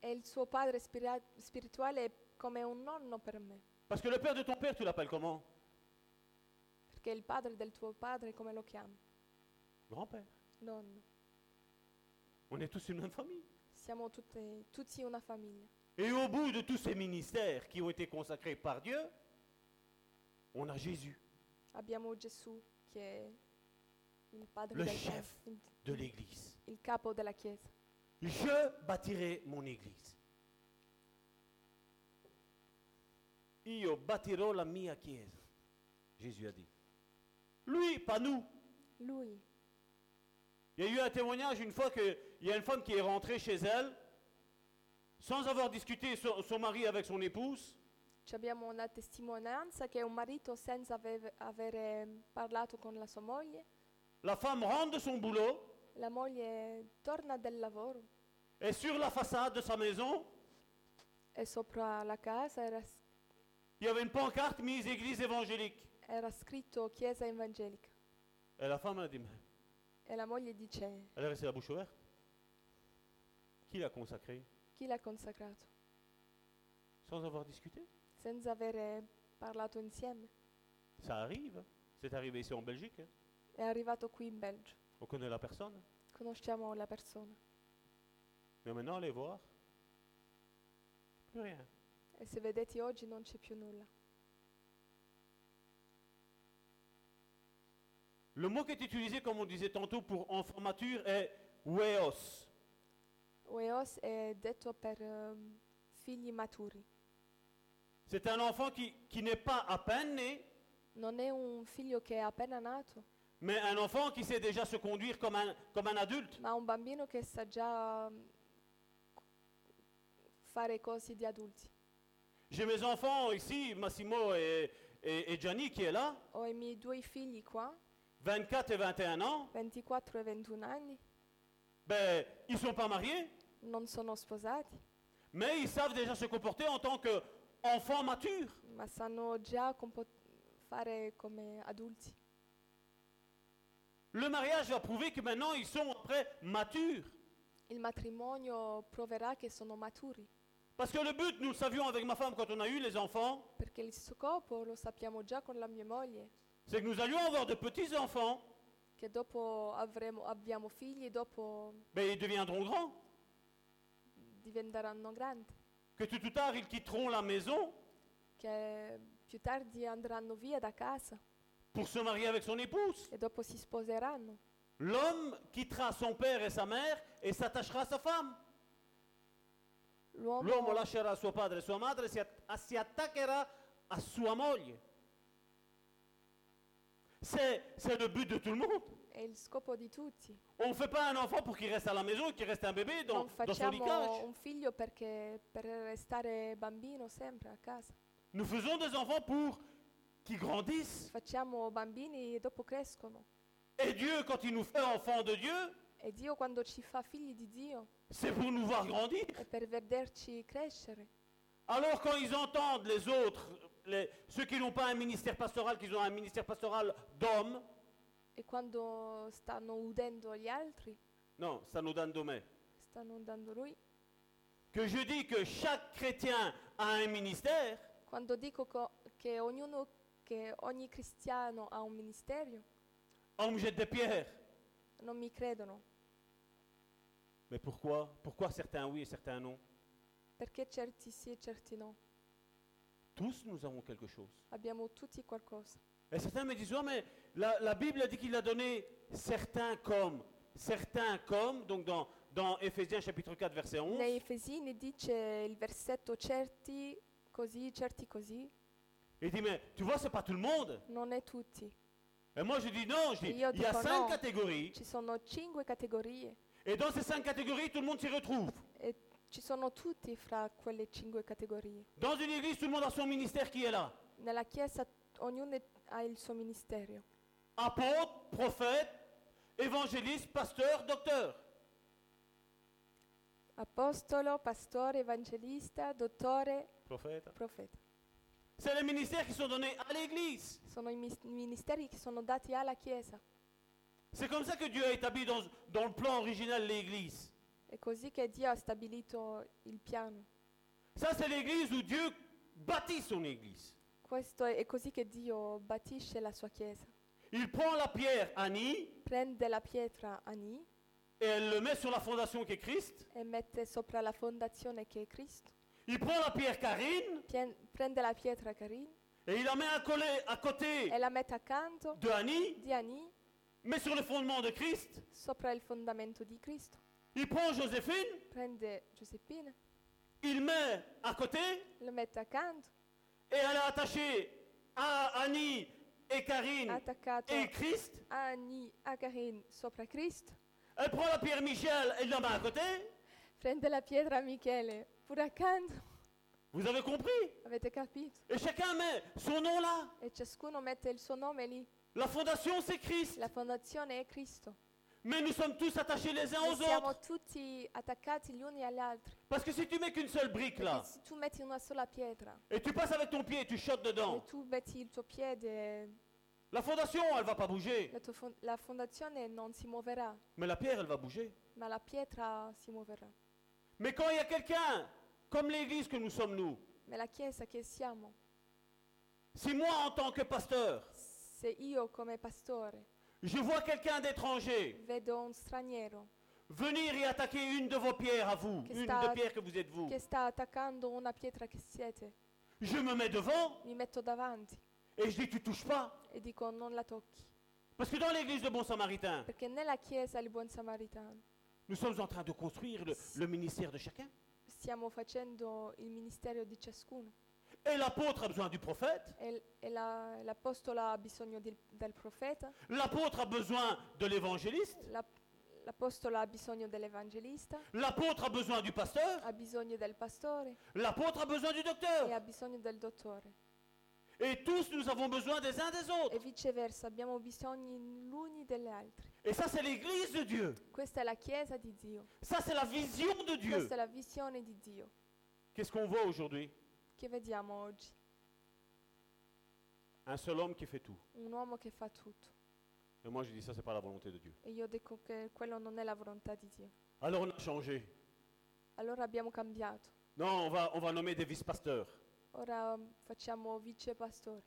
Speaker 2: E il suo padre spira- spirituale è come un nonno per me,
Speaker 5: Parce que le père de ton père, tu l'appelles comment
Speaker 2: perché il padre del tuo padre come lo chiami?
Speaker 5: Grand-père.
Speaker 2: Nonno.
Speaker 5: On est tous une même famille.
Speaker 2: Siamo tutte- tutti una famiglia.
Speaker 5: Et au bout de tous ces ministères qui ont été consacrés par Dieu, on a Jésus,
Speaker 2: Abbiamo Gesù che è il padre
Speaker 5: Le
Speaker 2: del
Speaker 5: chef.
Speaker 2: il-
Speaker 5: de l'Église.
Speaker 2: il capo della Chiesa.
Speaker 5: Je bâtirai mon Église. Io bâtirò la mia chiesa. Jésus a dit. Lui, pas nous.
Speaker 2: Lui.
Speaker 5: Il y a eu un témoignage une fois qu'il y a une femme qui est rentrée chez elle, sans avoir discuté son, son mari avec son épouse,
Speaker 2: Ci abbiamo una testimonianza che un marito senza aveve- avere parlato con la sua moglie,
Speaker 5: la femme rentre de son boulot
Speaker 2: la moglie torna dal lavoro
Speaker 5: et sur la façade de sa maison,
Speaker 2: e sopra la casa era, s-
Speaker 5: il y avait une pancarte mise Église évangélique.
Speaker 2: era scritto Chiesa Evangelica
Speaker 5: Et la femme a dit, mais
Speaker 2: e la moglie dice
Speaker 5: elle est restée la bouche ouverte. Qui l'a consacrée
Speaker 2: chi l'ha consacrato
Speaker 5: Sans avoir discuté
Speaker 2: senza avere parlato insieme.
Speaker 5: Ça arrive. hein. C'est arrivé ici en Belgique. hein.
Speaker 2: È arrivato qui in Belgio,
Speaker 5: On connaît la personne.
Speaker 2: conosciamo la persona
Speaker 5: Mais maintenant, allez voir. Plus rien.
Speaker 2: e se vedete oggi non c'è più nulla.
Speaker 5: Le mot qui est utilisé, comme on disait tantôt, pour enfant mature est weos.
Speaker 2: Oeos è detto per ehm, figli maturi,
Speaker 5: C'est un enfant qui, qui n'est pas à peine né,
Speaker 2: non è un figlio che è appena nato.
Speaker 5: mais un enfant qui sait déjà se conduire comme un, comme un adulte.
Speaker 2: Ma un bambino che sa già mm, fare cose di adulti.
Speaker 5: J'ai mes enfants ici, Massimo et, et, et Gianni qui est là,
Speaker 2: Ho i miei due figli qua,
Speaker 5: 24 et 21 ans.
Speaker 2: 24 e 21 anni,
Speaker 5: Ben, ils ne sont pas mariés,
Speaker 2: non sono sposati,
Speaker 5: mais ils savent déjà se comporter en tant qu'enfants matures.
Speaker 2: ma sanno già compo- fare come adulti.
Speaker 5: Le mariage va prouver que maintenant ils sont après matures.
Speaker 2: Il matrimonio proverà che sono maturi,
Speaker 5: Parce que le but, nous le savions avec ma femme quand on a eu les enfants,
Speaker 2: perché il scopo lo sappiamo già con la mia moglie,
Speaker 5: c'est que nous allions avoir de petits-enfants,
Speaker 2: che dopo avremo, abbiamo figli, dopo
Speaker 5: mais ils deviendront grands,
Speaker 2: diventeranno grandi,
Speaker 5: que tout ou tard ils quitteront la maison
Speaker 2: che più tardi andranno via da casa
Speaker 5: pour se marier avec son épouse.
Speaker 2: e dopo si sposeranno.
Speaker 5: L'homme quittera son père et sa mère et s'attachera à sa femme.
Speaker 2: L'uomo,
Speaker 5: L'uomo lascerà suo padre e sua madre e si, att- a- si attaccherà a sua moglie. C'est, c'est le but de tout le monde.
Speaker 2: è il scopo di tutti.
Speaker 5: On ne fait pas un enfant pour qu'il reste à la maison et qu'il reste un bébé dans,
Speaker 2: non
Speaker 5: dans son lit
Speaker 2: facciamo un figlio perché per restare bambino sempre a casa.
Speaker 5: Nous faisons des enfants pour qu'ils grandissent.
Speaker 2: Facciamo bambini e dopo crescono.
Speaker 5: Et Dieu, quand il nous fait enfants de Dieu,
Speaker 2: E Dio quando ci fa figli di Dio
Speaker 5: c'est pour nous voir grandir.
Speaker 2: è per vederci crescere.
Speaker 5: Alors quand ils entendent les autres, les- ceux qui n'ont pas un ministère pastoral, qu'ils ont un ministère pastoral d'hommes,
Speaker 2: E quando stanno udendo gli altri,
Speaker 5: non, ça nous donne domaine.
Speaker 2: stanno udendo lui.
Speaker 5: Que je dis que chaque chrétien a un ministère,
Speaker 2: Quando dico co- che ognuno che ogni cristiano ha un ministero,
Speaker 5: on me jette des pierres.
Speaker 2: non mi credono.
Speaker 5: Mais pourquoi Pourquoi certains oui et certains non
Speaker 2: Perché certi sì e certi no?
Speaker 5: Tous, nous avons quelque chose.
Speaker 2: Abbiamo tutti qualcosa.
Speaker 5: Et certains me disent, ouais, mais la, la Bible dit qu'il a donné certains comme, certains comme, donc dans, dans Éphésiens chapitre 4, verset 11,
Speaker 2: Nei Efesini dice il versetto certi così, certi così,
Speaker 5: il dit, mais tu vois, c'est pas tout le monde.
Speaker 2: non è tutti.
Speaker 5: Et moi, je dis, non, je dis,
Speaker 2: Il y a
Speaker 5: il y a
Speaker 2: différents.
Speaker 5: cinq catégories,
Speaker 2: Ci sono cinque categorie
Speaker 5: et dans ces cinq catégories, tout le monde s'y retrouve.
Speaker 2: e ci sono tutti fra quelle cinque categorie.
Speaker 5: Dans une église, tout le monde a son ministère qui est là.
Speaker 2: Nella Chiesa ognuno ha il suo ministero.
Speaker 5: Apôtre, prophète, évangéliste, pasteur, docteur.
Speaker 2: Apostolo, pastore, evangelista, dottore,
Speaker 5: Prophète.
Speaker 2: profeta.
Speaker 5: C'est les ministères qui sont donnés à l'église.
Speaker 2: Sono i mis- ministeri che sono dati alla Chiesa.
Speaker 5: C'est comme ça que Dieu a établi dans, dans le plan original l'église.
Speaker 2: È così che Dio ha stabilito il piano.
Speaker 5: Ça, c'est l'église où Dieu bâtit son église.
Speaker 2: Questo è, è così che Dio battisce la sua Chiesa.
Speaker 5: Il prend la pierre, Annie,
Speaker 2: Prende la pietra Ani
Speaker 5: et elle le met sur la fondation qui est Christ.
Speaker 2: e mette sopra la fondazione che è Cristo.
Speaker 5: Il prend la pierre Karine
Speaker 2: Pien- prende la pietra Carin
Speaker 5: et il la met à, coller- à côté
Speaker 2: e la mette accanto
Speaker 5: de Annie,
Speaker 2: di Ani
Speaker 5: mais sur le fondement de Christ.
Speaker 2: sopra il fondamento di Cristo.
Speaker 5: Il prend Joséphine,
Speaker 2: Prende Giuseppina,
Speaker 5: il met à côté
Speaker 2: lo mette accanto,
Speaker 5: et elle est attachée à Annie et Karine
Speaker 2: attaccato
Speaker 5: et Christ.
Speaker 2: Ani a Carin sopra Cristo.
Speaker 5: Elle prend la pierre Michel et la met à côté.
Speaker 2: Prende la pietra Michele pure accanto.
Speaker 5: Vous avez compris
Speaker 2: Avete capito?
Speaker 5: Et chacun met son nom là.
Speaker 2: E ciascuno mette il suo nome lì.
Speaker 5: La fondation, c'est Christ.
Speaker 2: La fondazione è Cristo.
Speaker 5: Mais nous sommes tous attachés les uns
Speaker 2: Noi
Speaker 5: aux autres.
Speaker 2: siamo tutti attaccati gli uni agli altri.
Speaker 5: Parce que si tu mets qu'une seule brique là,
Speaker 2: Perché se tu metti una sola pietra
Speaker 5: et tu passes avec ton pied et tu shootes dedans,
Speaker 2: e tu metti il tuo piede,
Speaker 5: la fondation, elle va pas bouger.
Speaker 2: la, tua fon- la fondazione non si muoverà,
Speaker 5: Mais la pierre, elle va bouger.
Speaker 2: ma la pietra si muoverà.
Speaker 5: Mais quand il y a quelqu'un, comme l'église que nous sommes nous,
Speaker 2: Ma la Chiesa che siamo,
Speaker 5: si moi en tant que pasteur,
Speaker 2: se io come pastore
Speaker 5: je vois quelqu'un d'étranger
Speaker 2: vedo un straniero
Speaker 5: venir et attaquer une de vos pierres à vous,
Speaker 2: Qu'est-ce
Speaker 5: une
Speaker 2: t'as-
Speaker 5: de pierres que vous êtes vous,
Speaker 2: che sta attaccando una pietra che siete,
Speaker 5: je me mets devant
Speaker 2: mi metto davanti
Speaker 5: et je dis tu touches pas.
Speaker 2: e dico non la tocchi.
Speaker 5: Parce que dans l'église de Bon Samaritain,
Speaker 2: Perché nella Chiesa il buon samaritano
Speaker 5: nous sommes en train de construire le, le ministère de chacun.
Speaker 2: stiamo facendo il ministero di ciascuno
Speaker 5: Et l'apôtre a besoin du prophète,
Speaker 2: e, l- e la- l'apostola ha bisogno del- del profeta,
Speaker 5: l'apôtre a besoin de l'évangéliste,
Speaker 2: la- l'apostola ha bisogno dell'evangelista,
Speaker 5: l'apôtre a besoin du pasteur,
Speaker 2: ha bisogno del pastore
Speaker 5: l'apôtre a besoin du
Speaker 2: e ha
Speaker 5: docteur.
Speaker 2: bisogno del dottore.
Speaker 5: Et tous nous avons besoin des uns des autres.
Speaker 2: E viceversa, abbiamo bisogni l'uni degli altri.
Speaker 5: Et ça c'est l'église de Dieu.
Speaker 2: Questa è la Chiesa di Dio,
Speaker 5: Ça c'est la vision de Dieu.
Speaker 2: questa è la visione di Dio
Speaker 5: Qu'est-ce qu'on voit aujourd'hui
Speaker 2: che vediamo oggi.
Speaker 5: Un seul homme qui fait tout.
Speaker 2: Un uomo che fa tutto.
Speaker 5: Et moi je dis ça c'est pas la volonté de Dieu.
Speaker 2: E io dico che quello non è la volontà di Dio.
Speaker 5: Alors on a changé.
Speaker 2: Allora abbiamo cambiato.
Speaker 5: Non, on va, on va nommer des vice-pasteurs.
Speaker 2: Ora mm, facciamo vice pastore.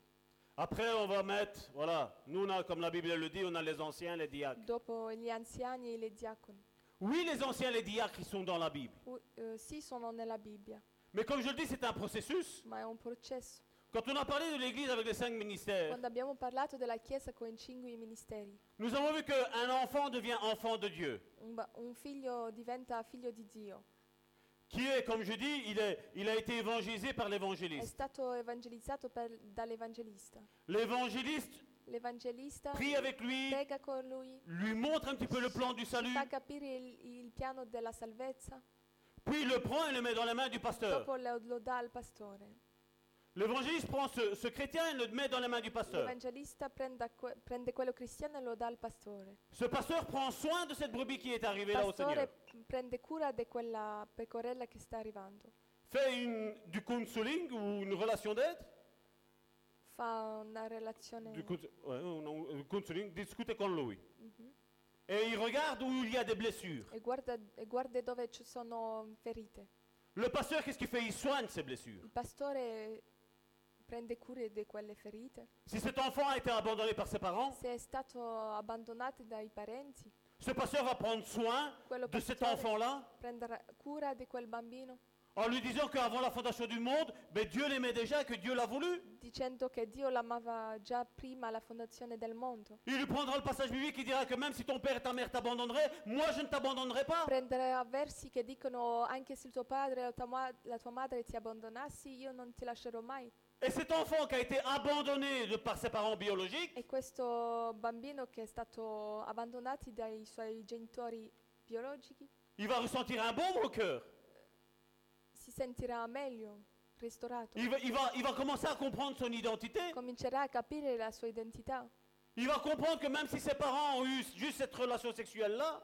Speaker 5: Après on va mettre, voilà, nous on a, comme la Bible le dit, on a les anciens, les diacres.
Speaker 2: Dopo gli anziani e le diaconi.
Speaker 5: Oui, les anciens, les diacres, ils sont dans la Bible.
Speaker 2: U- eh, sì, sono nella Bibbia,
Speaker 5: Mais comme je le dis, c'est un processus.
Speaker 2: ma è un processo.
Speaker 5: Quand on a parlé de l'Église avec les cinq ministères,
Speaker 2: Quando abbiamo parlato della Chiesa con i cinque ministeri,
Speaker 5: nous avons vu qu'un enfant devient enfant de Dieu,
Speaker 2: un, ba- un figlio diventa figlio di Dio.
Speaker 5: qui est, comme je dis, il, est, il a été évangélisé par
Speaker 2: È
Speaker 5: l'évangéliste.
Speaker 2: stato evangelizzato per- dall'evangelista.
Speaker 5: L'évangéliste
Speaker 2: L'evangelista
Speaker 5: prie avec lui,
Speaker 2: prega con lui,
Speaker 5: lui montre un petit peu le plan du salut,
Speaker 2: fa capire il, il piano della salvezza,
Speaker 5: puis il le prend et le met dans la main du pasteur.
Speaker 2: dopo lo, lo dà al pastore.
Speaker 5: L'évangéliste prend ce, ce chrétien et le met dans la main du pasteur.
Speaker 2: L'evangelista prende, que- prende quello cristiano e lo dà al pastore.
Speaker 5: Ce pasteur prend soin de cette brebis qui est arrivée
Speaker 2: Il
Speaker 5: là au
Speaker 2: pastore
Speaker 5: Seigneur.
Speaker 2: p- prende cura di quella pecorella che sta arrivando.
Speaker 5: Fait une- du counseling ou une relation d'aide.
Speaker 2: Fa una relazione.
Speaker 5: Du cons- ouais, on- on- euh, counseling, discute con lui.
Speaker 2: Mhm.
Speaker 5: Et il regarde où il y a des blessures.
Speaker 2: E, guarda, e guarda dove ci sono ferite.
Speaker 5: Le pasteur, qu'est-ce qu'il fait Il soigne ces blessures.
Speaker 2: Il pastore prende cura di quelle ferite.
Speaker 5: Si cet enfant a été abandonné par ses parents,
Speaker 2: Se è stato abbandonato dai parenti,
Speaker 5: ce pasteur va prendre soin
Speaker 2: quello
Speaker 5: de cet
Speaker 2: pastore
Speaker 5: enfant-là
Speaker 2: prenderà cura di quel bambino
Speaker 5: en lui disant qu'avant la fondation du monde, ben Dieu l'aimait déjà, que Dieu l'a voulu.
Speaker 2: dicendo che Dio l'amava già prima la fondazione del mondo.
Speaker 5: Il lui prendra le passage biblique qui dira que même si ton père et ta mère t'abandonneraient, moi je ne t'abandonnerai pas.
Speaker 2: Prenderà versi che dicono anche se tuo padre o tua ma- la tua madre ti abbandonassi, io non ti lascerò mai.
Speaker 5: Et cet enfant qui a été abandonné de par ses parents biologiques,
Speaker 2: E questo bambino che è stato abbandonato dai suoi genitori biologici
Speaker 5: il va ressentir un baume au cœur.
Speaker 2: si sentirà meglio, ristorato.
Speaker 5: Il va, il va- il va commencer à comprendre son identité.
Speaker 2: Comincerà a capire la sua identità,
Speaker 5: Il va comprendre que même si ses parents ont eu juste cette relation sexuelle-là,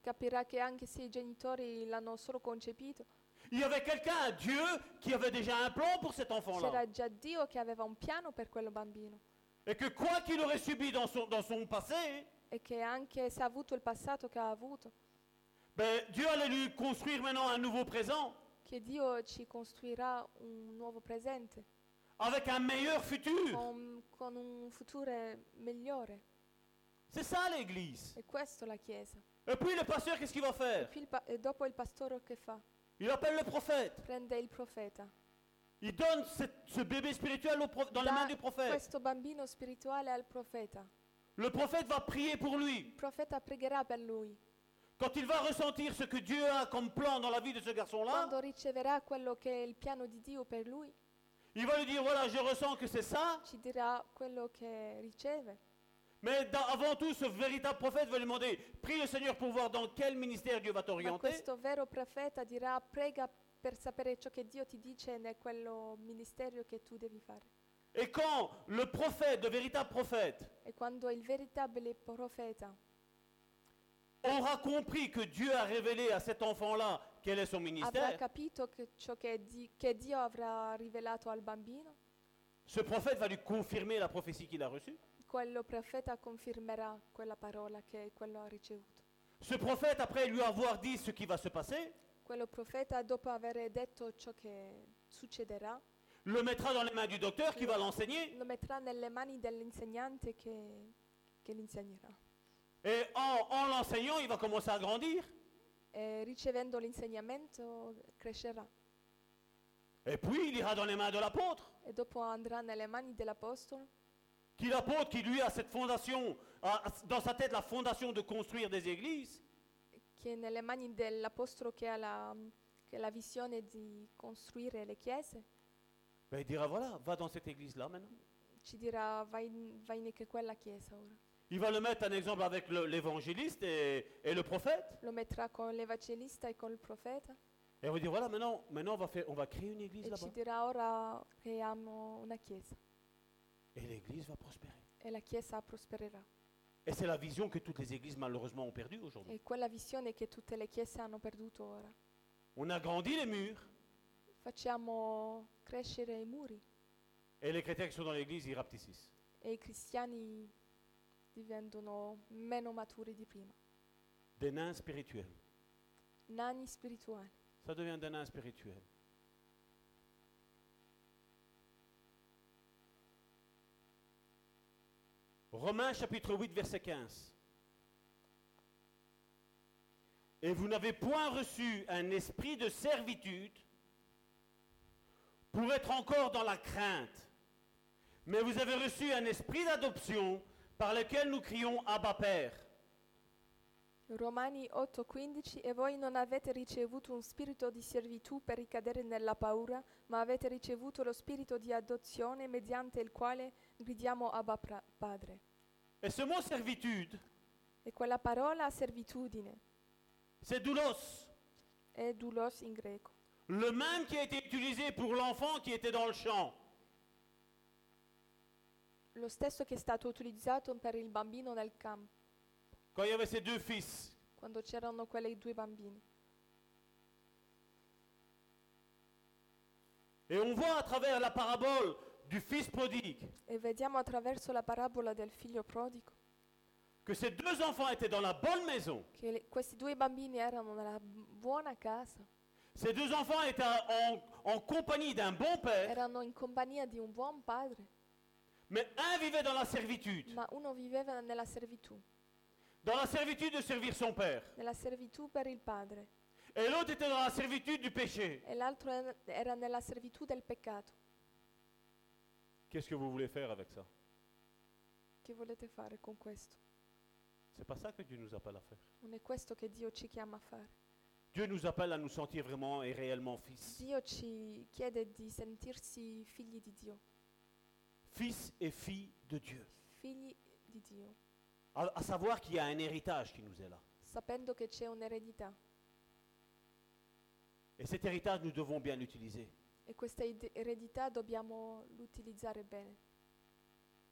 Speaker 2: capirà che anche se i genitori l'hanno solo concepito,
Speaker 5: il y avait quelqu'un, un Dieu, qui avait déjà un plan pour cet enfant-là.
Speaker 2: c'era già Dio che aveva un piano per quel bambino.
Speaker 5: Et que quoi qu'il aurait subi dans son, dans son passé,
Speaker 2: e che anche se ha avuto il passato che ha avuto,
Speaker 5: ben, Dieu allait lui construire maintenant un nouveau présent,
Speaker 2: che Dio ci costruirà un nuovo presente,
Speaker 5: avec un meilleur futur.
Speaker 2: con, con un futuro migliore.
Speaker 5: C'est ça l'Église.
Speaker 2: E questo la Chiesa.
Speaker 5: Et puis le pasteur, qu'est-ce qu'il va
Speaker 2: E,
Speaker 5: faire
Speaker 2: qui il pa- e dopo il pastore che fa?
Speaker 5: Il appelle le prophète.
Speaker 2: Prende il profeta.
Speaker 5: Il donne cette- ce bébé spirituel au pro- dans les
Speaker 2: Da-
Speaker 5: mains du prophète.
Speaker 2: Questo bambino spirituale al profeta.
Speaker 5: Le prophète va prier pour lui.
Speaker 2: Il profeta pregherà per lui.
Speaker 5: Quand il va ressentir ce que Dieu a comme plan dans la vie de ce garçon-là,
Speaker 2: Quando riceverà quello che è il piano di Dio per lui,
Speaker 5: il va lui dire, voilà, je ressens que c'est ça.
Speaker 2: ci dirà quello che riceve.
Speaker 5: Mais dans- avant tout, ce véritable prophète va lui demander, prie le Seigneur pour voir dans quel ministère Dieu va
Speaker 2: Ma
Speaker 5: t'orienter.
Speaker 2: questo vero profeta dirà prega per sapere ciò che Dio ti dice nel quello ministero che tu devi fare.
Speaker 5: Et quand le prophète, de véritable prophète,
Speaker 2: E quando il veritabile profeta
Speaker 5: aura compris que Dieu a révélé à cet enfant-là quel est son
Speaker 2: avrà
Speaker 5: ministère,
Speaker 2: capito che ciò che, di- che Dio avrà rivelato al bambino,
Speaker 5: ce prophète va lui confirmer la prophétie qu'il a reçue.
Speaker 2: quello profeta confermerà quella parola che quello ha ricevuto.
Speaker 5: Ce prophète, après lui avoir dit ce qui va se passer,
Speaker 2: Quello profeta, dopo aver detto ciò che succederà,
Speaker 5: le mettra dans les mains du docteur qui va l'enseigner.
Speaker 2: lo metterà nelle mani dell'insegnante che, che l'insegnerà.
Speaker 5: Et en, en l'enseignant, il va commencer à grandir.
Speaker 2: E ricevendo l'insegnamento crescerà
Speaker 5: Et puis, il ira dans les mains de l'apôtre.
Speaker 2: e dopo andrà nelle mani dell'apostolo,
Speaker 5: Qui l'apôtre, qui lui a cette fondation, a- a- dans sa tête la fondation de construire des églises.
Speaker 2: che è nelle mani dell'apostolo che ha la- che ha la visione di costruire le chiese.
Speaker 5: Ben, il dira voilà, va dans cette église-là maintenant.
Speaker 2: ci dirà vai in, vai in che quella chiesa ora.
Speaker 5: Il va le mettre un exemple avec le- l'évangéliste et, et le prophète.
Speaker 2: Lo metterà con l'evangelista e col profeta
Speaker 5: Et on va dire voilà, maintenant, maintenant on, va faire, on va créer une église
Speaker 2: e ci
Speaker 5: là-bas.
Speaker 2: dirà ora creiamo una chiesa
Speaker 5: Et l'église va prospérer.
Speaker 2: e la chiesa prospererà.
Speaker 5: Et c'est la vision que toutes les églises malheureusement ont perdue aujourd'hui.
Speaker 2: È quella visione che tutte le chiese hanno perduto ora.
Speaker 5: On a grandi les murs.
Speaker 2: Facciamo crescere i muri
Speaker 5: Et les chrétiens qui sont dans l'église, ils rapetissent.
Speaker 2: e i cristiani diventano meno maturi di prima,
Speaker 5: Des nains spirituels.
Speaker 2: nani spirituali.
Speaker 5: Ça devient des nains spirituels. Romains chapitre 8, verset 15. Et vous n'avez point reçu un esprit de servitude pour être encore dans la crainte, mais vous avez reçu un esprit d'adoption par lequel nous crions Abba Père.
Speaker 2: Romani 8:15 E voi non avete ricevuto un spirito di servitù per ricadere nella paura, ma avete ricevuto lo spirito di adozione mediante il quale gridiamo Abba pra- Padre.
Speaker 5: Et ce mot servitude,
Speaker 2: E quella parola servitudine
Speaker 5: c'est doulos.
Speaker 2: è doulos in greco,
Speaker 5: Le même qui a été utilisé pour l'enfant qui était dans le champ.
Speaker 2: lo stesso che è stato utilizzato per il bambino nel campo,
Speaker 5: Quand il y avait ses deux fils,
Speaker 2: quando c'erano quei due bambini.
Speaker 5: et on voit à travers la parabole du fils prodigue
Speaker 2: E vediamo attraverso la parabola del figlio prodigo
Speaker 5: que ces deux enfants étaient dans la bonne maison.
Speaker 2: che le- questi due bambini erano nella buona casa,
Speaker 5: Ces deux enfants étaient en, en compagnie d'un bon père,
Speaker 2: erano in compagnia di un buon padre.
Speaker 5: mais un vivait dans la servitude,
Speaker 2: Ma uno viveva nella servitù,
Speaker 5: dans la servitude de servir son père.
Speaker 2: nella servitù per il padre,
Speaker 5: et l'autre était dans la servitude du péché.
Speaker 2: e l'altro era- era nella servitù del peccato.
Speaker 5: Qu'est-ce que vous voulez faire avec ça
Speaker 2: Che volete fare con questo?
Speaker 5: C'est pas ça que Dieu nous appelle à faire.
Speaker 2: Non è questo che Dio ci chiama a fare.
Speaker 5: Dieu nous appelle à nous sentir vraiment et réellement fils.
Speaker 2: Dio ci chiede di sentirsi figli di Dio,
Speaker 5: Fils et fille de Dieu.
Speaker 2: figli di Dio,
Speaker 5: À, à savoir qu'il y a un héritage qui nous est là.
Speaker 2: sapendo che c'è un'eredità
Speaker 5: Et cet héritage, nous devons bien l'utiliser.
Speaker 2: e questa ide- eredità dobbiamo l'utilizzare bene.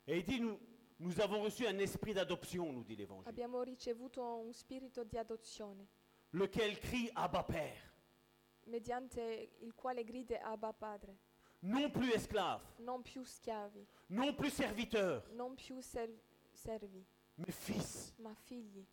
Speaker 5: Et il dit, nous, nous avons reçu un esprit d'adoption, nous dit l'Évangile,
Speaker 2: Abbiamo ricevuto un spirito di adozione,
Speaker 5: lequel crie Abba Père,
Speaker 2: mediante il quale gride Abba Padre,
Speaker 5: non plus esclave,
Speaker 2: non più schiavi,
Speaker 5: non plus serviteur,
Speaker 2: non più ser- servi,
Speaker 5: mais fils.
Speaker 2: ma figli.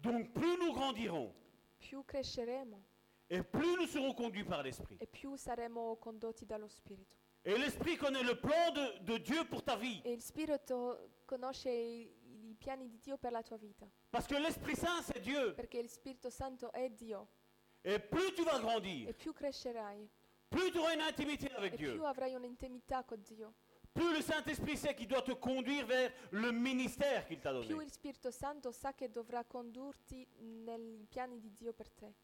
Speaker 5: Donc plus nous grandirons
Speaker 2: Più cresceremo
Speaker 5: et plus nous serons conduits par l'esprit.
Speaker 2: e più saremo condotti dallo Spirito.
Speaker 5: Et l'esprit connaît le plan de, de Dieu pour ta vie.
Speaker 2: E il Spirito conosce i, i piani di Dio per la tua vita,
Speaker 5: Parce que l'Esprit Saint, c'est Dieu.
Speaker 2: perché il Spirito Santo è Dio
Speaker 5: Et plus tu vas
Speaker 2: e
Speaker 5: grandir,
Speaker 2: più crescerai
Speaker 5: plus tu auras une intimité avec
Speaker 2: e più
Speaker 5: Dieu,
Speaker 2: avrai un'intimità con Dio,
Speaker 5: plus le Saint-Esprit sait qu'il doit te conduire vers le ministère qu'il t'a
Speaker 2: più
Speaker 5: donné.
Speaker 2: il Spirito Santo sa che dovrà condurti nei piani di Dio per te.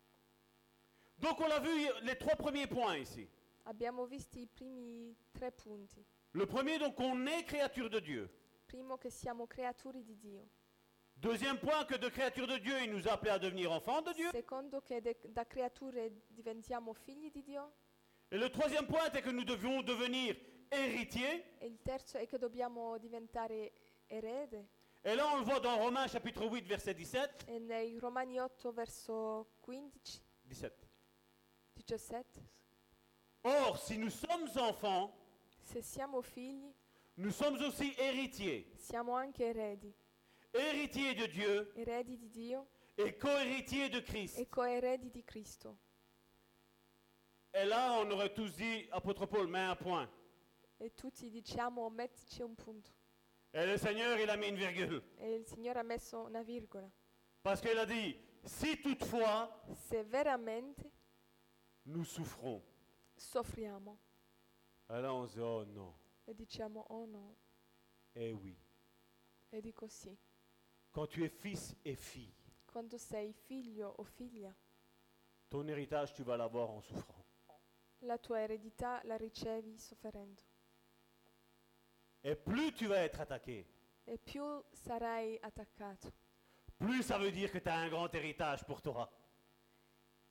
Speaker 5: Donc on l'a vu, les trois premiers points ici.
Speaker 2: Abbiamo visto i primi tre punti.
Speaker 5: Le premier, donc, on est créature de Dieu.
Speaker 2: Primo che siamo creature di Dio.
Speaker 5: Deuxième point, que de créature de Dieu, il nous a appelés à devenir enfants de Dieu.
Speaker 2: Secondo che de- da creature diventiamo figli di Dio.
Speaker 5: Et le troisième point, c'est que nous devions devenir héritiers.
Speaker 2: E il terzo è che dobbiamo diventare erede.
Speaker 5: Et là, on le voit dans Romains chapitre 8, verset 17.
Speaker 2: E nei Romani 8 verso 15,
Speaker 5: 17.
Speaker 2: 17.
Speaker 5: Or, si nous sommes enfants,
Speaker 2: Se siamo figli,
Speaker 5: nous sommes aussi héritiers.
Speaker 2: siamo anche eredi.
Speaker 5: Héritiers de Dieu
Speaker 2: Eredi di Dio
Speaker 5: et co-héritier de Christ.
Speaker 2: e coeredi di Cristo.
Speaker 5: Et là, on aurait tous dit, apôtre Paul, mets un point.
Speaker 2: E tutti diciamo mettici un punto.
Speaker 5: Et le Seigneur, il a mis une virgule.
Speaker 2: E il Signore ha messo una virgola.
Speaker 5: Parce qu'il a dit, si toutefois
Speaker 2: Se veramente
Speaker 5: nous souffrons.
Speaker 2: soffriamo
Speaker 5: Et là, on se dit, oh non,
Speaker 2: e diciamo oh no,
Speaker 5: eh oui.
Speaker 2: e dico sì.
Speaker 5: Quand tu es fils et fille,
Speaker 2: Quando sei figlio o figlia,
Speaker 5: ton héritage, tu vas l'avoir en souffrant.
Speaker 2: la tua eredità la ricevi sofferendo
Speaker 5: Et plus tu vas être attaqué,
Speaker 2: e più sarai attaccato
Speaker 5: plus ça veut dire que tu as un grand héritage pour toi.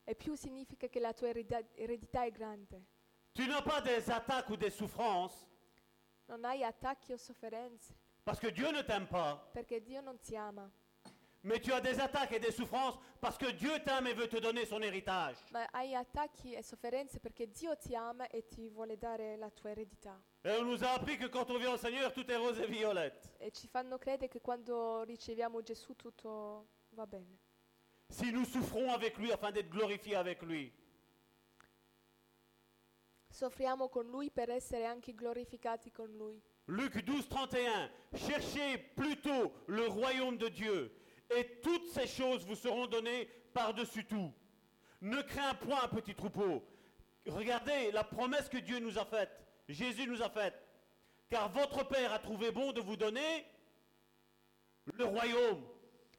Speaker 2: e più significa che la tua ereda- eredità è grande.
Speaker 5: Tu n'as pas des attaques ou des souffrances
Speaker 2: Non hai attacchi o sofferenze
Speaker 5: parce que Dieu ne t'aime pas,
Speaker 2: perché Dio non ti ama,
Speaker 5: mais tu as des attaques et des souffrances parce que Dieu t'aime et veut te donner son héritage.
Speaker 2: ma hai attacchi e sofferenze perché Dio ti ama e ti vuole dare la tua eredità.
Speaker 5: Et on nous a appris que quand on vient au Seigneur, tout est rose et violette.
Speaker 2: E ci fanno credere che quando riceviamo Gesù tutto va bene.
Speaker 5: Si nous souffrons avec lui afin d'être glorifiés avec lui,
Speaker 2: Soffriamo con Lui per essere anche glorificati con Lui.
Speaker 5: Luc 12, 31, cherchez plutôt le royaume de Dieu, et toutes ces choses vous seront données par-dessus tout. Ne crains point, petit troupeau. Regardez la promesse que Dieu nous a faite, Jésus nous a faite. Car votre Père a trouvé bon de vous donner le royaume.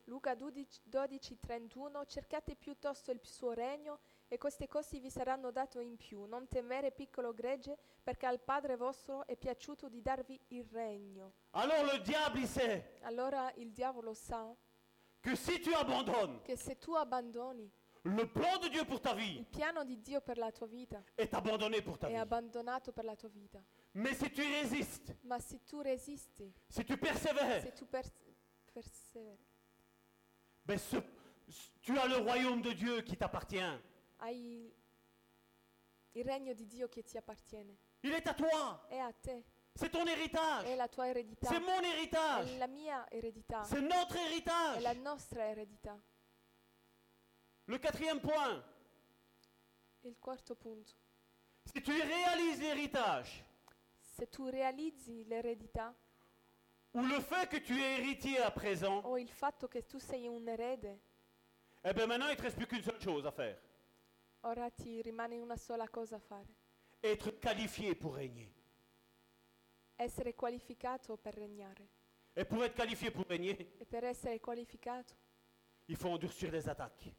Speaker 2: Luca 12, 12, 31 Cercate piuttosto il suo regno e queste cose vi saranno date in più. Non temere piccolo gregge, perché al Padre vostro è piaciuto di darvi il regno.
Speaker 5: Alors le diable, il sait
Speaker 2: Allora il diavolo sa
Speaker 5: que si tu abandonnes
Speaker 2: che se tu abbandoni
Speaker 5: le plan de Dieu pour ta vie,
Speaker 2: il piano di Dio per la tua vita,
Speaker 5: est abandonné pour ta
Speaker 2: è
Speaker 5: vie.
Speaker 2: abbandonato per la tua vita.
Speaker 5: Mais si tu résistes,
Speaker 2: Ma se tu resisti,
Speaker 5: si tu persévères,
Speaker 2: se tu pers- perseveri,
Speaker 5: ben ce- ce- tu as le royaume de Dieu qui t'appartient.
Speaker 2: hai il- il regno di Dio che ti appartiene.
Speaker 5: Il est à toi.
Speaker 2: È a te,
Speaker 5: C'est ton
Speaker 2: è
Speaker 5: héritage.
Speaker 2: la tua eredità,
Speaker 5: C'est mon
Speaker 2: è
Speaker 5: héritage.
Speaker 2: la mia eredità.
Speaker 5: C'est notre
Speaker 2: è la
Speaker 5: héritage.
Speaker 2: nostra eredità.
Speaker 5: Le quatrième point,
Speaker 2: Il quarto punto.
Speaker 5: si tu réalises l'héritage
Speaker 2: Se tu realizzi l'eredità
Speaker 5: ou le fait que tu es héritier à présent,
Speaker 2: o il fatto che tu sei un erede
Speaker 5: Eh bien maintenant, il ne te reste plus qu'une seule chose à faire.
Speaker 2: Ora ti rimane una sola cosa a fare,
Speaker 5: Être qualifié pour régner.
Speaker 2: essere qualificato per regnare.
Speaker 5: Et pour être qualifié pour régner,
Speaker 2: E per essere qualificato
Speaker 5: il faut endurcir les attaques.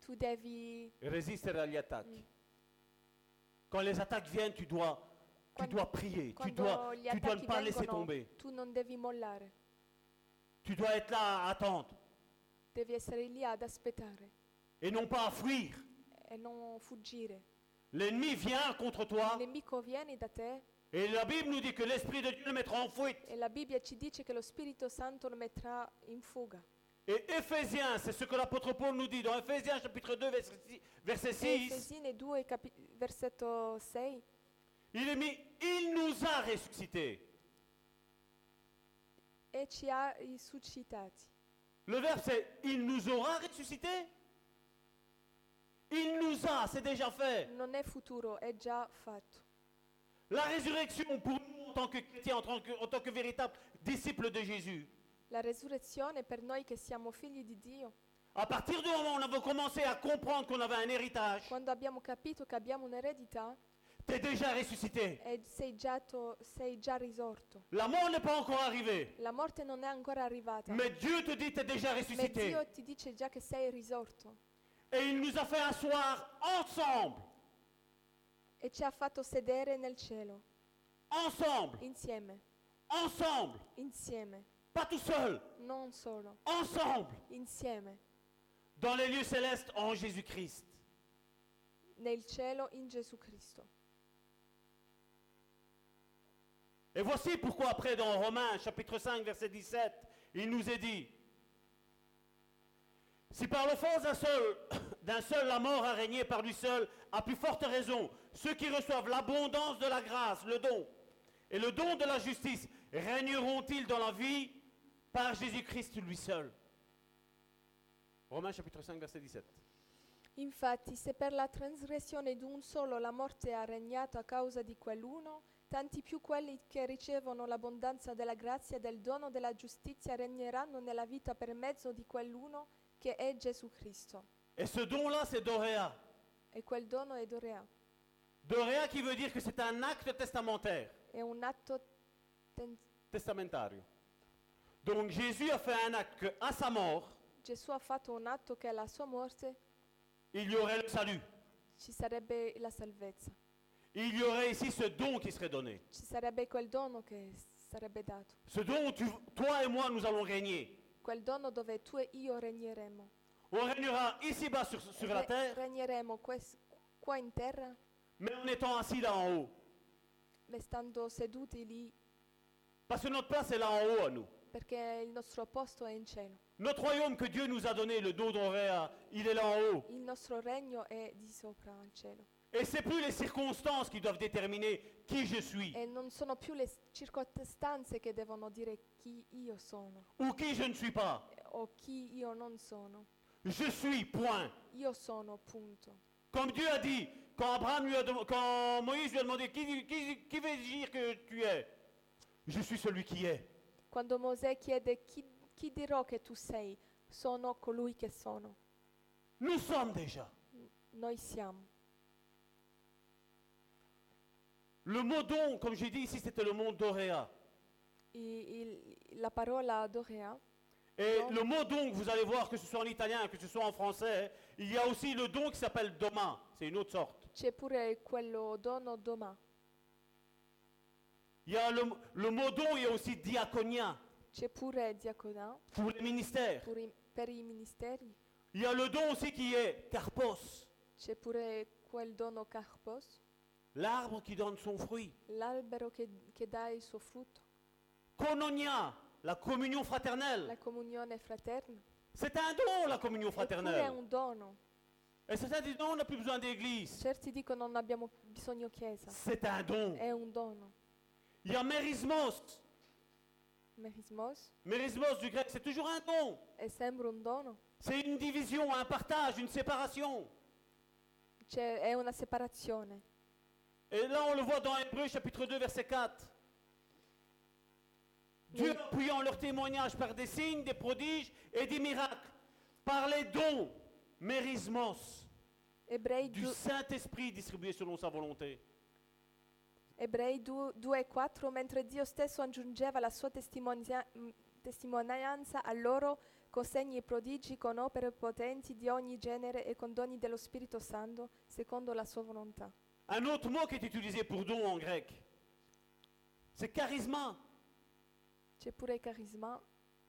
Speaker 2: tu devi,
Speaker 5: Résister à l'attaque.
Speaker 2: Mm.
Speaker 5: Quand les attaques viennent, tu dois, tu
Speaker 2: Quand-
Speaker 5: dois prier, tu
Speaker 2: quando
Speaker 5: dois,
Speaker 2: gli
Speaker 5: tu dois
Speaker 2: attacchi
Speaker 5: ne pas laisser
Speaker 2: vengono,
Speaker 5: tomber.
Speaker 2: tu non devi mollare,
Speaker 5: Tu dois être là à attendre
Speaker 2: devi essere lì ad aspettare
Speaker 5: et non pas à fuir.
Speaker 2: e non fuggire.
Speaker 5: L'ennemi vient contre toi
Speaker 2: Il nemico viene da te
Speaker 5: et la Bible nous dit que l'Esprit de Dieu le mettra en fuite.
Speaker 2: e la Bibbia ci dice che lo Spirito Santo lo metterà in fuga.
Speaker 5: Et Éphésiens, c'est ce que l'apôtre Paul nous dit dans Ephésiens chapitre 2 verset six- verset 6.
Speaker 2: Efesine 2, capi- versetto 6,
Speaker 5: Il est mis, il nous a ressuscités.
Speaker 2: e ci ha risuscitati.
Speaker 5: Le verbe c'est il nous aura ressuscités. Il nous a, c'est déjà fait.
Speaker 2: Non è futuro, è già fatto.
Speaker 5: La résurrection pour nous en tant que chrétiens, en tant que, en tant que véritables disciples de Jésus.
Speaker 2: La resurrezione per noi che siamo figli di Dio,
Speaker 5: À partir du moment où on avait commencé à comprendre qu'on avait un héritage,
Speaker 2: quando abbiamo capito che abbiamo un'eredità,
Speaker 5: t'es déjà ressuscité.
Speaker 2: e sei già, to- sei già risorto.
Speaker 5: La mort n'est pas encore arrivée.
Speaker 2: La morte non è ancora arrivata,
Speaker 5: Mais Dieu te dit t'es déjà
Speaker 2: ma
Speaker 5: ressuscité.
Speaker 2: Dio ti dice già che sei risorto
Speaker 5: Et il nous a fait asseoir ensemble,
Speaker 2: e ci ha fatto sedere nel cielo,
Speaker 5: ensemble,
Speaker 2: insieme,
Speaker 5: ensemble,
Speaker 2: insieme,
Speaker 5: pas tout seul,
Speaker 2: non solo,
Speaker 5: ensemble,
Speaker 2: insieme,
Speaker 5: dans les lieux célestes en Jésus-Christ.
Speaker 2: nel cielo in Gesù Cristo.
Speaker 5: Et voici pourquoi après dans Romains chapitre 5 verset 17, il nous est dit, si par l'offense d'un seul, [coughs] d'un seul la mort a régné par lui seul, à plus forte raison, ceux qui reçoivent l'abondance de la grâce, le don, et le don de la justice, régneront-ils dans la vie par Jésus-Christ lui seul Romains chapitre 5 verset 17.
Speaker 2: Infatti, se per la trasgressione di un solo la morte ha regnato a causa di quell'uno, tanti più quelli che ricevono l'abbondanza della grazia e del dono della giustizia regneranno nella vita per mezzo di quell'uno che è Gesù Cristo.
Speaker 5: Et ce don-là, c'est Doréa.
Speaker 2: E quel dono è Dorea,
Speaker 5: Doréa qui veut dire que c'est un acte testamentaire.
Speaker 2: è un atto ten-
Speaker 5: testamentario. Donc Jésus a fait un acte que, à sa mort,
Speaker 2: Gesù ha fatto un atto che alla sua morte
Speaker 5: il y aurait le salut.
Speaker 2: ci sarebbe la salvezza,
Speaker 5: Il y aurait ici ce don qui serait donné.
Speaker 2: ci sarebbe quel dono che sarebbe dato,
Speaker 5: Ce don où tu- toi et moi, nous allons régner.
Speaker 2: quel dono dove tu e io regneremo.
Speaker 5: On régnera ici-bas sur, sur la
Speaker 2: Re-
Speaker 5: terre,
Speaker 2: regneremo ques- qua in terra
Speaker 5: mais en étant assis là en haut.
Speaker 2: ma stando seduti lì
Speaker 5: Parce que notre place est là en haut à nous.
Speaker 2: perché il nostro posto è in cielo.
Speaker 5: Notre royaume que Dieu nous a donné, le don d'Oréa, il est là en haut.
Speaker 2: Il nostro regno è di sopra al cielo
Speaker 5: Et c'est plus les circonstances qui doivent déterminer qui je suis
Speaker 2: e non sono più le s- circostanze che devono dire chi io sono
Speaker 5: ou qui je ne suis pas.
Speaker 2: eh, o chi io non sono.
Speaker 5: Je suis, point.
Speaker 2: Io sono, punto.
Speaker 5: Comme Dieu a dit, quand, Abraham lui a dem- quand Moïse lui a demandé qui, qui, qui veut dire que tu es Je suis celui qui est.
Speaker 2: Quando Mosè chiede chi, chi dirò che tu sei, sono colui che sono.
Speaker 5: Nous sommes déjà.
Speaker 2: Noi siamo.
Speaker 5: Le mot don, comme j'ai dit ici, c'était le mot doréa.
Speaker 2: I- il- la parola Dorea
Speaker 5: Et
Speaker 2: Don.
Speaker 5: le mot don, vous allez voir, que ce soit en italien, que ce soit en français, il y a aussi le don qui s'appelle doma. C'est une autre sorte.
Speaker 2: c'è pure quello dono Doma.
Speaker 5: Il y a le, le mot don, il y a aussi diaconia
Speaker 2: C'è pure diaconà
Speaker 5: pour les ministères.
Speaker 2: pure i- per i ministeri.
Speaker 5: Il y a le don aussi qui est carpos,
Speaker 2: C'è pure quel dono Carpos,
Speaker 5: l'arbre qui donne son fruit.
Speaker 2: l'albero che, che dà il suo frutto,
Speaker 5: Kononia, la communion fraternelle.
Speaker 2: la comunione fraterna.
Speaker 5: C'est un don, la communion
Speaker 2: Eppure è
Speaker 5: fraternelle.
Speaker 2: un dono.
Speaker 5: Et certains disent non, on n'a plus besoin d'église.
Speaker 2: Certi dicono non abbiamo bisogno chiesa,
Speaker 5: C'est un don.
Speaker 2: è un dono.
Speaker 5: Il y a mérismos.
Speaker 2: Merismos
Speaker 5: Mérismos du grec, c'est toujours un don.
Speaker 2: è sempre un dono.
Speaker 5: C'est une division, un partage, une séparation.
Speaker 2: C'è, Cioè, è una separazione.
Speaker 5: Et là, on le voit dans Hébreu chapitre 2, verset 4. Dieu
Speaker 2: Oui.
Speaker 5: appuyant leur témoignage par des signes, des prodiges et des miracles. par les dons, mérismos,
Speaker 2: Ebrei
Speaker 5: du
Speaker 2: 2
Speaker 5: Saint-Esprit distribué selon sa volonté.
Speaker 2: Ebrei 2, 2 e 4, mentre Dio stesso aggiungeva la sua testimonia- mm, testimonianza a loro con segni e prodigi, con opere potenti di ogni genere e con doni dello Spirito Santo, secondo la sua volontà.
Speaker 5: Un autre mot qui est utilisé pour don en grec, c'est charisma,
Speaker 2: C'è pure il carisma,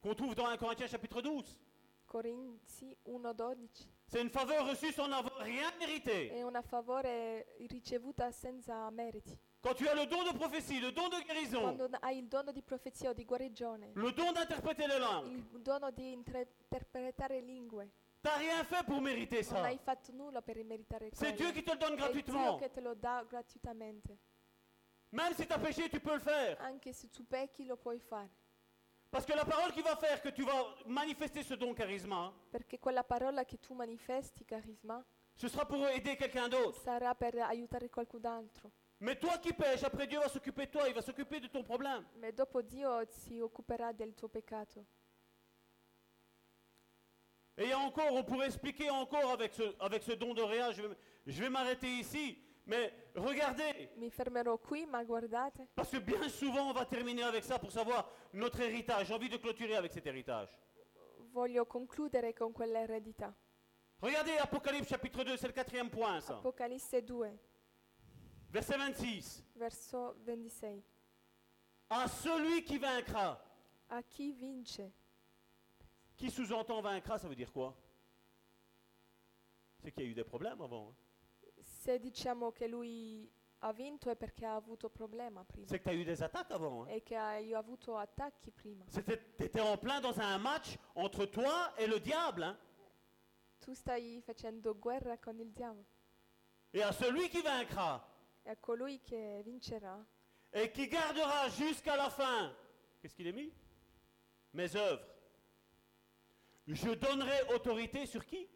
Speaker 5: qu'on trouve dans 1 Corinthiens chapitre 12.
Speaker 2: Corinzi 1.12.
Speaker 5: C'est une faveur reçue sans n'avoir rien mérité.
Speaker 2: È una favore ricevuta senza meriti.
Speaker 5: Quand tu as le don de prophétie, le don de guérison,
Speaker 2: Quando hai il dono di profezia o di guarigione,
Speaker 5: le don d'interpréter les langues,
Speaker 2: il dono di intre- interpretare lingue,
Speaker 5: t'as rien fait pour mériter
Speaker 2: non
Speaker 5: ça.
Speaker 2: hai fatto nulla per meritare quello.
Speaker 5: C'est Dieu qui te le donne
Speaker 2: È Dio
Speaker 5: gratuitement.
Speaker 2: che te lo dà gratuitamente.
Speaker 5: Même si tu as péché, tu peux le faire.
Speaker 2: Anche se tu pecchi lo puoi fare.
Speaker 5: Parce que la parole qui va faire que tu vas manifester ce don charisma,
Speaker 2: Perché quella parola che tu manifesti, carisma,
Speaker 5: ce sera pour aider quelqu'un d'autre.
Speaker 2: sarà per aiutare qualcun altro.
Speaker 5: Mais toi qui pêches, après Dieu va s'occuper de toi, il va s'occuper de ton problème.
Speaker 2: Ma dopo Dio si occuperà del tuo peccato.
Speaker 5: Et il y a encore, on pourrait expliquer encore avec ce, avec ce don de Réa, je vais, je vais m'arrêter ici, mais regardez,
Speaker 2: Mi fermerò qui, ma guardate,
Speaker 5: parce que bien souvent on va terminer avec ça pour savoir notre héritage. J'ai envie de clôturer avec cet héritage.
Speaker 2: voglio concludere con quell'eredità.
Speaker 5: Regardez Apocalypse chapitre 2, c'est le quatrième point ça.
Speaker 2: Apocalisse 2,
Speaker 5: Verset 26.
Speaker 2: verso 26.
Speaker 5: À celui qui vaincra,
Speaker 2: A chi vince?
Speaker 5: qui sous-entend vaincra, ça veut dire quoi C'est qu'il y a eu des problèmes avant. hein.
Speaker 2: Se diciamo che lui ha vinto è perché ha avuto problema prima
Speaker 5: C'est que tu as eu des attaques avant. hein.
Speaker 2: e che ha io ho avuto attacchi prima.
Speaker 5: C'était, t'étais en plein dans un match entre toi et le diable. hein.
Speaker 2: Tu stai facendo guerra con il diavolo
Speaker 5: Et à celui qui vaincra
Speaker 2: e a colui che vincerà
Speaker 5: et qui gardera jusqu'à la fin, qu'est-ce qu'il est mis Mes œuvres. Je donnerai autorité sur qui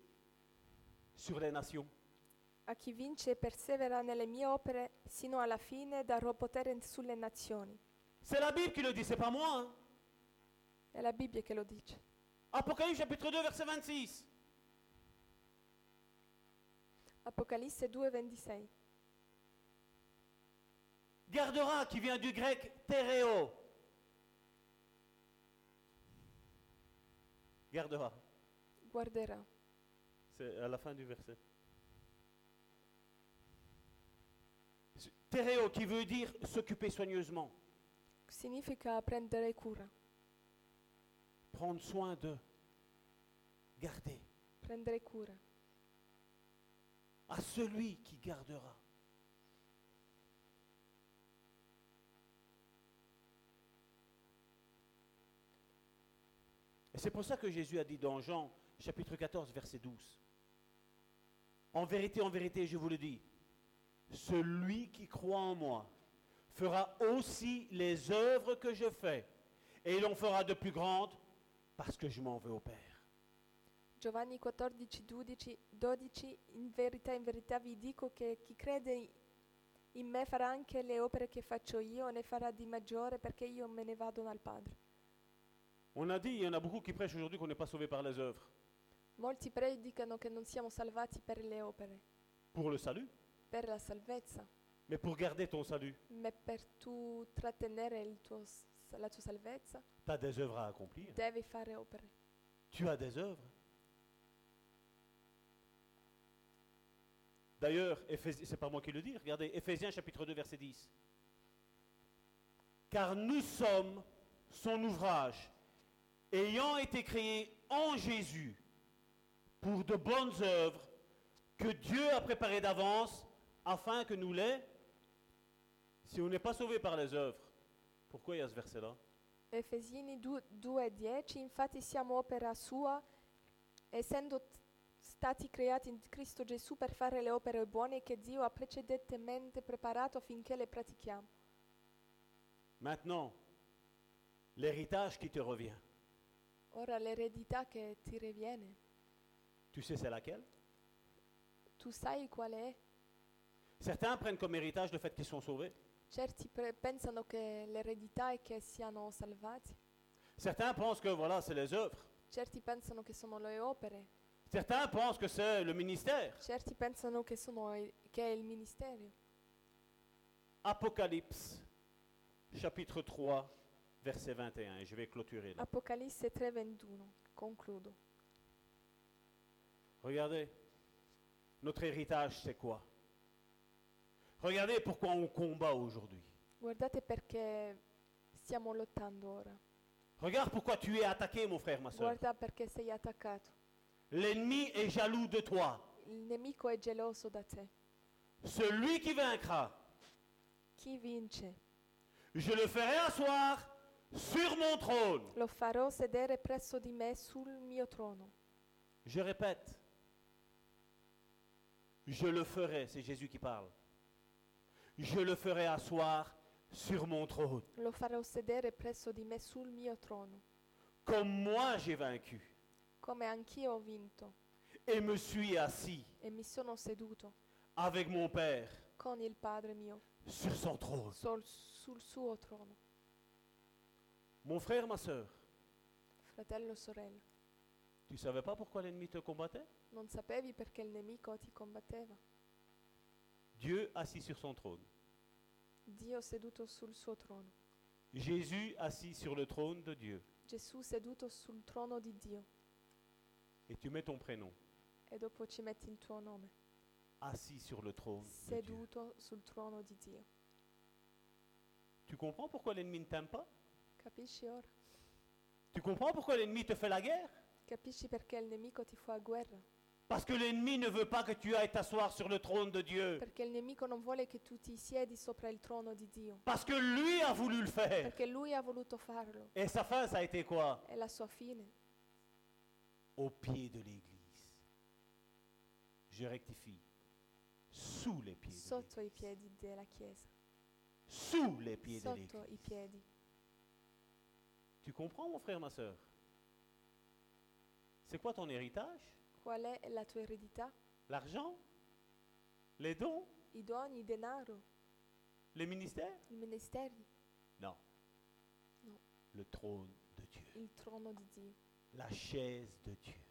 Speaker 5: Sur les nations.
Speaker 2: a chi vince e persevera nelle mie opere sino alla fine darò potere sulle nazioni.
Speaker 5: C'est la Bible qui le dit, c'est pas moi. hein.
Speaker 2: È la Bibbia che lo dice.
Speaker 5: Apocalypse chapitre 2, verset 26.
Speaker 2: Apocalisse 2:26.
Speaker 5: Gardera, qui vient du grec tereo. Gardera,
Speaker 2: Guarderà.
Speaker 5: c'est à la fin du verset. Tereo, qui veut dire s'occuper soigneusement,
Speaker 2: Significa prendere cura,
Speaker 5: prendre soin de, garder.
Speaker 2: prendere cura.
Speaker 5: À celui qui gardera. Et c'est pour ça que Jésus a dit dans Jean chapitre 14 verset 12, En vérité, en vérité, je vous le dis, celui qui croit en moi fera aussi les œuvres que je fais, et il en fera de plus grandes, parce que je m'en veux au Père.
Speaker 2: Giovanni 14, 12, 12, in verità, in verità vi dico che chi crede i- in me farà anche le opere che faccio io, ne farà di maggiore perché io me ne vado dal Padre.
Speaker 5: On a dit, il y en a beaucoup qui prêchent aujourd'hui qu'on n'est pas sauvé par les œuvres
Speaker 2: Molti predicano che non siamo salvati per le opere,
Speaker 5: pour le salut.
Speaker 2: per la salvezza,
Speaker 5: mais pour garder ton salut,
Speaker 2: ma per tu trattenere il tuo s- la tua salvezza
Speaker 5: tu as des œuvres à accomplir.
Speaker 2: devi fare opere.
Speaker 5: Tu as des œuvres. D'ailleurs, Éphés- c'est pas moi qui le dis, regardez, Éphésiens chapitre 2 verset 10. Car nous sommes son ouvrage, ayant été créés en Jésus pour de bonnes œuvres que Dieu a préparées d'avance afin que nous les... Si on n'est pas sauvé par les œuvres, pourquoi il y a ce verset-là
Speaker 2: Efesini 2:10 infatti siamo opera sua essendo t- stati creati in Cristo Gesù per fare le opere buone che Dio ha precedentemente preparato affinché le pratichiamo.
Speaker 5: Maintenant, l'héritage qui te revient,
Speaker 2: Ora l'eredità che ti reviene,
Speaker 5: tu sais c'est laquelle
Speaker 2: tu sai qual è?
Speaker 5: Certains prennent comme héritage le fait qu'ils sont sauvés.
Speaker 2: Certi pre- pensano che l'eredità è che siano salvati,
Speaker 5: Certains pensent que voilà, c'est les œuvres.
Speaker 2: Certi pensano che sono le opere,
Speaker 5: Certains pensent que c'est le ministère.
Speaker 2: certi pensano che, sono i- che è il ministero.
Speaker 5: Apocalypse, chapitre 3, verset 21. Et je vais clôturer là.
Speaker 2: Apocalisse 3:21, concludo.
Speaker 5: Regardez, notre héritage, c'est quoi Regardez pourquoi on combat aujourd'hui.
Speaker 2: Guardate perché stiamo lottando ora.
Speaker 5: Regarde pourquoi tu es attaqué, mon frère, ma soeur.
Speaker 2: Guarda perché sei attaccato.
Speaker 5: L'ennemi est jaloux de toi.
Speaker 2: Il nemico è geloso da te.
Speaker 5: Celui qui vaincra,
Speaker 2: Chi vince?
Speaker 5: je le ferai asseoir sur mon trône.
Speaker 2: Lo farò sedere presso di me sul mio trono.
Speaker 5: Je répète, je le ferai, c'est Jésus qui parle. Je le ferai asseoir sur mon trône,
Speaker 2: Lo farò sedere presso di me sul mio trono,
Speaker 5: comme moi j'ai vaincu
Speaker 2: come anch'io ho vinto
Speaker 5: et me suis assis
Speaker 2: e mi sono seduto
Speaker 5: avec mon Père
Speaker 2: con il Padre mio
Speaker 5: sur son trône.
Speaker 2: sol- sul suo trono.
Speaker 5: Mon frère, ma soeur,
Speaker 2: Fratello, sorella,
Speaker 5: tu savais pas pourquoi l'ennemi te combattait
Speaker 2: non sapevi perché il nemico ti combatteva?
Speaker 5: Dieu assis sur son trône.
Speaker 2: Dio seduto sul suo trono,
Speaker 5: Jésus assis sur le trône de Dieu.
Speaker 2: Gesù seduto sul trono di Dio
Speaker 5: Et tu mets ton prénom
Speaker 2: e dopo ci metti il tuo nome,
Speaker 5: assis sur le trône. de Dieu.
Speaker 2: seduto sul trono di Dio.
Speaker 5: Tu comprends pourquoi l'ennemi ne t'aime pas
Speaker 2: Capisci ora?
Speaker 5: Tu comprends pourquoi l'ennemi te fait la guerre
Speaker 2: Capisci perché il nemico ti fa guerra?
Speaker 5: Parce que l'ennemi ne veut pas que tu ailles t'asseoir sur le trône de Dieu.
Speaker 2: Perché il nemico non vuole che tu ti siedi sopra il trono di Dio,
Speaker 5: Parce que lui a voulu le faire.
Speaker 2: perché lui ha voluto farlo
Speaker 5: Et sa fin, ça a été quoi
Speaker 2: e la sua fine
Speaker 5: Au pied de l'Église. Je rectifie. Sous les pieds de
Speaker 2: sotto i
Speaker 5: l'Église.
Speaker 2: piedi della Chiesa,
Speaker 5: Sous les pieds de
Speaker 2: sotto i
Speaker 5: l'Église.
Speaker 2: piedi.
Speaker 5: Tu comprends, mon frère, ma soeur C'est quoi ton héritage
Speaker 2: Qual è la tua eredità?
Speaker 5: L'argent Les dons
Speaker 2: I doni, il denaro,
Speaker 5: Les ministères
Speaker 2: i ministeri,
Speaker 5: Non.
Speaker 2: Non.
Speaker 5: Le trône de Dieu.
Speaker 2: il trono di Dio.
Speaker 5: La chaise de Dieu.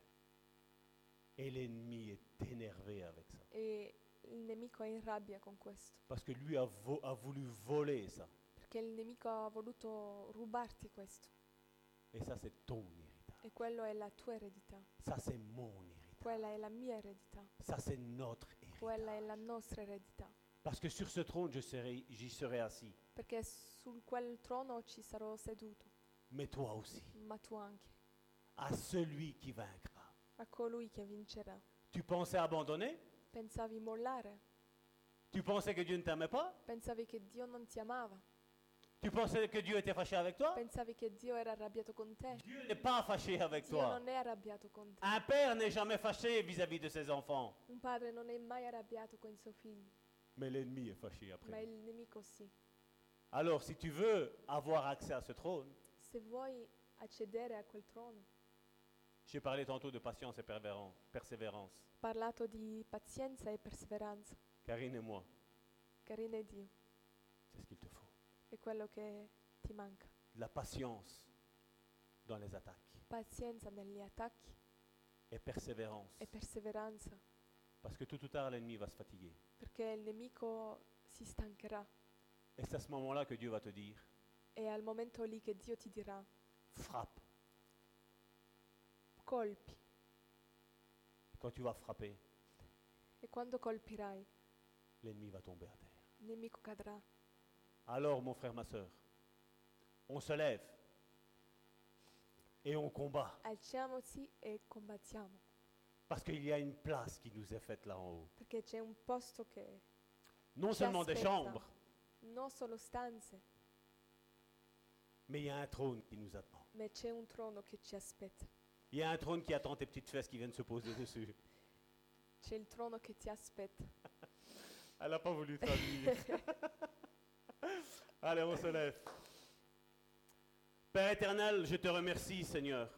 Speaker 5: Et l'ennemi est énervé avec ça.
Speaker 2: E il nemico è in rabbia con questo,
Speaker 5: Parce que lui a, vo- a voulu voler ça.
Speaker 2: perché il nemico ha voluto rubarti questo.
Speaker 5: Et ça, c'est ton héritage.
Speaker 2: E quello è la tua eredità,
Speaker 5: Ça, c'est mon héritage.
Speaker 2: quella è la mia eredità,
Speaker 5: Ça, c'est notre
Speaker 2: quella
Speaker 5: héritage.
Speaker 2: è la nostra eredità.
Speaker 5: Parce que sur ce trône, je serai, j'y serai assis.
Speaker 2: Perché su quel trono ci sarò seduto,
Speaker 5: Mais toi aussi,
Speaker 2: ma tu anche,
Speaker 5: à celui qui vaincra.
Speaker 2: a colui che vincerà.
Speaker 5: Tu pensais abandonner
Speaker 2: Pensavi mollare,
Speaker 5: Tu pensais que Dieu ne t'aimait pas
Speaker 2: pensavi che Dio non ti amava,
Speaker 5: Tu pensais que Dieu était fâché avec toi
Speaker 2: pensavi che Dio era arrabbiato con te.
Speaker 5: Dieu n'est pas fâché avec
Speaker 2: Dio
Speaker 5: toi.
Speaker 2: non è arrabbiato con te.
Speaker 5: Un père n'est jamais fâché vis-à-vis de ses enfants.
Speaker 2: Un padre non è mai arrabbiato con i suoi figli,
Speaker 5: Mais l'ennemi est fâché
Speaker 2: ma
Speaker 5: après. lui.
Speaker 2: il nemico sì.
Speaker 5: Alors, si tu veux avoir accès à ce trône,
Speaker 2: Se vuoi accedere a quel trono,
Speaker 5: j'ai parlé tantôt de patience et pervéran- persévérance.
Speaker 2: ho parlato di pazienza e perseveranza.
Speaker 5: Karine et moi,
Speaker 2: Carina è Dio,
Speaker 5: c'est ce qu'il te faut.
Speaker 2: è quello che ti manca.
Speaker 5: De La patience dans les attaques
Speaker 2: Pazienza negli attacchi
Speaker 5: et persévérance.
Speaker 2: e perseveranza,
Speaker 5: Parce que tout ou tard, l'ennemi va se fatiguer.
Speaker 2: perché il nemico si stancherà.
Speaker 5: Et c'est à ce moment-là que Dieu va te dire,
Speaker 2: È al momento lì che Dio ti dirà,
Speaker 5: frappe.
Speaker 2: colpi.
Speaker 5: Quand tu vas frapper,
Speaker 2: E quando colpirai,
Speaker 5: l'ennemi va tomber à terre.
Speaker 2: il nemico cadrà.
Speaker 5: Alors, mon frère, ma soeur, on se lève et on combat.
Speaker 2: Alziamoci e combattiamo,
Speaker 5: Parce qu'il y a une place qui nous est faite là en haut.
Speaker 2: perché c'è un posto che
Speaker 5: Non
Speaker 2: Qui
Speaker 5: seulement des
Speaker 2: aspecte ça.
Speaker 5: chambres,
Speaker 2: non sono stanze,
Speaker 5: mais il y a un trône qui nous attend.
Speaker 2: ma c'è un trono che ci aspetta.
Speaker 5: Il y a un trône qui attend tes petites fesses qui viennent se poser [laughs] dessus.
Speaker 2: C'è il trono che ti aspetta.
Speaker 5: Elle n'a pas voulu traduire. [laughs] Allez, on se lève. Père éternel, je te remercie, Seigneur.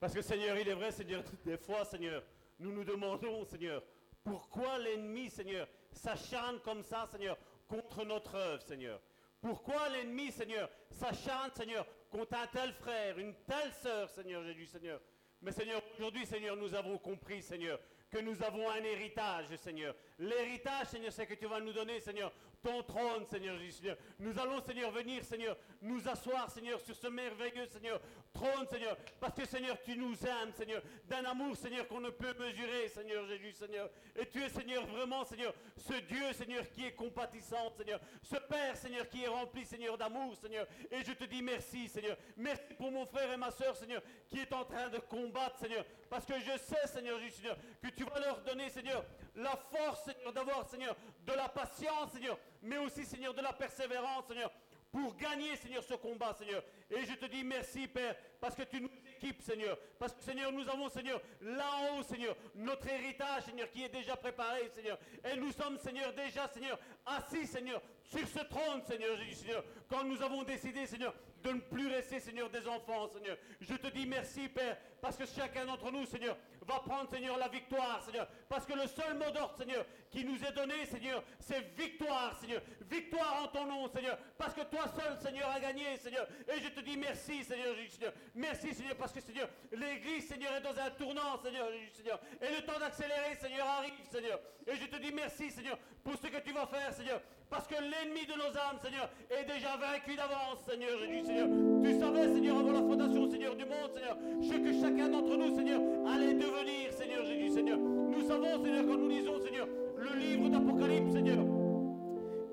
Speaker 5: Parce que, Seigneur, il est vrai, Seigneur, des fois, Seigneur, nous nous demandons, Seigneur, pourquoi l'ennemi, Seigneur, s'acharne comme ça, Seigneur, contre notre œuvre, Seigneur. Pourquoi l'ennemi, Seigneur, s'acharne, Seigneur, contre un tel frère, une telle sœur, Seigneur Jésus, Seigneur. Mais Seigneur, aujourd'hui, Seigneur, nous avons compris, Seigneur, que nous avons un héritage, Seigneur. L'héritage, Seigneur, c'est que tu vas nous donner, Seigneur, ton trône, Seigneur Jésus, Seigneur. Nous allons, Seigneur, venir, Seigneur, nous asseoir, Seigneur, sur ce merveilleux, Seigneur, trône, Seigneur, parce que, Seigneur, tu nous aimes, Seigneur, d'un amour, Seigneur, qu'on ne peut mesurer, Seigneur Jésus, Seigneur. Et tu es, Seigneur, vraiment, Seigneur, ce Dieu, Seigneur, qui est compatissant, Seigneur, ce Père, Seigneur, qui est rempli, Seigneur, d'amour, Seigneur. Et je te dis merci, Seigneur. Merci pour mon frère et ma soeur, Seigneur, qui est en train de combattre, Seigneur, parce que je sais, Seigneur Jésus, Seigneur, que tu vas leur donner, Seigneur, la force, Seigneur, d'avoir, Seigneur, de la patience, Seigneur, mais aussi, Seigneur, de la persévérance, Seigneur, pour gagner, Seigneur, ce combat, Seigneur. Et je te dis merci, Père, parce que tu nous équipes, Seigneur. Parce que, Seigneur, nous avons, Seigneur, là en haut, Seigneur, notre héritage, Seigneur, qui est déjà préparé, Seigneur. Et nous sommes, Seigneur, déjà, Seigneur, assis, Seigneur, sur ce trône, Seigneur Jésus, Seigneur, quand nous avons décidé, Seigneur, de ne plus rester, Seigneur, des enfants, Seigneur. Je te dis merci, Père, parce que chacun d'entre nous, Seigneur, va prendre, Seigneur, la victoire, Seigneur. Parce que le seul mot d'ordre, Seigneur, qui nous est donné, Seigneur, c'est victoire, Seigneur. Victoire en ton nom, Seigneur. Parce que toi seul, Seigneur, as gagné, Seigneur. Et je te dis merci, Seigneur Jésus, Seigneur. Merci, Seigneur, parce que, Seigneur, l'Église, Seigneur, est dans un tournant, Seigneur Jésus, Seigneur. Et le temps d'accélérer, Seigneur, arrive, Seigneur. Et je te dis merci, Seigneur, pour ce que tu vas faire, Seigneur. Parce que l'ennemi de nos âmes, Seigneur, est déjà vaincu d'avance, Seigneur Jésus, Seigneur. Tu savais, Seigneur, avant la fondation, Seigneur, du monde, Seigneur, ce que chacun d'entre nous, Seigneur, allait devenir, Seigneur Jésus, Seigneur. Nous savons, Seigneur, quand nous lisons, Seigneur, le livre d'Apocalypse, Seigneur.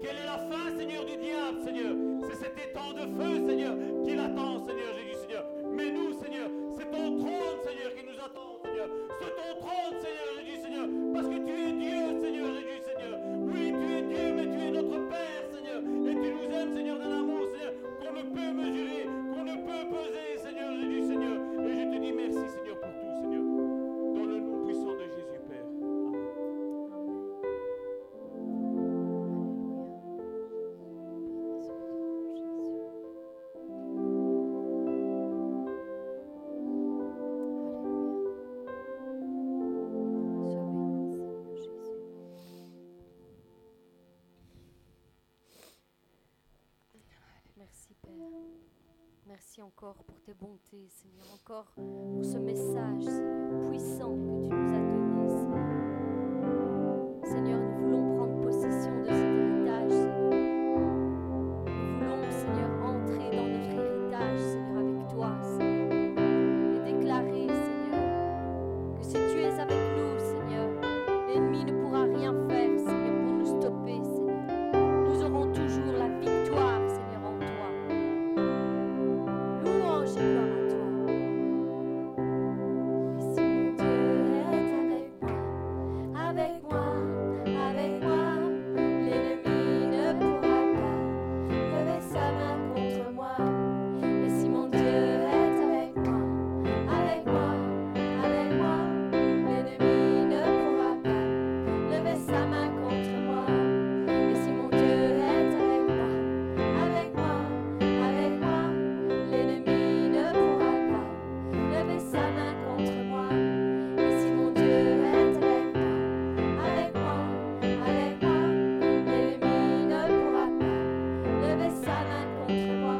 Speaker 5: Quelle est la fin, Seigneur, du diable, Seigneur C'est cet étang de feu, Seigneur, qui l'attend, Seigneur Jésus, Seigneur. Mais nous, Seigneur, c'est ton trône, Seigneur, qui nous attend, Seigneur. C'est ton trône, Seigneur Jésus, Seigneur. Parce que tu es Dieu, Seigneur Jésus, Seigneur. Oui, tu es Dieu, mais tu es notre Père, Seigneur. Et tu nous aimes, Seigneur, d'un amour, Seigneur, qu'on ne peut mesurer, qu'on ne peut peser, Seigneur Jésus, Seigneur. Et je te dis merci, Seigneur, pour tout, Seigneur. Dans le nom puissant de Jésus, Père.
Speaker 1: Merci Père. Merci encore pour tes bontés, Seigneur. Encore pour ce message, Seigneur, puissant que tu nous as donné, Seigneur. Seigneur, nous voulons prendre possession de cet héritage, Seigneur. Nous voulons, Seigneur, entrer dans notre héritage, Seigneur, avec toi, Seigneur. Et déclarer, Seigneur, que si tu es avec nous, Seigneur, l'ennemi ne pourra rien faire, Seigneur, pour nous stopper, Seigneur nous aurons toujours la victoire, Seigneur, en toi. Louange et gloire à toi. Et si mon Dieu est avec moi, avec moi, avec moi, l'ennemi ne pourra pas lever sa main contre moi. Et si mon Dieu est avec moi, avec moi, avec moi, l'ennemi ne pourra pas lever sa main
Speaker 3: Oh, Oh,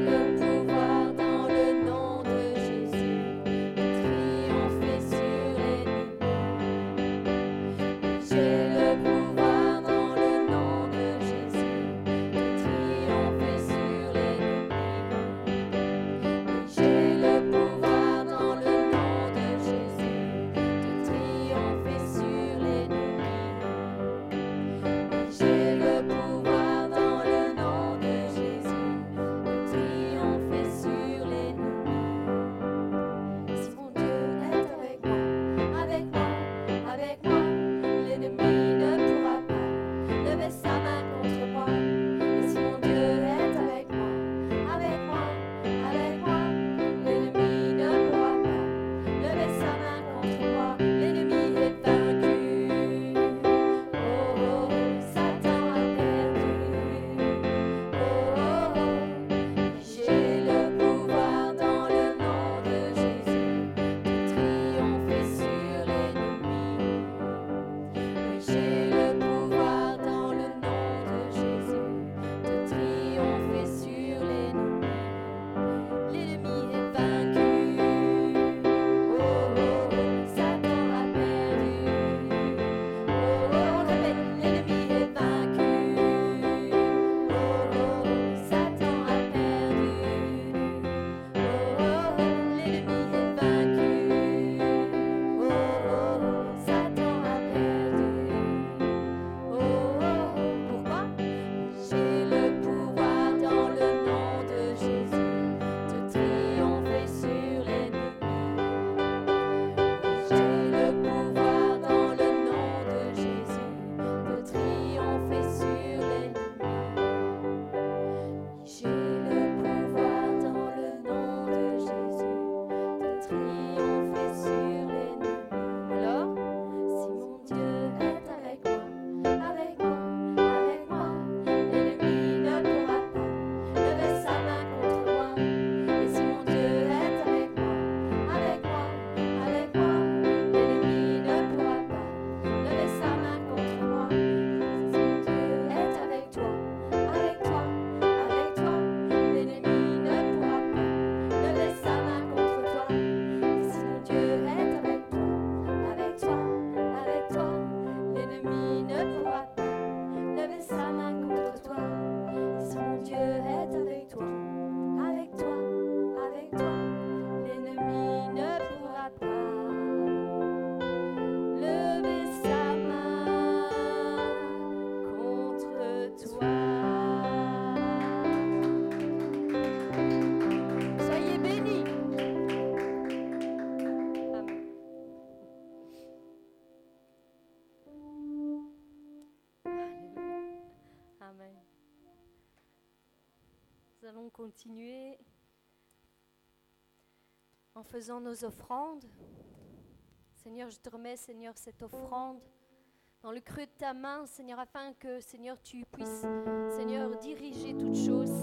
Speaker 3: Oh, Oh, Oh, Oh, Oh,
Speaker 1: Nous allons continuer en faisant nos offrandes. Seigneur, je te remets, Seigneur, cette offrande dans le creux de ta main, Seigneur, afin que, Seigneur, tu puisses, Seigneur, diriger toutes choses, euh,